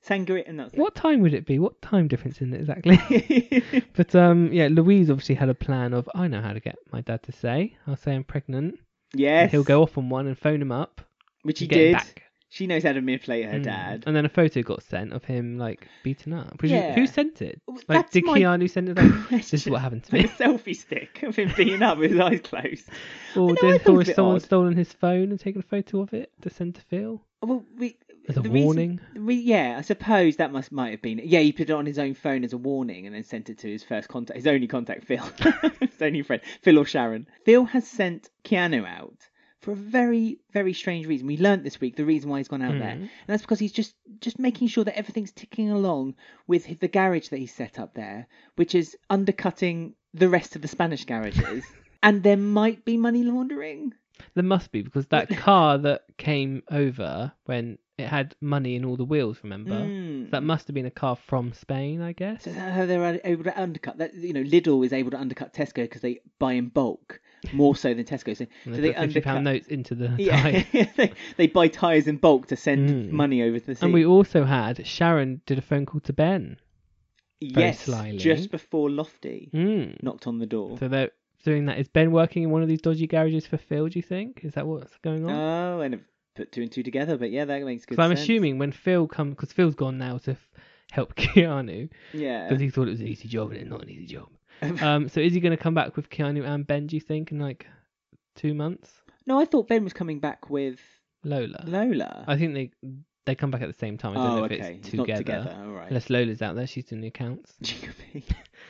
[SPEAKER 2] sangria? And that's
[SPEAKER 1] what time would it be? What time difference in it exactly? But um, yeah, Louise obviously had a plan of I know how to get my dad to say I'll say I'm pregnant. and
[SPEAKER 2] yes.
[SPEAKER 1] He'll go off on one and phone him up.
[SPEAKER 2] Which he
[SPEAKER 1] and get him
[SPEAKER 2] did.
[SPEAKER 1] back.
[SPEAKER 2] She knows how to manipulate her
[SPEAKER 1] Mm.
[SPEAKER 2] dad.
[SPEAKER 1] And then a photo got sent of him like beaten up. Which is-
[SPEAKER 2] Yeah.
[SPEAKER 1] who sent it?
[SPEAKER 2] Well,
[SPEAKER 1] Like
[SPEAKER 2] that's
[SPEAKER 1] did
[SPEAKER 2] my
[SPEAKER 1] Keanu send it? Like, this is
[SPEAKER 2] question.
[SPEAKER 1] what happened to
[SPEAKER 2] Like a
[SPEAKER 1] me.
[SPEAKER 2] selfie stick of him beating up with his eyes closed.
[SPEAKER 1] Or
[SPEAKER 2] know, I
[SPEAKER 1] did
[SPEAKER 2] thought it
[SPEAKER 1] or
[SPEAKER 2] was a
[SPEAKER 1] has
[SPEAKER 2] bit
[SPEAKER 1] someone
[SPEAKER 2] odd.
[SPEAKER 1] stolen his phone and taken a photo of it to send to Phil?
[SPEAKER 2] Well, we,
[SPEAKER 1] As a
[SPEAKER 2] the
[SPEAKER 1] warning?
[SPEAKER 2] Reason, we, yeah, I suppose that must might have been. Yeah, he put it on his own phone as a warning, and then sent it to his first contact, his only contact, Phil, his only friend, Phil or Sharon. Phil has sent Keanu out for a very, very strange reason. We learnt this week the reason why he's gone out there,
[SPEAKER 1] Mhm.
[SPEAKER 2] and that's because he's just just making sure that everything's ticking along with the garage that he set up there, which is undercutting the rest of the Spanish garages. and there might be money laundering.
[SPEAKER 1] There must be because that car that came over when it had money in all the wheels. Remember,
[SPEAKER 2] Mm.
[SPEAKER 1] that must have been a car from Spain, I guess.
[SPEAKER 2] So is that how they're able to undercut? That you know, Lidl is able to undercut Tesco because they buy in bulk more so than Tesco. So,
[SPEAKER 1] And
[SPEAKER 2] so
[SPEAKER 1] they
[SPEAKER 2] they
[SPEAKER 1] put fifty pound
[SPEAKER 2] undercut.
[SPEAKER 1] notes into the
[SPEAKER 2] Yeah,
[SPEAKER 1] tyre.
[SPEAKER 2] they, they buy tires in bulk to send
[SPEAKER 1] Mm.
[SPEAKER 2] money over to the sea.
[SPEAKER 1] And we also had Sharon did a phone call to Ben.
[SPEAKER 2] yes,
[SPEAKER 1] slyly.
[SPEAKER 2] just before Lofty
[SPEAKER 1] Mm.
[SPEAKER 2] knocked on the door.
[SPEAKER 1] So they're doing that. Is Ben working in one of these dodgy garages for Phil? Do you think is that what's going on?
[SPEAKER 2] Oh, and I've put two and two together, but yeah, that makes good
[SPEAKER 1] Because I'm
[SPEAKER 2] sense.
[SPEAKER 1] assuming when Phil comes, because Phil's gone now to f- help Keanu,
[SPEAKER 2] Yeah.
[SPEAKER 1] because he thought it was an easy job and it's not an easy job. um, so is he going to come back with Keanu and Ben? Do you think in like two months?
[SPEAKER 2] No, I thought Ben was coming back with
[SPEAKER 1] Lola.
[SPEAKER 2] Lola.
[SPEAKER 1] I think they they come back at the same time. I don't
[SPEAKER 2] oh,
[SPEAKER 1] know if
[SPEAKER 2] okay.
[SPEAKER 1] it's
[SPEAKER 2] It's
[SPEAKER 1] together.
[SPEAKER 2] Not together. All right.
[SPEAKER 1] Unless Lola's out there, she's doing the accounts.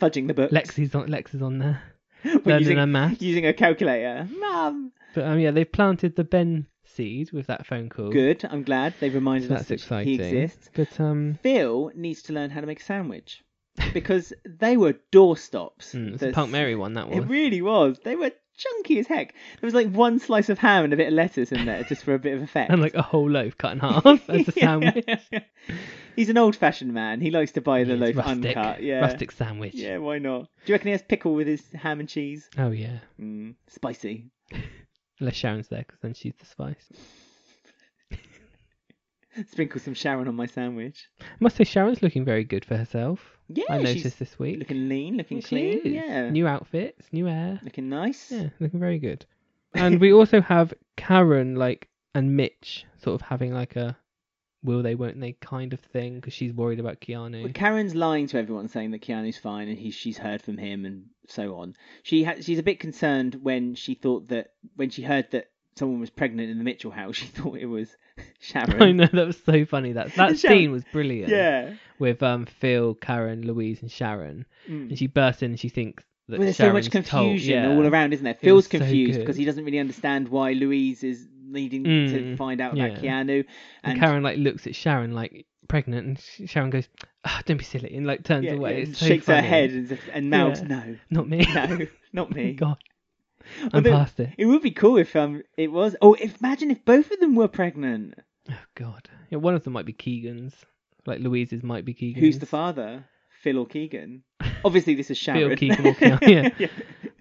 [SPEAKER 2] Fudging the book.
[SPEAKER 1] Lexi's on Lexi's on there
[SPEAKER 2] We're
[SPEAKER 1] learning
[SPEAKER 2] using,
[SPEAKER 1] her math.
[SPEAKER 2] using a calculator. Mum.
[SPEAKER 1] But um, yeah, they've planted the Ben seed with that phone call.
[SPEAKER 2] Good. I'm glad they've
[SPEAKER 1] So
[SPEAKER 2] reminded us
[SPEAKER 1] that's
[SPEAKER 2] that
[SPEAKER 1] exciting.
[SPEAKER 2] he exists.
[SPEAKER 1] But um,
[SPEAKER 2] Phil needs to learn how to make a sandwich because they were doorstops.
[SPEAKER 1] mm, it's a
[SPEAKER 2] That's-
[SPEAKER 1] Punk Mary one that
[SPEAKER 2] It
[SPEAKER 1] was.
[SPEAKER 2] really was. They were chunky as heck. There was like one slice of ham and a bit of lettuce in there just for a bit of effect.
[SPEAKER 1] And like a whole loaf cut in half as a sandwich.
[SPEAKER 2] He's an old-fashioned man. He likes to buy the
[SPEAKER 1] It's
[SPEAKER 2] loaf
[SPEAKER 1] rustic,
[SPEAKER 2] uncut. Yeah.
[SPEAKER 1] rustic sandwich.
[SPEAKER 2] Yeah, why not? Do you reckon he has pickle with his ham and cheese?
[SPEAKER 1] Oh yeah,
[SPEAKER 2] Mm, spicy.
[SPEAKER 1] unless Sharon's there because then she's the spice.
[SPEAKER 2] Sprinkle some Sharon on my sandwich.
[SPEAKER 1] I must say Sharon's looking very good for herself.
[SPEAKER 2] Yeah,
[SPEAKER 1] I
[SPEAKER 2] she's
[SPEAKER 1] noticed this week.
[SPEAKER 2] looking lean, looking
[SPEAKER 1] Yeah, she
[SPEAKER 2] clean.
[SPEAKER 1] is.
[SPEAKER 2] Yeah,
[SPEAKER 1] New outfits, new hair.
[SPEAKER 2] looking nice.
[SPEAKER 1] Yeah, looking very good. And we also have Karen, like, and Mitch sort of having like a will they, won't they kind of thing because she's worried about Keanu.
[SPEAKER 2] But Karen's lying to everyone, saying that Keanu's fine and he, she's heard from him and so on. She ha- she's a bit concerned when she thought that when she heard that someone was pregnant in the Mitchell house, she thought it was Sharon.
[SPEAKER 1] I know that was so funny. That that
[SPEAKER 2] Sharon-
[SPEAKER 1] scene was brilliant.
[SPEAKER 2] Yeah.
[SPEAKER 1] With um Phil, Karen, Louise, and Sharon,
[SPEAKER 2] Mm.
[SPEAKER 1] and she bursts in and she thinks that
[SPEAKER 2] Well, there's
[SPEAKER 1] Sharon's
[SPEAKER 2] so much confusion
[SPEAKER 1] told. Yeah.
[SPEAKER 2] all around, isn't there?
[SPEAKER 1] was
[SPEAKER 2] Phil's
[SPEAKER 1] so
[SPEAKER 2] confused
[SPEAKER 1] good.
[SPEAKER 2] because he doesn't really understand why Louise is needing
[SPEAKER 1] Mm,
[SPEAKER 2] to find out about
[SPEAKER 1] yeah.
[SPEAKER 2] Keanu.
[SPEAKER 1] And, Karen like looks at Sharon like pregnant, and Sh- Sharon goes, oh, "Don't be silly," and like turns
[SPEAKER 2] yeah,
[SPEAKER 1] away.
[SPEAKER 2] yeah,
[SPEAKER 1] It's so
[SPEAKER 2] shakes her
[SPEAKER 1] funny.
[SPEAKER 2] head and, and mouths,
[SPEAKER 1] Yeah.
[SPEAKER 2] no,
[SPEAKER 1] Not me.
[SPEAKER 2] no, not me.
[SPEAKER 1] God, I'm
[SPEAKER 2] then-
[SPEAKER 1] past it.
[SPEAKER 2] It would be cool if um it was. Oh, if, imagine if both of them were pregnant.
[SPEAKER 1] Oh God, yeah, one of them might be Keegan's. Like Louise's might be Keegan's.
[SPEAKER 2] Who's the father? Phil or Keegan? Obviously, this is
[SPEAKER 1] Phil
[SPEAKER 2] Sharon.
[SPEAKER 1] Keegan or Keanu, yeah.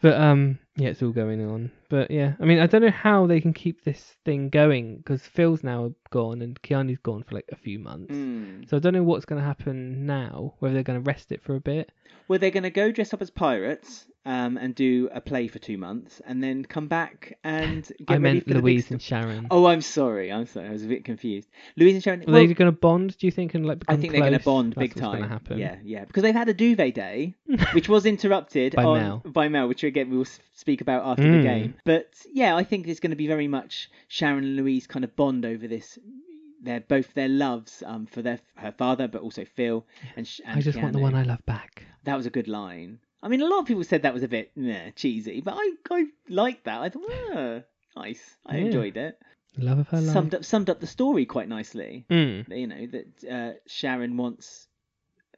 [SPEAKER 1] But um, yeah, it's all going on. But yeah, I mean, I don't know how they can keep this thing going because Phil's now gone and Keanu's gone for like a few months.
[SPEAKER 2] Hmm.
[SPEAKER 1] So I don't know what's going to happen now. Whether they're going to rest it for a bit.
[SPEAKER 2] Well, they're going to go dress up as pirates um, and do a play for two months, and then come back and get
[SPEAKER 1] I
[SPEAKER 2] ready
[SPEAKER 1] meant
[SPEAKER 2] for the big
[SPEAKER 1] Louise
[SPEAKER 2] st-
[SPEAKER 1] and Sharon.
[SPEAKER 2] Oh, I'm sorry. I'm sorry. I was a bit confused. Louise and Sharon.
[SPEAKER 1] Are
[SPEAKER 2] well,
[SPEAKER 1] they going to bond? Do you think and like
[SPEAKER 2] I
[SPEAKER 1] become
[SPEAKER 2] think they're going to
[SPEAKER 1] close?
[SPEAKER 2] bond
[SPEAKER 1] That's
[SPEAKER 2] big
[SPEAKER 1] what's
[SPEAKER 2] time.
[SPEAKER 1] Gonna happen.
[SPEAKER 2] Yeah, yeah, because they've had a duvet day, which was interrupted
[SPEAKER 1] By
[SPEAKER 2] on,
[SPEAKER 1] Mel.
[SPEAKER 2] by Mel, which again we will s- speak about after
[SPEAKER 1] Mm.
[SPEAKER 2] the game. But yeah, I think it's going to be very much Sharon and Louise kind of bond over this. They're both their loves um, for their her father, but also Phil and. Sh- and
[SPEAKER 1] I just want the
[SPEAKER 2] Keanu.
[SPEAKER 1] one I love back.
[SPEAKER 2] That was a good line. I mean, a lot of people said that was a bit nah, cheesy, but I I liked that. I thought, ah, nice. I
[SPEAKER 1] Yeah.
[SPEAKER 2] enjoyed it.
[SPEAKER 1] The love of her life.
[SPEAKER 2] Summed up summed up the story quite nicely
[SPEAKER 1] Mm.
[SPEAKER 2] you know that uh, Sharon wants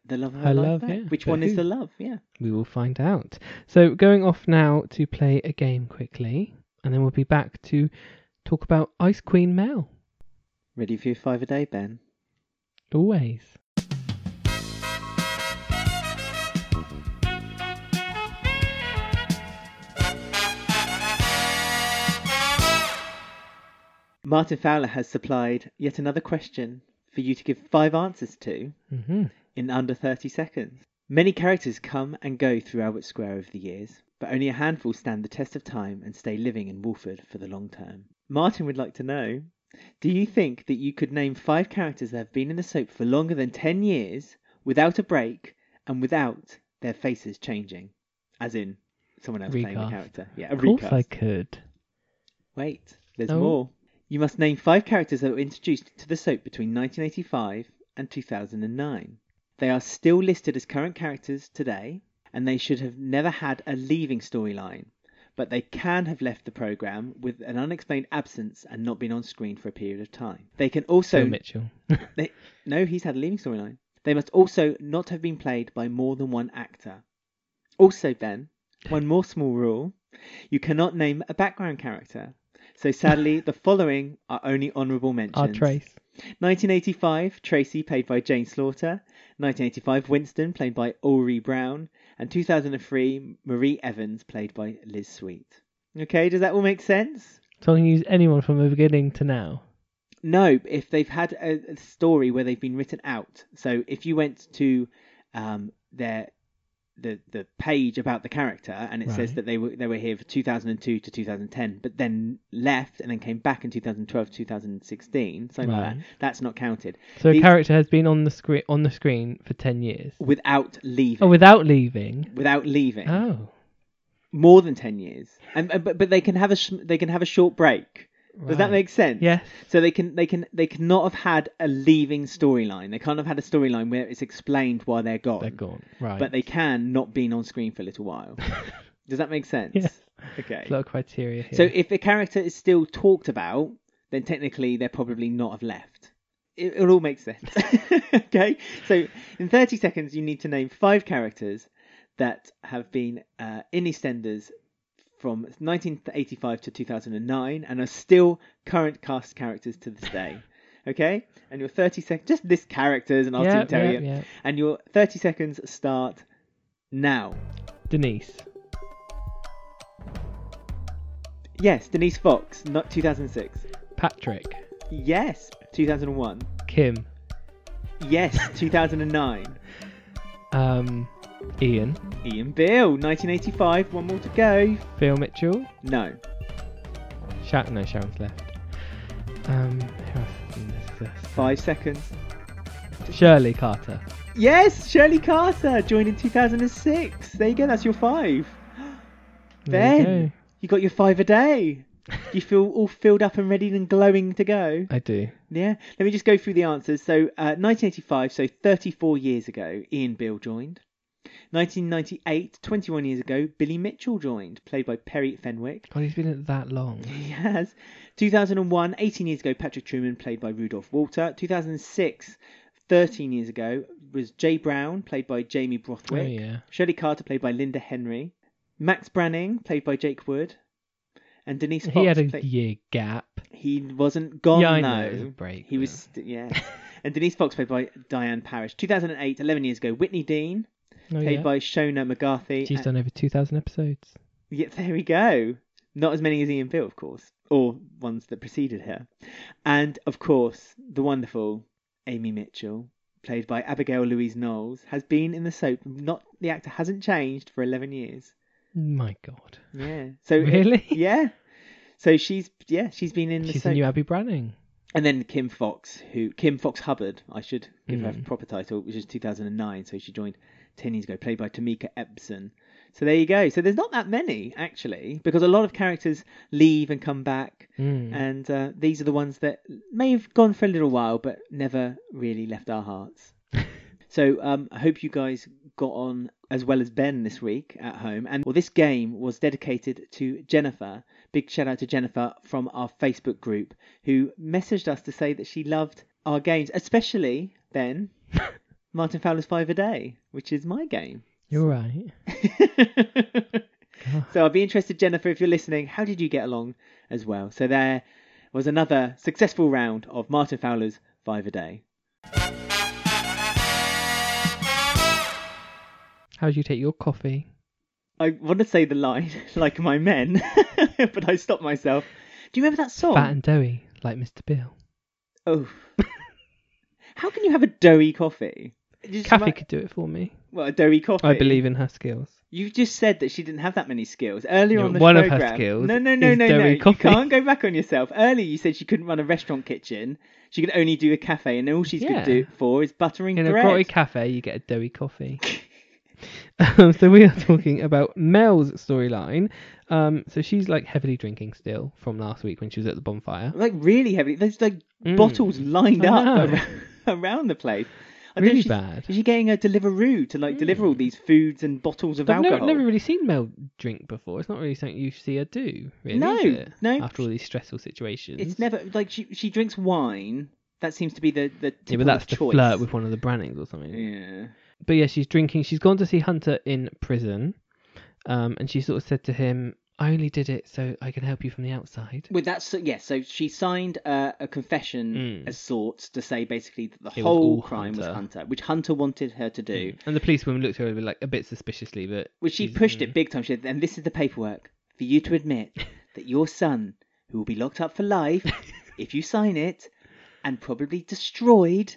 [SPEAKER 2] the love of
[SPEAKER 1] Her
[SPEAKER 2] her, life
[SPEAKER 1] love,
[SPEAKER 2] back.
[SPEAKER 1] yeah,
[SPEAKER 2] Which
[SPEAKER 1] but
[SPEAKER 2] one
[SPEAKER 1] who?
[SPEAKER 2] is the love? Yeah.
[SPEAKER 1] We will find out. So, going off now to play a game quickly, and then we'll be back to talk about Ice Queen Mel.
[SPEAKER 2] Ready for your five a day, Ben?
[SPEAKER 1] Always.
[SPEAKER 2] Martin Fowler has supplied yet another question for you to give five answers to
[SPEAKER 1] hmm
[SPEAKER 2] in under 30 seconds. Many characters come and go through Albert Square over the years, but only a handful stand the test of time and stay living in Wolford for the long term. Martin would like to know Do you think that you could name five characters that have been in the soap for longer than 10 years without a break and without their faces changing? As in, someone else playing
[SPEAKER 1] Recast.
[SPEAKER 2] the character. Yeah, a
[SPEAKER 1] Of course,
[SPEAKER 2] recast.
[SPEAKER 1] I could.
[SPEAKER 2] Wait, there's
[SPEAKER 1] Oh.
[SPEAKER 2] more. You must name five characters that were introduced to the soap between 1985 and 2009. They are still listed as current characters today, and they should have never had a leaving storyline, but they can have left the programme with an unexplained absence and not been on screen for a period of time. They can also
[SPEAKER 1] Bill Mitchell.
[SPEAKER 2] they, no, he's had a leading storyline. They must also not have been played by more than one actor. Also, Ben, one more small rule you cannot name a background character. So sadly, the following are only honourable mentions.
[SPEAKER 1] Our Trace.
[SPEAKER 2] 1985, Tracy, played by Jane Slaughter. 1985, Winston, played by Ulrich Brown. And 2003, Marie Evans, played by Liz Sweet. Okay, does that all make sense?
[SPEAKER 1] So I can use anyone from the beginning to now.
[SPEAKER 2] No, if they've had a, a story where they've been written out. So if you went to um, their the the page about the character and it says
[SPEAKER 1] Right.
[SPEAKER 2] that they were they were here for 2002 to 2010, but then left and then came back in 2012 2016, something like that.
[SPEAKER 1] Right.
[SPEAKER 2] That's not counted
[SPEAKER 1] So
[SPEAKER 2] The-
[SPEAKER 1] a character has been on the screen on the screen for ten years.
[SPEAKER 2] without leaving.
[SPEAKER 1] Oh, without leaving.
[SPEAKER 2] without leaving
[SPEAKER 1] Oh,
[SPEAKER 2] more than 10 years and and- but, but they can have a sh- they can have a short break does that
[SPEAKER 1] Right.
[SPEAKER 2] make sense
[SPEAKER 1] yes.
[SPEAKER 2] so they can they can they cannot have had a leaving storyline they can't have had a storyline where it's explained why they're gone,
[SPEAKER 1] They're gone. Right.
[SPEAKER 2] Um, but they can not been on screen for a little while does that make sense
[SPEAKER 1] Yes.
[SPEAKER 2] okay
[SPEAKER 1] a lot of criteria here.
[SPEAKER 2] so if a character is still talked about then technically they're probably not have left it, it all makes sense okay so in 30 seconds you need to name five characters that have been uh, in EastEnders from 1985 to 2009 and are still current cast characters to this day. Okay? And your 30 seconds, just list characters and I'll
[SPEAKER 1] yeah,
[SPEAKER 2] team tell
[SPEAKER 1] yeah,
[SPEAKER 2] you.
[SPEAKER 1] yeah.
[SPEAKER 2] And your 30 seconds start now.
[SPEAKER 1] Denise.
[SPEAKER 2] Yes, Denise Fox, not 2006.
[SPEAKER 1] Patrick.
[SPEAKER 2] Yes, 2001.
[SPEAKER 1] Kim.
[SPEAKER 2] Yes, 2009.
[SPEAKER 1] Um, Ian.
[SPEAKER 2] Ian Beale, 1985. One more to go.
[SPEAKER 1] Bill Mitchell.
[SPEAKER 2] No.
[SPEAKER 1] Sha- no, Sharon's left. Um, who else is in this list?
[SPEAKER 2] Five seconds.
[SPEAKER 1] Shirley Carter.
[SPEAKER 2] Yes, Shirley Carter joined in 2006. There you go, that's your five.
[SPEAKER 1] There you
[SPEAKER 2] Ben.
[SPEAKER 1] go.
[SPEAKER 2] You got your five a day. You feel all filled up and ready and glowing to go.
[SPEAKER 1] I do.
[SPEAKER 2] Yeah, let me just go through the answers. So, uh, 1985, so 34 years ago, Ian Beale joined. 1998, 21 years ago, Billy Mitchell joined, played by Perry Fenwick.
[SPEAKER 1] God, he's been in it that long.
[SPEAKER 2] He has. 2001, 18 years ago, Patrick Truman, played by Rudolph Walter. 2006, 13 years ago, was Jay Brown, played by Jamie Brothwick.
[SPEAKER 1] Oh yeah.
[SPEAKER 2] Shirley Carter, played by Linda Henry. Max Branning, played by Jake Wood. And Denise Fox.
[SPEAKER 1] He had a
[SPEAKER 2] play-
[SPEAKER 1] year gap.
[SPEAKER 2] he wasn't gone,
[SPEAKER 1] yeah, I know. It was a
[SPEAKER 2] though.
[SPEAKER 1] break.
[SPEAKER 2] He was, st- yeah. and Denise Fox, played by Diane Parrish. 2008, 11 years ago, Whitney Dean,
[SPEAKER 1] but- oh,
[SPEAKER 2] played
[SPEAKER 1] yeah.
[SPEAKER 2] by uh, Shona McGarthy.
[SPEAKER 1] She's
[SPEAKER 2] And-
[SPEAKER 1] done over two thousand episodes.
[SPEAKER 2] yeah, there we go. Not as many as Ian Beale, of course, or ones that preceded her. And, of course, the wonderful Amy Mitchell, played by Abigail Louise Knowles, has been in the soap. Not The actor hasn't changed for 11 years.
[SPEAKER 1] My God.
[SPEAKER 2] Yeah. So it-
[SPEAKER 1] Really?
[SPEAKER 2] yeah. So she's yeah she's been in the
[SPEAKER 1] She's
[SPEAKER 2] soap.
[SPEAKER 1] the new Abby Branning.
[SPEAKER 2] And then Kim Fox, who Kim Fox Hubbard, I should give her a
[SPEAKER 1] Mm.
[SPEAKER 2] proper title, which is 2009. So she joined 10 years ago, played by Tamika Epson. So there you go. So there's not that many actually, because a lot of characters leave and come back,
[SPEAKER 1] Mm.
[SPEAKER 2] and uh, these are the ones that may have gone for a little while, but never really left our hearts. so um, I hope you guys got on as well as Ben this week at home. And well, this game was dedicated to Jennifer. Big shout out to Jennifer from our Facebook group who messaged us to say that she loved our games, especially Ben, Martin Fowler's Five a Day, which is my game.
[SPEAKER 1] You're right.
[SPEAKER 2] so I'd be interested, Jennifer, if you're listening, how did you get along as well? So there was another successful round of Martin Fowler's Five a Day.
[SPEAKER 1] How'd you take your coffee?
[SPEAKER 2] I want to say the line, like my men, but I stopped myself. Do you remember that song?
[SPEAKER 1] Fat and doughy, like Mr. Bill.
[SPEAKER 2] Oh. how can you have a doughy coffee? It just
[SPEAKER 1] Kathy
[SPEAKER 2] remi-
[SPEAKER 1] could do it for me.
[SPEAKER 2] Well, a doughy coffee.
[SPEAKER 1] I believe in her skills.
[SPEAKER 2] You just said that she didn't have that many skills earlier
[SPEAKER 1] No,
[SPEAKER 2] on the
[SPEAKER 1] one of her
[SPEAKER 2] program.
[SPEAKER 1] skills
[SPEAKER 2] no, no, no,
[SPEAKER 1] is
[SPEAKER 2] no, no.
[SPEAKER 1] doughy
[SPEAKER 2] You
[SPEAKER 1] coffee.
[SPEAKER 2] can't go back on yourself. Earlier, you said she couldn't run a restaurant kitchen. She could only do a cafe, and all she's
[SPEAKER 1] Yeah.
[SPEAKER 2] good do for is buttering
[SPEAKER 1] In a
[SPEAKER 2] bread.
[SPEAKER 1] grotty cafe, you get a doughy coffee. um, so we are talking about Mel's storyline. Um, so she's like heavily drinking still from last week when she was at the bonfire.
[SPEAKER 2] like really heavily. There's like
[SPEAKER 1] Mm.
[SPEAKER 2] bottles lined
[SPEAKER 1] I
[SPEAKER 2] up
[SPEAKER 1] know.
[SPEAKER 2] around, around the place. I don't know,
[SPEAKER 1] Really
[SPEAKER 2] she's-
[SPEAKER 1] bad. Mm.
[SPEAKER 2] Is she getting a Deliveroo to like deliver all these foods and bottles of
[SPEAKER 1] I've never,
[SPEAKER 2] alcohol?
[SPEAKER 1] never really seen Mel drink before. It's not really something you see her do, really.
[SPEAKER 2] No,
[SPEAKER 1] is it?
[SPEAKER 2] no.
[SPEAKER 1] After all these stressful situations.
[SPEAKER 2] It's never like she she drinks wine. That seems to be the the
[SPEAKER 1] Yeah,
[SPEAKER 2] typical
[SPEAKER 1] but that's to
[SPEAKER 2] choice.
[SPEAKER 1] flirt with one of the Brannings or something.
[SPEAKER 2] Yeah.
[SPEAKER 1] But yeah, she's drinking. She's gone to see Hunter in prison, um, and she sort of said to him, "I only did it so I can help you from the outside."
[SPEAKER 2] With that, so, yes. so she signed uh, a confession
[SPEAKER 1] Mm.
[SPEAKER 2] as sorts to say basically that the
[SPEAKER 1] It was
[SPEAKER 2] whole
[SPEAKER 1] all
[SPEAKER 2] crime was
[SPEAKER 1] Hunter. Hmm.
[SPEAKER 2] Hunter, which Hunter wanted her to do.
[SPEAKER 1] And the policewoman looked at her a bit, like a bit suspiciously, but
[SPEAKER 2] Which she
[SPEAKER 1] she's-
[SPEAKER 2] pushed
[SPEAKER 1] mm.
[SPEAKER 2] it big time. She said, "And this is the paperwork for you to admit that your son, who will be locked up for life, if you sign it, and probably destroyed,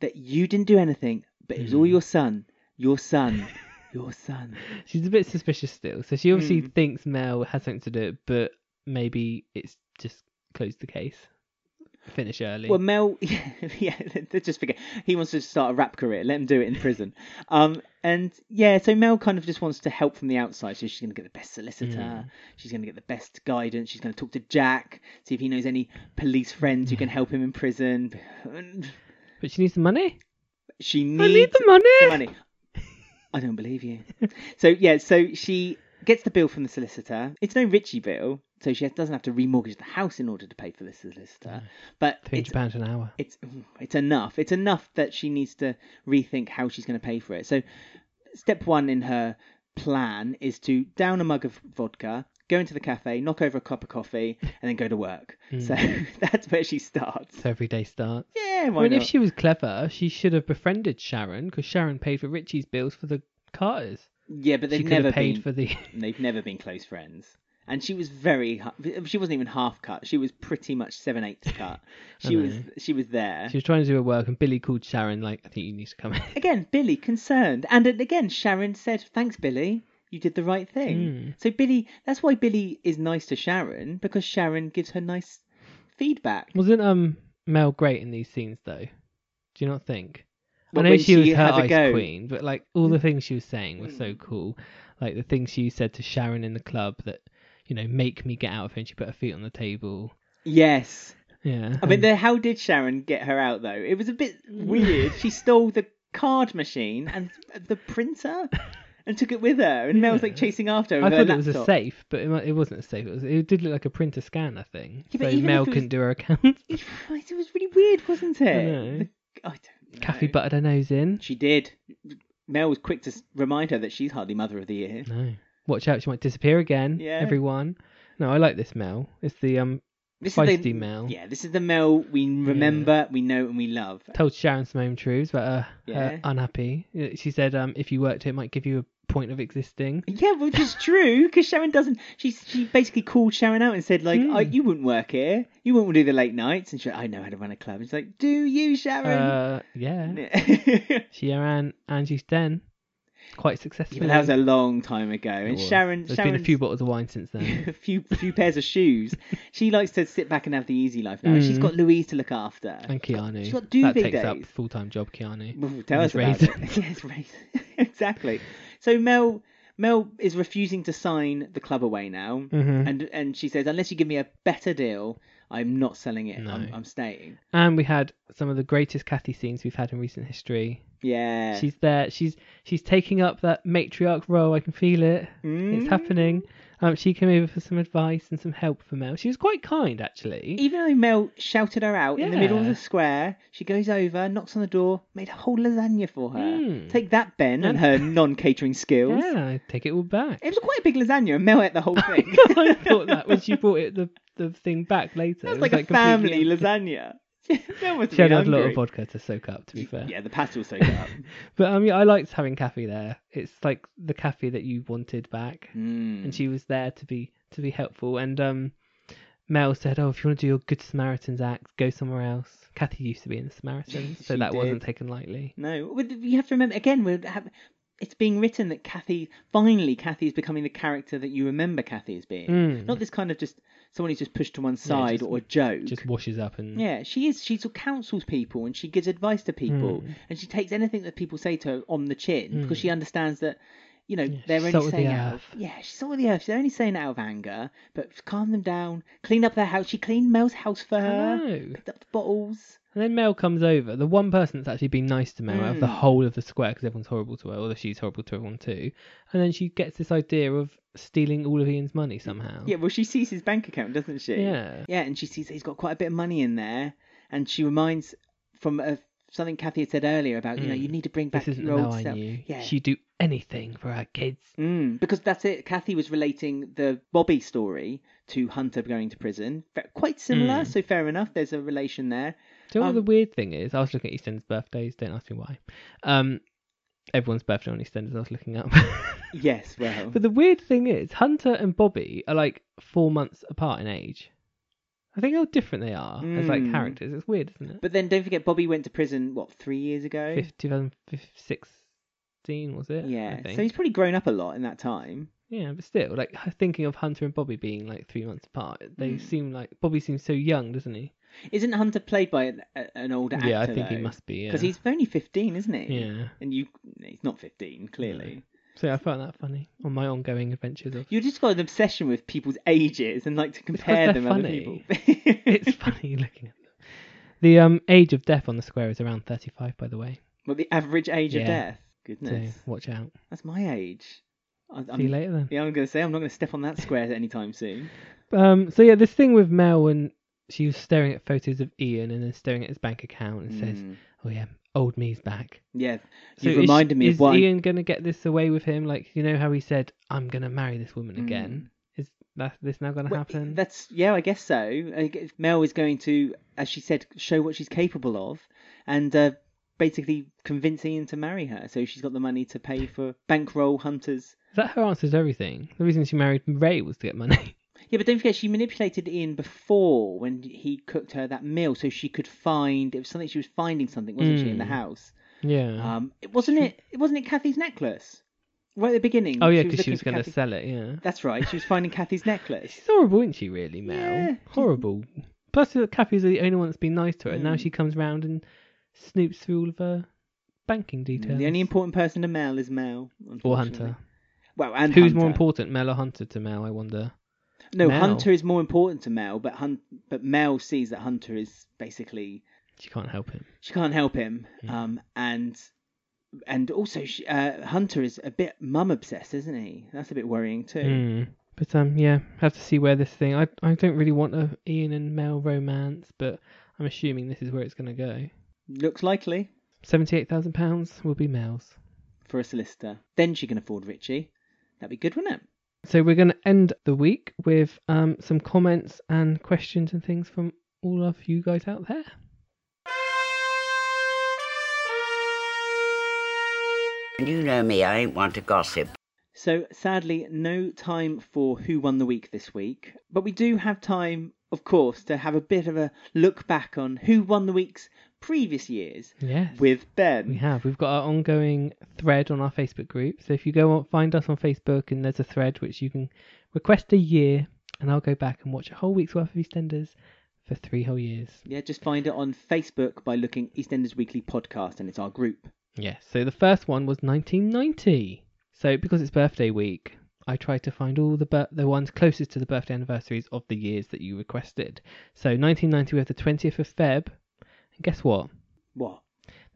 [SPEAKER 2] that you didn't do anything, but it was all
[SPEAKER 1] Hmm.
[SPEAKER 2] your son, your son, your son."
[SPEAKER 1] She's a bit suspicious still, so she obviously
[SPEAKER 2] Hmm.
[SPEAKER 1] thinks Mel has something to do, but maybe it's just close the case, finish early.
[SPEAKER 2] Well, Mel, yeah, let's just forget. He wants to start a rap career. Let him do it in prison. um, and yeah, so Mel kind of just wants to help from the outside. So she's going to get the best solicitor.
[SPEAKER 1] Hmm.
[SPEAKER 2] She's going to get the best guidance. She's going to talk to Jack, see if he knows any police friends who can help him in prison. And
[SPEAKER 1] but she needs the money.
[SPEAKER 2] she needs
[SPEAKER 1] I need the money.
[SPEAKER 2] money. I don't believe you. So yeah, so she gets the bill from the solicitor. It's no Richie bill, so she doesn't have to remortgage the house in order to pay for the
[SPEAKER 1] Hmm.
[SPEAKER 2] solicitor. But
[SPEAKER 1] Three
[SPEAKER 2] it's
[SPEAKER 1] hundred pounds an hour.
[SPEAKER 2] it's it's enough. It's enough that she needs to rethink how she's going to pay for it. So, step one in her plan is to down a mug of vodka, go into the cafe, knock over a cup of coffee, and then go to work. So that's where she starts.
[SPEAKER 1] So every day starts.
[SPEAKER 2] Yeah,
[SPEAKER 1] I
[SPEAKER 2] why
[SPEAKER 1] mean,
[SPEAKER 2] not?
[SPEAKER 1] if she was clever, she should have befriended Sharon because Sharon paid for Richie's bills for the Carters.
[SPEAKER 2] yeah, but
[SPEAKER 1] She
[SPEAKER 2] they've
[SPEAKER 1] could
[SPEAKER 2] never
[SPEAKER 1] have paid
[SPEAKER 2] been.
[SPEAKER 1] for the.
[SPEAKER 2] They've never been close friends. And she was very. hu- She wasn't even half cut. She was pretty much seven eighths cut. She was. She was there.
[SPEAKER 1] She was trying to do her work, and Billy called Sharon like, "I think you need to come in."
[SPEAKER 2] Again, Billy concerned, and then again Sharon said, "Thanks, Billy, you did the right
[SPEAKER 1] Hmm.
[SPEAKER 2] thing." So Billy, that's why Billy is nice to Sharon because Sharon gives her nice feedback.
[SPEAKER 1] Wasn't um Mel great in these scenes though? Do you not think?
[SPEAKER 2] But
[SPEAKER 1] I know
[SPEAKER 2] when
[SPEAKER 1] she,
[SPEAKER 2] she
[SPEAKER 1] was her
[SPEAKER 2] has a
[SPEAKER 1] ice
[SPEAKER 2] go- Mm.
[SPEAKER 1] queen, but like all the things she was saying were so cool. Like the things she said to Sharon in the club that you know make me get out of here. And she put her feet on the table.
[SPEAKER 2] Yes,
[SPEAKER 1] Yeah.
[SPEAKER 2] I mean, the, how did Sharon get her out though? It was a bit
[SPEAKER 1] Hmm.
[SPEAKER 2] weird. she stole the card machine and the printer and took it with her, and Mel's like chasing after her.
[SPEAKER 1] I
[SPEAKER 2] With her
[SPEAKER 1] thought it was a
[SPEAKER 2] laptop.
[SPEAKER 1] safe, but it, mu- it wasn't a safe. It, was, it did look like a printer scanner thing.
[SPEAKER 2] Yeah, but
[SPEAKER 1] so
[SPEAKER 2] even if
[SPEAKER 1] Mel
[SPEAKER 2] it was-
[SPEAKER 1] couldn't do her account.
[SPEAKER 2] It was really weird, wasn't it?
[SPEAKER 1] know.
[SPEAKER 2] The- I don't know.
[SPEAKER 1] Kathy butted her nose in.
[SPEAKER 2] She did. Mel was quick to s- remind her that she's hardly mother of the year.
[SPEAKER 1] No. Watch out, she might disappear again.
[SPEAKER 2] Yeah.
[SPEAKER 1] Everyone. No, I like this Mel. It's the um
[SPEAKER 2] This
[SPEAKER 1] feisty
[SPEAKER 2] is the,
[SPEAKER 1] Mel.
[SPEAKER 2] Yeah, this is the Mel we remember, we know, and we love.
[SPEAKER 1] told Sharon some home truths about her,
[SPEAKER 2] Yeah.
[SPEAKER 1] her unhappy. She said um, if you worked here, it might give you a point of existing.
[SPEAKER 2] Yeah, which is true because Sharon doesn't. She she basically called Sharon out and said like, I,
[SPEAKER 1] Hmm.
[SPEAKER 2] "You wouldn't work here. You wouldn't do the late nights." And she, I know how to run a club. And she's like, "Do you, Sharon?"
[SPEAKER 1] Uh, yeah.
[SPEAKER 2] Yeah,
[SPEAKER 1] She ran Angie's Den quite successfully.
[SPEAKER 2] but that was a long time ago. And Sharon,
[SPEAKER 1] There's
[SPEAKER 2] Sharon's
[SPEAKER 1] been a few bottles of wine since then.
[SPEAKER 2] a few few pairs of shoes. She likes to sit back and have the easy life now.
[SPEAKER 1] Hmm.
[SPEAKER 2] She's got Louise to look after.
[SPEAKER 1] And Keanu.
[SPEAKER 2] she's got
[SPEAKER 1] that
[SPEAKER 2] duvet
[SPEAKER 1] takes up
[SPEAKER 2] days.
[SPEAKER 1] full time job, Keanu.
[SPEAKER 2] Ooh, tell
[SPEAKER 1] It's
[SPEAKER 2] us about
[SPEAKER 1] raisin.
[SPEAKER 2] it. yes, raisin. exactly. So Mel Mel is refusing to sign the club away now,
[SPEAKER 1] Mm-hmm.
[SPEAKER 2] and and she says unless you give me a better deal, I'm not selling it. I'm, I'm staying.
[SPEAKER 1] And we had some of the greatest Kathy scenes we've had in recent history.
[SPEAKER 2] Yeah.
[SPEAKER 1] She's there. She's she's taking up that matriarch role. I can feel it.
[SPEAKER 2] Mm.
[SPEAKER 1] It's happening. Um, she came over for some advice and some help for Mel. She was quite kind, actually.
[SPEAKER 2] Even though Mel shouted her out in the middle of
[SPEAKER 1] Yeah.
[SPEAKER 2] the square, she goes over, knocks on the door, made a whole lasagna for her. Take that, Ben, and her non-catering skills.
[SPEAKER 1] Hmm. Yeah, I take it all back.
[SPEAKER 2] It was quite a big lasagna, and Mel ate the whole thing.
[SPEAKER 1] I thought that when she brought it the the thing back later.
[SPEAKER 2] It was
[SPEAKER 1] it
[SPEAKER 2] like, a family
[SPEAKER 1] completely-
[SPEAKER 2] lasagna. Mel was
[SPEAKER 1] She had
[SPEAKER 2] really
[SPEAKER 1] a lot
[SPEAKER 2] hungry.
[SPEAKER 1] of vodka to soak up, to be fair.
[SPEAKER 2] Yeah, the pasta was so good.
[SPEAKER 1] But um, yeah, I liked having Kathy there. It's like the Kathy that you wanted back,
[SPEAKER 2] Mm.
[SPEAKER 1] and she was there to be to be helpful. And um, Mel said, "Oh, if you want to do your Good Samaritans act, go somewhere else." Kathy used to be in the Samaritans, so
[SPEAKER 2] She
[SPEAKER 1] that wasn't
[SPEAKER 2] did.
[SPEAKER 1] taken lightly.
[SPEAKER 2] No, but you have to remember again. We're have, it's being written that Kathy finally Kathy is becoming the character that you remember Kathy as being. Not this kind of just someone who's just pushed to one side
[SPEAKER 1] Mm. just-
[SPEAKER 2] or a joke.
[SPEAKER 1] Just washes up and
[SPEAKER 2] Yeah, she is. She sort of counsels people and she gives advice to people
[SPEAKER 1] Mm.
[SPEAKER 2] and she takes anything that people say to her on the chin because she understands that. You know, they're
[SPEAKER 1] she's
[SPEAKER 2] only
[SPEAKER 1] salt of the
[SPEAKER 2] saying out of,
[SPEAKER 1] earth.
[SPEAKER 2] yeah, she's all the earth. She's only saying it out of anger, but calm them down, clean up their house. She cleaned Mel's house for her,
[SPEAKER 1] know.
[SPEAKER 2] picked up the bottles.
[SPEAKER 1] And then Mel comes over, the one person that's actually been nice to Mel out of the
[SPEAKER 2] Mm.
[SPEAKER 1] whole of the square because everyone's horrible to her, although she's horrible to everyone too. And then she gets this idea of stealing all of Ian's money somehow.
[SPEAKER 2] Yeah, well, she sees his bank account, doesn't she?
[SPEAKER 1] Oh. Yeah.
[SPEAKER 2] Yeah, and she sees that he's got quite a bit of money in there, and she reminds from uh, something Kathy had said earlier about you know
[SPEAKER 1] Mm.
[SPEAKER 2] you need to bring back
[SPEAKER 1] This isn't the
[SPEAKER 2] your
[SPEAKER 1] Mel
[SPEAKER 2] old
[SPEAKER 1] I
[SPEAKER 2] self.
[SPEAKER 1] knew.
[SPEAKER 2] Yeah.
[SPEAKER 1] She'd do anything for her kids.
[SPEAKER 2] Mm, because that's it. Kathy was relating the Bobby story to Hunter going to prison. Fa- Quite similar,
[SPEAKER 1] Mm.
[SPEAKER 2] so fair enough. There's a relation there.
[SPEAKER 1] Do you know what
[SPEAKER 2] Um,
[SPEAKER 1] the weird thing is? I was looking at EastEnders birthdays. Don't ask me why. Um, everyone's birthday on EastEnders. I was looking up.
[SPEAKER 2] Yes, well,
[SPEAKER 1] but the weird thing is, Hunter and Bobby are like four months apart in age. I think how different they are as like
[SPEAKER 2] Mm.
[SPEAKER 1] characters. It's weird, isn't it?
[SPEAKER 2] but then don't forget Bobby went to prison what three years ago.
[SPEAKER 1] Fif- 2016 was it?
[SPEAKER 2] yeah,
[SPEAKER 1] I think.
[SPEAKER 2] so he's probably grown up a lot in that time.
[SPEAKER 1] Yeah, but still, like thinking of Hunter and Bobby being like three months apart, they
[SPEAKER 2] Mm.
[SPEAKER 1] seem like Bobby seems so young, doesn't he?
[SPEAKER 2] Isn't Hunter played by an, a- an older actor?
[SPEAKER 1] yeah, I think he
[SPEAKER 2] though?
[SPEAKER 1] must be. Yeah.
[SPEAKER 2] Because he's only 15, isn't he?
[SPEAKER 1] Yeah.
[SPEAKER 2] And you, he's not 15, clearly.
[SPEAKER 1] So I found that funny on my ongoing adventures of.
[SPEAKER 2] You just got an obsession with people's ages and like to compare
[SPEAKER 1] they're
[SPEAKER 2] them other people.
[SPEAKER 1] funny. it's funny looking at them. The um age of death on the square is around 35, by the way.
[SPEAKER 2] well, the average age
[SPEAKER 1] Yeah.
[SPEAKER 2] of death. Goodness,
[SPEAKER 1] So watch out.
[SPEAKER 2] that's my age. I,
[SPEAKER 1] See you
[SPEAKER 2] I'm,
[SPEAKER 1] later then.
[SPEAKER 2] yeah, I'm going to say I'm not going to step on that square anytime soon.
[SPEAKER 1] Um. So yeah, this thing with Mel and she was staring at photos of Ian and then staring at his bank account and says,
[SPEAKER 2] Mm.
[SPEAKER 1] "Oh yeah, old me's back."
[SPEAKER 2] yeah,
[SPEAKER 1] So
[SPEAKER 2] you've
[SPEAKER 1] is-
[SPEAKER 2] reminded me
[SPEAKER 1] Is
[SPEAKER 2] of what I'm-
[SPEAKER 1] Ian gonna get this away with him? Like you know how he said, "I'm gonna marry this woman again." Is that this now gonna
[SPEAKER 2] Hmm. Well,
[SPEAKER 1] happen?
[SPEAKER 2] That's yeah, I guess so. I guess Mel is going to, as she said, show what she's capable of, and uh, basically convince Ian to marry her. So she's got the money to pay for bankroll hunters.
[SPEAKER 1] Is that her answer to everything? The reason she married Ray was to get money.
[SPEAKER 2] Yeah, but don't forget she manipulated Ian before when he cooked her that meal, so she could find it was something she was finding something, wasn't she, in the
[SPEAKER 1] Mm.
[SPEAKER 2] house?
[SPEAKER 1] yeah.
[SPEAKER 2] Um, it wasn't it. It wasn't it Kathy's necklace right at the beginning.
[SPEAKER 1] oh yeah, because she
[SPEAKER 2] looking
[SPEAKER 1] was
[SPEAKER 2] for
[SPEAKER 1] gonna
[SPEAKER 2] Kathy-
[SPEAKER 1] sell it. Yeah.
[SPEAKER 2] That's right. She was finding Kathy's necklace.
[SPEAKER 1] She's horrible, isn't she, really, Mel?
[SPEAKER 2] Yeah, she's-
[SPEAKER 1] horrible. Plus, the Kathy's the only one that's been nice to her, and now
[SPEAKER 2] Mm.
[SPEAKER 1] she comes round and snoops through all of her banking details.
[SPEAKER 2] The only important person to Mel is Mel.
[SPEAKER 1] Or
[SPEAKER 2] unfortunately.
[SPEAKER 1] Hunter.
[SPEAKER 2] Well, and
[SPEAKER 1] Who's
[SPEAKER 2] Hunter.
[SPEAKER 1] more important, Mel or Hunter to Mel, I wonder?
[SPEAKER 2] No,
[SPEAKER 1] Mel.
[SPEAKER 2] Hunter is more important to Mel, but Hun- but Mel sees that Hunter is basically
[SPEAKER 1] She can't help him.
[SPEAKER 2] she can't help him,
[SPEAKER 1] Hmm.
[SPEAKER 2] um, and and also she, uh, Hunter is a bit mum obsessed, isn't he? That's a bit worrying too.
[SPEAKER 1] Mm. But um, yeah, have to see where this thing. I I don't really want a Ian and Mel romance, but I'm assuming this is where it's gonna go.
[SPEAKER 2] Looks likely
[SPEAKER 1] Seventy-eight thousand pounds will be Mel's.
[SPEAKER 2] for a solicitor. Then she can afford Richie. That'd be good, wouldn't it?
[SPEAKER 1] So we're going to end the week with um, some comments and questions and things from all of you guys out there.
[SPEAKER 4] You know me, I ain't one to gossip.
[SPEAKER 2] So sadly, no time for who won the week this week, but we do have time, of course, to have a bit of a look back on who won the week's previous years
[SPEAKER 1] Yes.
[SPEAKER 2] with Ben.
[SPEAKER 1] We have. We've got our ongoing thread on our Facebook group. So if you go on, find us on Facebook and there's a thread which you can request a year, and I'll go back and watch a whole week's worth of EastEnders for three whole years.
[SPEAKER 2] Yeah, just find it on Facebook by looking EastEnders Weekly Podcast, and it's our group.
[SPEAKER 1] Yes. So the first one was 1990. So because it's birthday week, I tried to find all the bir- the ones closest to the birthday anniversaries of the years that you requested. So 1990 we have the 20th of Feb, and guess what?
[SPEAKER 2] What?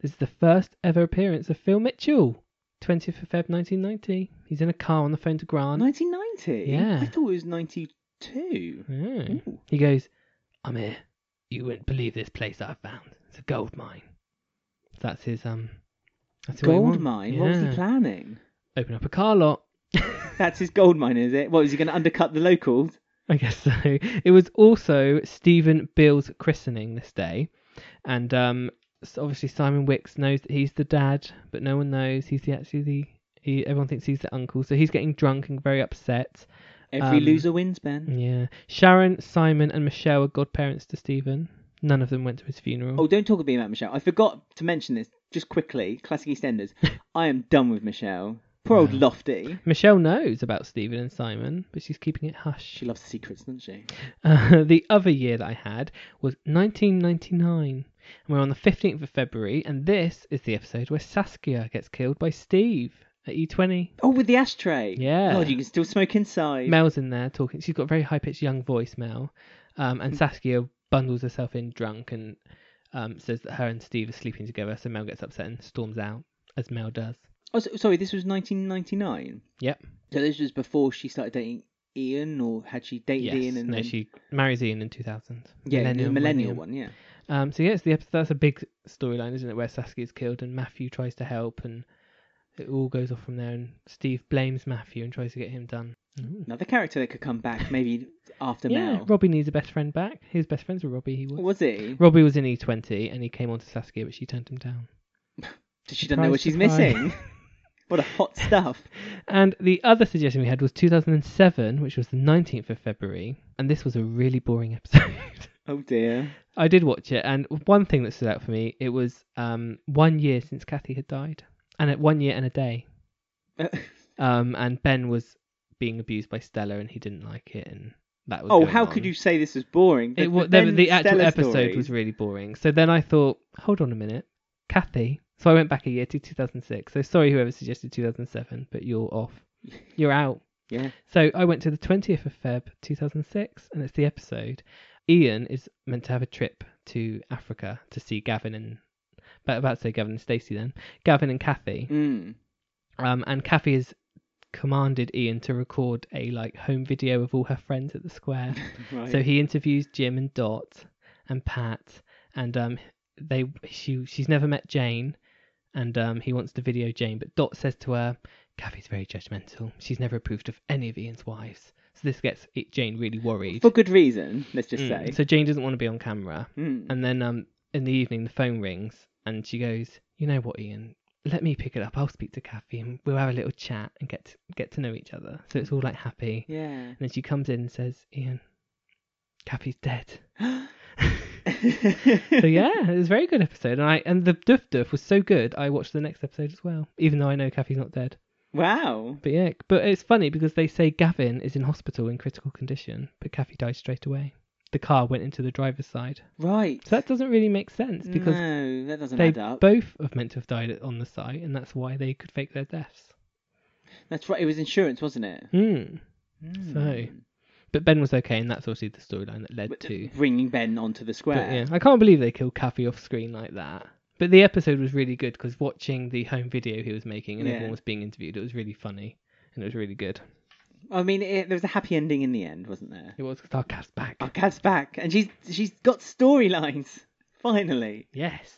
[SPEAKER 1] This is the first ever appearance of Phil Mitchell. 20th of Feb 1990. He's in a car on the phone to Grant.
[SPEAKER 2] 1990?
[SPEAKER 1] Yeah.
[SPEAKER 2] I thought it was 92.
[SPEAKER 1] Yeah.
[SPEAKER 2] Ooh.
[SPEAKER 1] He goes, "I'm here. You wouldn't believe this place I found. It's a gold mine." That's his um. That's what he
[SPEAKER 2] Gold
[SPEAKER 1] want-
[SPEAKER 2] mine? What was he
[SPEAKER 1] Yeah.
[SPEAKER 2] planning?
[SPEAKER 1] Open up a car lot.
[SPEAKER 2] That's his gold mine, is it? What, was he going to undercut the locals?
[SPEAKER 1] I guess so. It was also Stephen Bill's christening this day, and um, s- obviously Simon Wicks knows that he's the dad, but no one knows he's the actually the he, everyone thinks he's the uncle. So he's getting drunk and very upset.
[SPEAKER 2] Every
[SPEAKER 1] Um,
[SPEAKER 2] loser wins, Ben.
[SPEAKER 1] Yeah, Sharon, Simon, and Michelle are godparents to Stephen. None of them went to his funeral.
[SPEAKER 2] Oh, don't talk about me about Michelle. I forgot to mention this just quickly. Classic EastEnders. I am done with Michelle. Poor old Lofty.
[SPEAKER 1] Michelle knows about Stephen and Simon, but she's keeping it hush.
[SPEAKER 2] She loves secrets, doesn't she?
[SPEAKER 1] Uh, the other year that I had was 1999. And we're on the 15th of February, and this is the episode where Saskia gets killed by Steve at E E20.
[SPEAKER 2] Oh, with the ashtray.
[SPEAKER 1] Yeah.
[SPEAKER 2] God, you can still smoke inside.
[SPEAKER 1] Mel's in there talking. She's got a very high pitched young voice, Mel. Um, and Saskia bundles herself in drunk and um, says that her and Steve are sleeping together, so Mel gets upset and storms out, as Mel does.
[SPEAKER 2] Oh, so, sorry, this was 1999.
[SPEAKER 1] Yep.
[SPEAKER 2] So this was before she started dating Ian, or had she dated
[SPEAKER 1] Yes.
[SPEAKER 2] Ian? And
[SPEAKER 1] no,
[SPEAKER 2] then...
[SPEAKER 1] she marries Ian in 2000.
[SPEAKER 2] yeah, the millennial
[SPEAKER 1] millennium.
[SPEAKER 2] one, yeah.
[SPEAKER 1] Um, so yeah, it's the episode. That's a big storyline, isn't it? Where Saskia's killed and Matthew tries to help, and it all goes off from there. And Steve blames Matthew and tries to get him done. Mm.
[SPEAKER 2] Another character that could come back maybe after
[SPEAKER 1] Yeah,
[SPEAKER 2] Mel.
[SPEAKER 1] Robbie needs a best friend back. His best friends were Robbie. He was.
[SPEAKER 2] Was he?
[SPEAKER 1] Robbie was in E20 and he came on to Saskia, but she turned him down.
[SPEAKER 2] Did she don't know what she's
[SPEAKER 1] Surprise, surprise.
[SPEAKER 2] missing? what a hot stuff.
[SPEAKER 1] And the other suggestion we had was 2007, which was the 19th of February, and this was a really boring episode.
[SPEAKER 2] Oh dear.
[SPEAKER 1] I did watch it, and one thing that stood out for me, it was um, one year since Kathy had died, and at one year and a day.
[SPEAKER 2] Uh,
[SPEAKER 1] Um, and Ben was being abused by Stella, and he didn't like it, and that was.
[SPEAKER 2] oh,
[SPEAKER 1] going
[SPEAKER 2] how
[SPEAKER 1] on.
[SPEAKER 2] could you say this was boring?
[SPEAKER 1] It wa- the,
[SPEAKER 2] Ben
[SPEAKER 1] the actual
[SPEAKER 2] Stella
[SPEAKER 1] episode
[SPEAKER 2] story-
[SPEAKER 1] was really boring. So then I thought, hold on a minute, Kathy. So I went back a year to 2006. So sorry, whoever suggested 2007, but you're off. You're out.
[SPEAKER 2] Yeah.
[SPEAKER 1] So I went to the 20th of Feb 2006, and it's the episode. Ian is meant to have a trip to Africa to see Gavin and, but about to say Gavin and Stacey then, Gavin and Kathy.
[SPEAKER 2] Mm.
[SPEAKER 1] Um, and Kathy has commanded Ian to record a like home video of all her friends at the square.
[SPEAKER 2] Right.
[SPEAKER 1] So he interviews Jim and Dot and Pat, and um, they she she's never met Jane, and um, he wants to video Jane, but Dot says to her, Kathy's very judgmental. She's never approved of any of Ian's wives. So this gets it- Jane really worried.
[SPEAKER 2] For good reason, let's just
[SPEAKER 1] Mm.
[SPEAKER 2] say.
[SPEAKER 1] So Jane doesn't want to be on camera,
[SPEAKER 2] Mm.
[SPEAKER 1] and then um, in the evening the phone rings, and she goes, you know what, Ian. Let me pick it up. I'll speak to Kathy and we'll have a little chat and get to, get to know each other. So it's all like happy.
[SPEAKER 2] Yeah.
[SPEAKER 1] And then she comes in and says, Ian, Kathy's dead. so yeah, it was a very good episode, and I and the Duff Duff was so good. I watched the next episode as well, even though I know Kathy's not dead.
[SPEAKER 2] Wow.
[SPEAKER 1] But yeah, but it's funny because they say Gavin is in hospital in critical condition, but Kathy died straight away. The car went into the driver's side,
[SPEAKER 2] Right.
[SPEAKER 1] so that doesn't really make sense because
[SPEAKER 2] no, that doesn't
[SPEAKER 1] they
[SPEAKER 2] add up.
[SPEAKER 1] both have meant to have died on the site, and that's why they could fake their deaths.
[SPEAKER 2] That's right. It was insurance, wasn't it?
[SPEAKER 1] Hmm. So,
[SPEAKER 2] Mm.
[SPEAKER 1] but Ben was okay, and that's obviously the storyline that led
[SPEAKER 2] But-
[SPEAKER 1] to
[SPEAKER 2] Bringing Ben onto the square.
[SPEAKER 1] But yeah, I can't believe they killed Kathy off screen like that. But the episode was really good because watching the home video he was making and
[SPEAKER 2] Yeah.
[SPEAKER 1] everyone was being interviewed, it was really funny and it was really good.
[SPEAKER 2] I mean, it, there was a happy ending in the end, wasn't there?
[SPEAKER 1] It was because our cat's back.
[SPEAKER 2] Our cat's back, and she's she's got storylines finally.
[SPEAKER 1] Yes.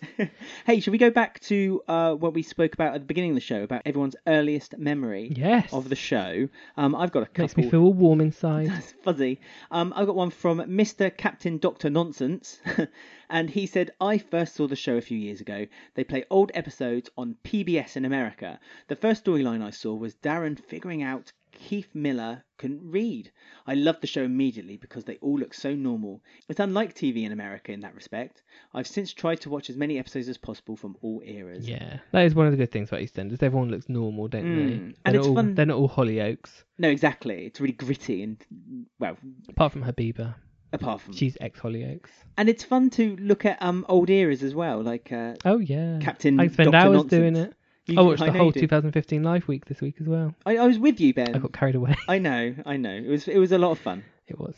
[SPEAKER 2] hey, should we go back to uh, what we spoke about at the beginning of the show about everyone's earliest memory
[SPEAKER 1] Yes.
[SPEAKER 2] of the show? Um, I've got a couple.
[SPEAKER 1] Makes me feel all warm inside.
[SPEAKER 2] That's fuzzy. Um, I've got one from Mr. Captain Doctor Nonsense, and he said, "I first saw the show a few years ago. They play old episodes on PBS in America. The first storyline I saw was Darren figuring out Keith Miller couldn't read. I loved the show immediately because they all look so normal. It's unlike TV in America in that respect. I've since tried to watch as many episodes as possible from all eras.
[SPEAKER 1] Yeah, that is one of the good things about EastEnders. Everyone looks normal, don't
[SPEAKER 2] Mm.
[SPEAKER 1] they?
[SPEAKER 2] And
[SPEAKER 1] They're not
[SPEAKER 2] it's
[SPEAKER 1] all,
[SPEAKER 2] fun-
[SPEAKER 1] They're not all Hollyoaks,
[SPEAKER 2] No, exactly. It's really gritty and well,
[SPEAKER 1] apart from Habiba.
[SPEAKER 2] Hmm. apart from
[SPEAKER 1] She's ex Hollyoaks.
[SPEAKER 2] And it's fun to look at um old eras as well, like uh,
[SPEAKER 1] Oh yeah,
[SPEAKER 2] Captain
[SPEAKER 1] I spent
[SPEAKER 2] Dr.
[SPEAKER 1] hours
[SPEAKER 2] Nonsense.
[SPEAKER 1] doing it.
[SPEAKER 2] You-
[SPEAKER 1] I watched the
[SPEAKER 2] know
[SPEAKER 1] whole
[SPEAKER 2] you did.
[SPEAKER 1] 2015 Live Week this week as well.
[SPEAKER 2] I, I was with you,
[SPEAKER 1] I
[SPEAKER 2] Ben.
[SPEAKER 1] got carried away.
[SPEAKER 2] I know, I know. It was it was a lot of fun.
[SPEAKER 1] It was.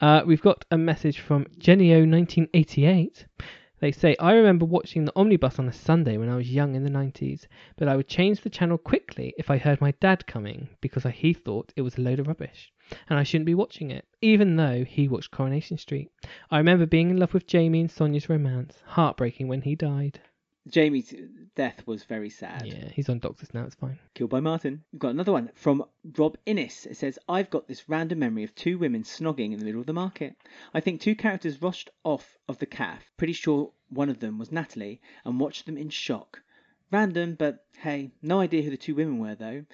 [SPEAKER 1] Uh, we've got a message from Genio1988. They say, I remember watching the omnibus on a Sunday when I was young in the 90s, but I would change the channel quickly if I heard my dad coming because I- he thought it was a load of rubbish and I shouldn't be watching it, even though he watched Coronation Street. I remember being in love with Jamie and Sonia's romance, heartbreaking when he died.
[SPEAKER 2] Jamie's death was very sad.
[SPEAKER 1] Yeah, he's on Doctors now, it's fine.
[SPEAKER 2] Killed by Martin. We've got another one from Rob Innes. It says, I've got this random memory of two women snogging in the middle of the market. I think two characters rushed off of the calf. Pretty sure one of them was Natalie, and watched them in shock. Random, but hey, no idea who the two women were though.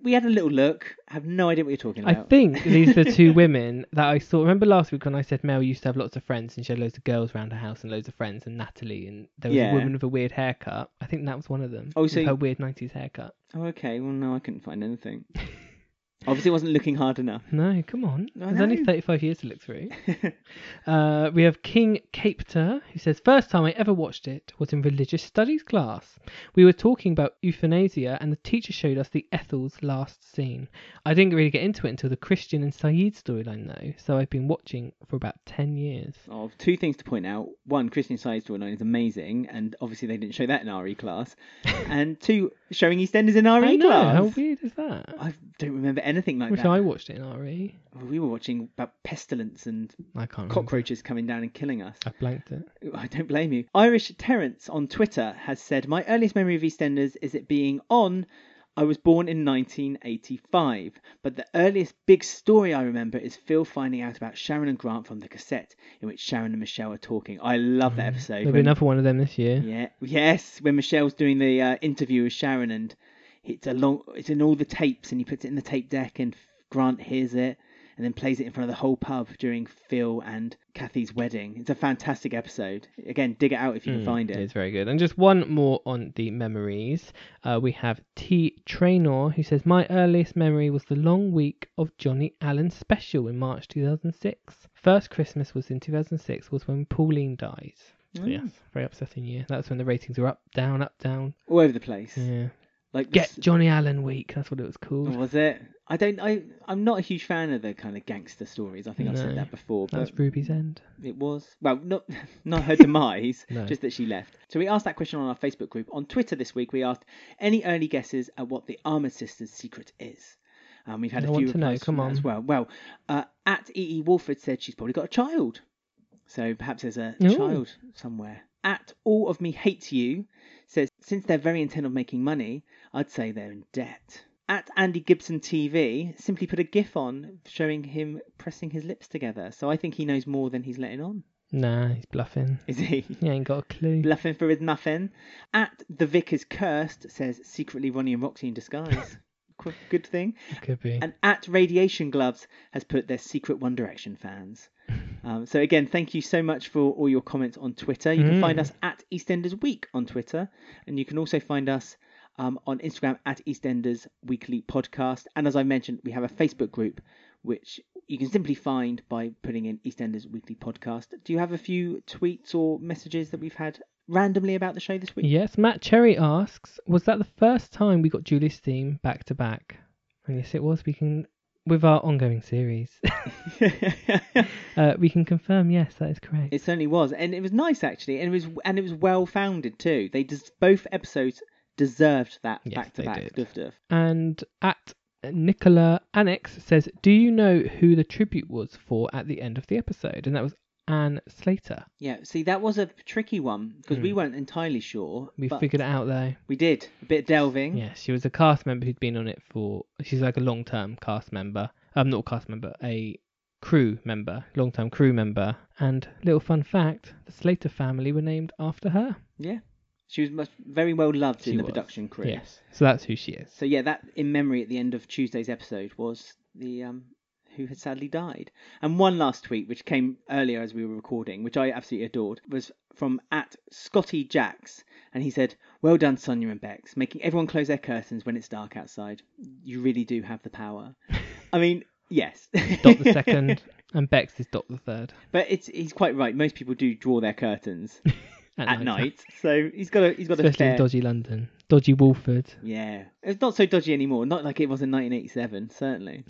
[SPEAKER 2] We had a little look. Have no idea what you're talking
[SPEAKER 1] I
[SPEAKER 2] about.
[SPEAKER 1] think these are the two women that I saw. Remember last week when I said Mel used to have lots of friends and she had loads of girls around her house and loads of friends and Natalie and there was
[SPEAKER 2] Yeah.
[SPEAKER 1] a woman with a weird haircut. I think that was one of them.
[SPEAKER 2] Oh,
[SPEAKER 1] with
[SPEAKER 2] so you-
[SPEAKER 1] her weird nineties haircut.
[SPEAKER 2] Oh, okay. Well, no, I couldn't find anything. Obviously, wasn't looking hard enough.
[SPEAKER 1] No, come on.
[SPEAKER 2] I
[SPEAKER 1] There's only
[SPEAKER 2] know.
[SPEAKER 1] 35 years to look through. uh, we have King Capter, who says, First time I ever watched it was in religious studies class. We were talking about euthanasia, and the teacher showed us the Ethel's last scene. I didn't really get into it until the Christian and Saeed storyline, though, so I've been watching for about 10 years.
[SPEAKER 2] Of two things to point out: one, Christian Science storyline is amazing, and obviously they didn't show that in RE class. and two, showing EastEnders in RE
[SPEAKER 1] I know,
[SPEAKER 2] class.
[SPEAKER 1] how weird is that? I
[SPEAKER 2] I don't remember anything like
[SPEAKER 1] wish
[SPEAKER 2] that.
[SPEAKER 1] I watched it in RE.
[SPEAKER 2] We were watching about pestilence and
[SPEAKER 1] I can't remember.
[SPEAKER 2] cockroaches coming down and killing us.
[SPEAKER 1] I blanked it.
[SPEAKER 2] I don't blame you. Irish Terence on Twitter has said, My earliest memory of EastEnders is it being on. I was born in 1985, but the earliest big story I remember is Phil finding out about Sharon and Grant from the cassette in which Sharon and Michelle are talking. I love that episode.
[SPEAKER 1] Mm. There'll be
[SPEAKER 2] when-
[SPEAKER 1] another one of them this year.
[SPEAKER 2] yeah, yes, when Michelle's doing the uh, interview with Sharon and it's a long, it's in all the tapes and he puts it in the tape deck and Grant hears it and then plays it in front of the whole pub during Phil and Kathy's wedding. It's a fantastic episode. Again, dig it out if you
[SPEAKER 1] Hmm,
[SPEAKER 2] can find it.
[SPEAKER 1] It's very good. And just one more on the memories. Uh, we have T Trainor who says my earliest memory was the long week of Johnny Allen's special in March 2006. First Christmas was in 2006 was when Pauline dies. So
[SPEAKER 2] Mm.
[SPEAKER 1] Yes, very upsetting year. That's when the ratings were up, down, up, down.
[SPEAKER 2] All over the place.
[SPEAKER 1] Yeah,
[SPEAKER 2] Like
[SPEAKER 1] Hmm. get
[SPEAKER 2] this-
[SPEAKER 1] Johnny Allen week. That's what it was called.
[SPEAKER 2] was it? I don't. I. I'm not a huge fan of the kind of gangster stories. I think I've
[SPEAKER 1] No,
[SPEAKER 2] said that before. But
[SPEAKER 1] That's Ruby's end.
[SPEAKER 2] It was well, not not her demise,
[SPEAKER 1] No.
[SPEAKER 2] just that she left. So we asked that question on our Facebook group. On Twitter this week, we asked any early guesses at what the Armour Sisters' secret is. Um, we've had
[SPEAKER 1] I
[SPEAKER 2] a few
[SPEAKER 1] want to know,
[SPEAKER 2] replies from
[SPEAKER 1] come
[SPEAKER 2] that as
[SPEAKER 1] on.
[SPEAKER 2] well. Well, uh, at EE Wolford said she's probably got a child, so perhaps there's a
[SPEAKER 1] Ooh.
[SPEAKER 2] child somewhere. At All of Me Hate You says since they're very intent on making money, I'd say they're in debt. At Andy Gibson TV, simply put a GIF on showing him pressing his lips together. So I think he knows more than he's letting on.
[SPEAKER 1] Nah, he's bluffing.
[SPEAKER 2] Is he?
[SPEAKER 1] He ain't got a clue.
[SPEAKER 2] Bluffing for his muffin. At the Vicar's Cursed says secretly Ronnie and Roxy in disguise. Qu- Good thing.
[SPEAKER 1] Could be.
[SPEAKER 2] And at Radiation Gloves has put their secret One Direction fans. Um, so again, thank you so much for all your comments on Twitter. You can find us at EastEnders Week on Twitter, and you can also find us um, on Instagram at EastEnders Weekly Podcast. And as I mentioned, we have a Facebook group which you can simply find by putting in EastEnders Weekly Podcast. Do you have a few tweets or messages that we've had randomly about the show this week?
[SPEAKER 1] Yes, Matt Cherry asks, was that the first time we got Julius theme back to back? And yes, it was. We can, with our ongoing series, uh, we can confirm. Yes, that is correct.
[SPEAKER 2] It certainly was, and it was nice actually, and it was and it was well founded too. They des- both episodes deserved that
[SPEAKER 1] Yes,
[SPEAKER 2] back to
[SPEAKER 1] they
[SPEAKER 2] back
[SPEAKER 1] did.
[SPEAKER 2] duff duff.
[SPEAKER 1] and at Nicola Annex says, do you know who the tribute was for at the end of the episode? And that was Anne Slater.
[SPEAKER 2] Yeah, see that was a tricky one because we weren't entirely sure.
[SPEAKER 1] Hmm. We
[SPEAKER 2] but
[SPEAKER 1] figured it out though.
[SPEAKER 2] we did a bit of delving.
[SPEAKER 1] Yeah, she was a cast member who'd been on it for. She's like a long-term cast member. Um, not a cast member, a crew member, long-term crew member. And little fun fact: the Slater family were named after her.
[SPEAKER 2] Yeah. she was most, very well loved
[SPEAKER 1] She
[SPEAKER 2] in the
[SPEAKER 1] was.
[SPEAKER 2] production crew.
[SPEAKER 1] Yes, so that's who she is.
[SPEAKER 2] So yeah, that in memory at the end of Tuesday's episode was the um who had sadly died. And one last tweet which came earlier as we were recording, which I absolutely adored, was from at Scotty Jacks and he said, Well done, Sonia and Bex, making everyone close their curtains when it's dark outside. You really do have the power. I mean, yes.
[SPEAKER 1] Dot the second, and Bex is Dot the third.
[SPEAKER 2] but it's he's quite right. Most people do draw their curtains at night. So he's got a he's got a
[SPEAKER 1] especially
[SPEAKER 2] fair...
[SPEAKER 1] in dodgy London, dodgy Wolford.
[SPEAKER 2] Yeah. It's not so dodgy anymore. Not like it was in 1987, certainly.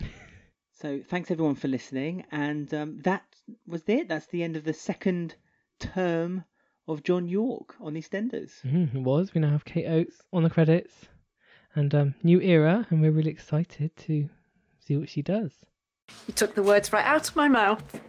[SPEAKER 2] so thanks everyone for listening. And um, that was it. That's the end of the second term of John York on EastEnders.
[SPEAKER 1] Mm, it was. We now have Kate Oates on the credits, and um, new era, and we're really excited to see what she does.
[SPEAKER 5] You took the words right out of my mouth.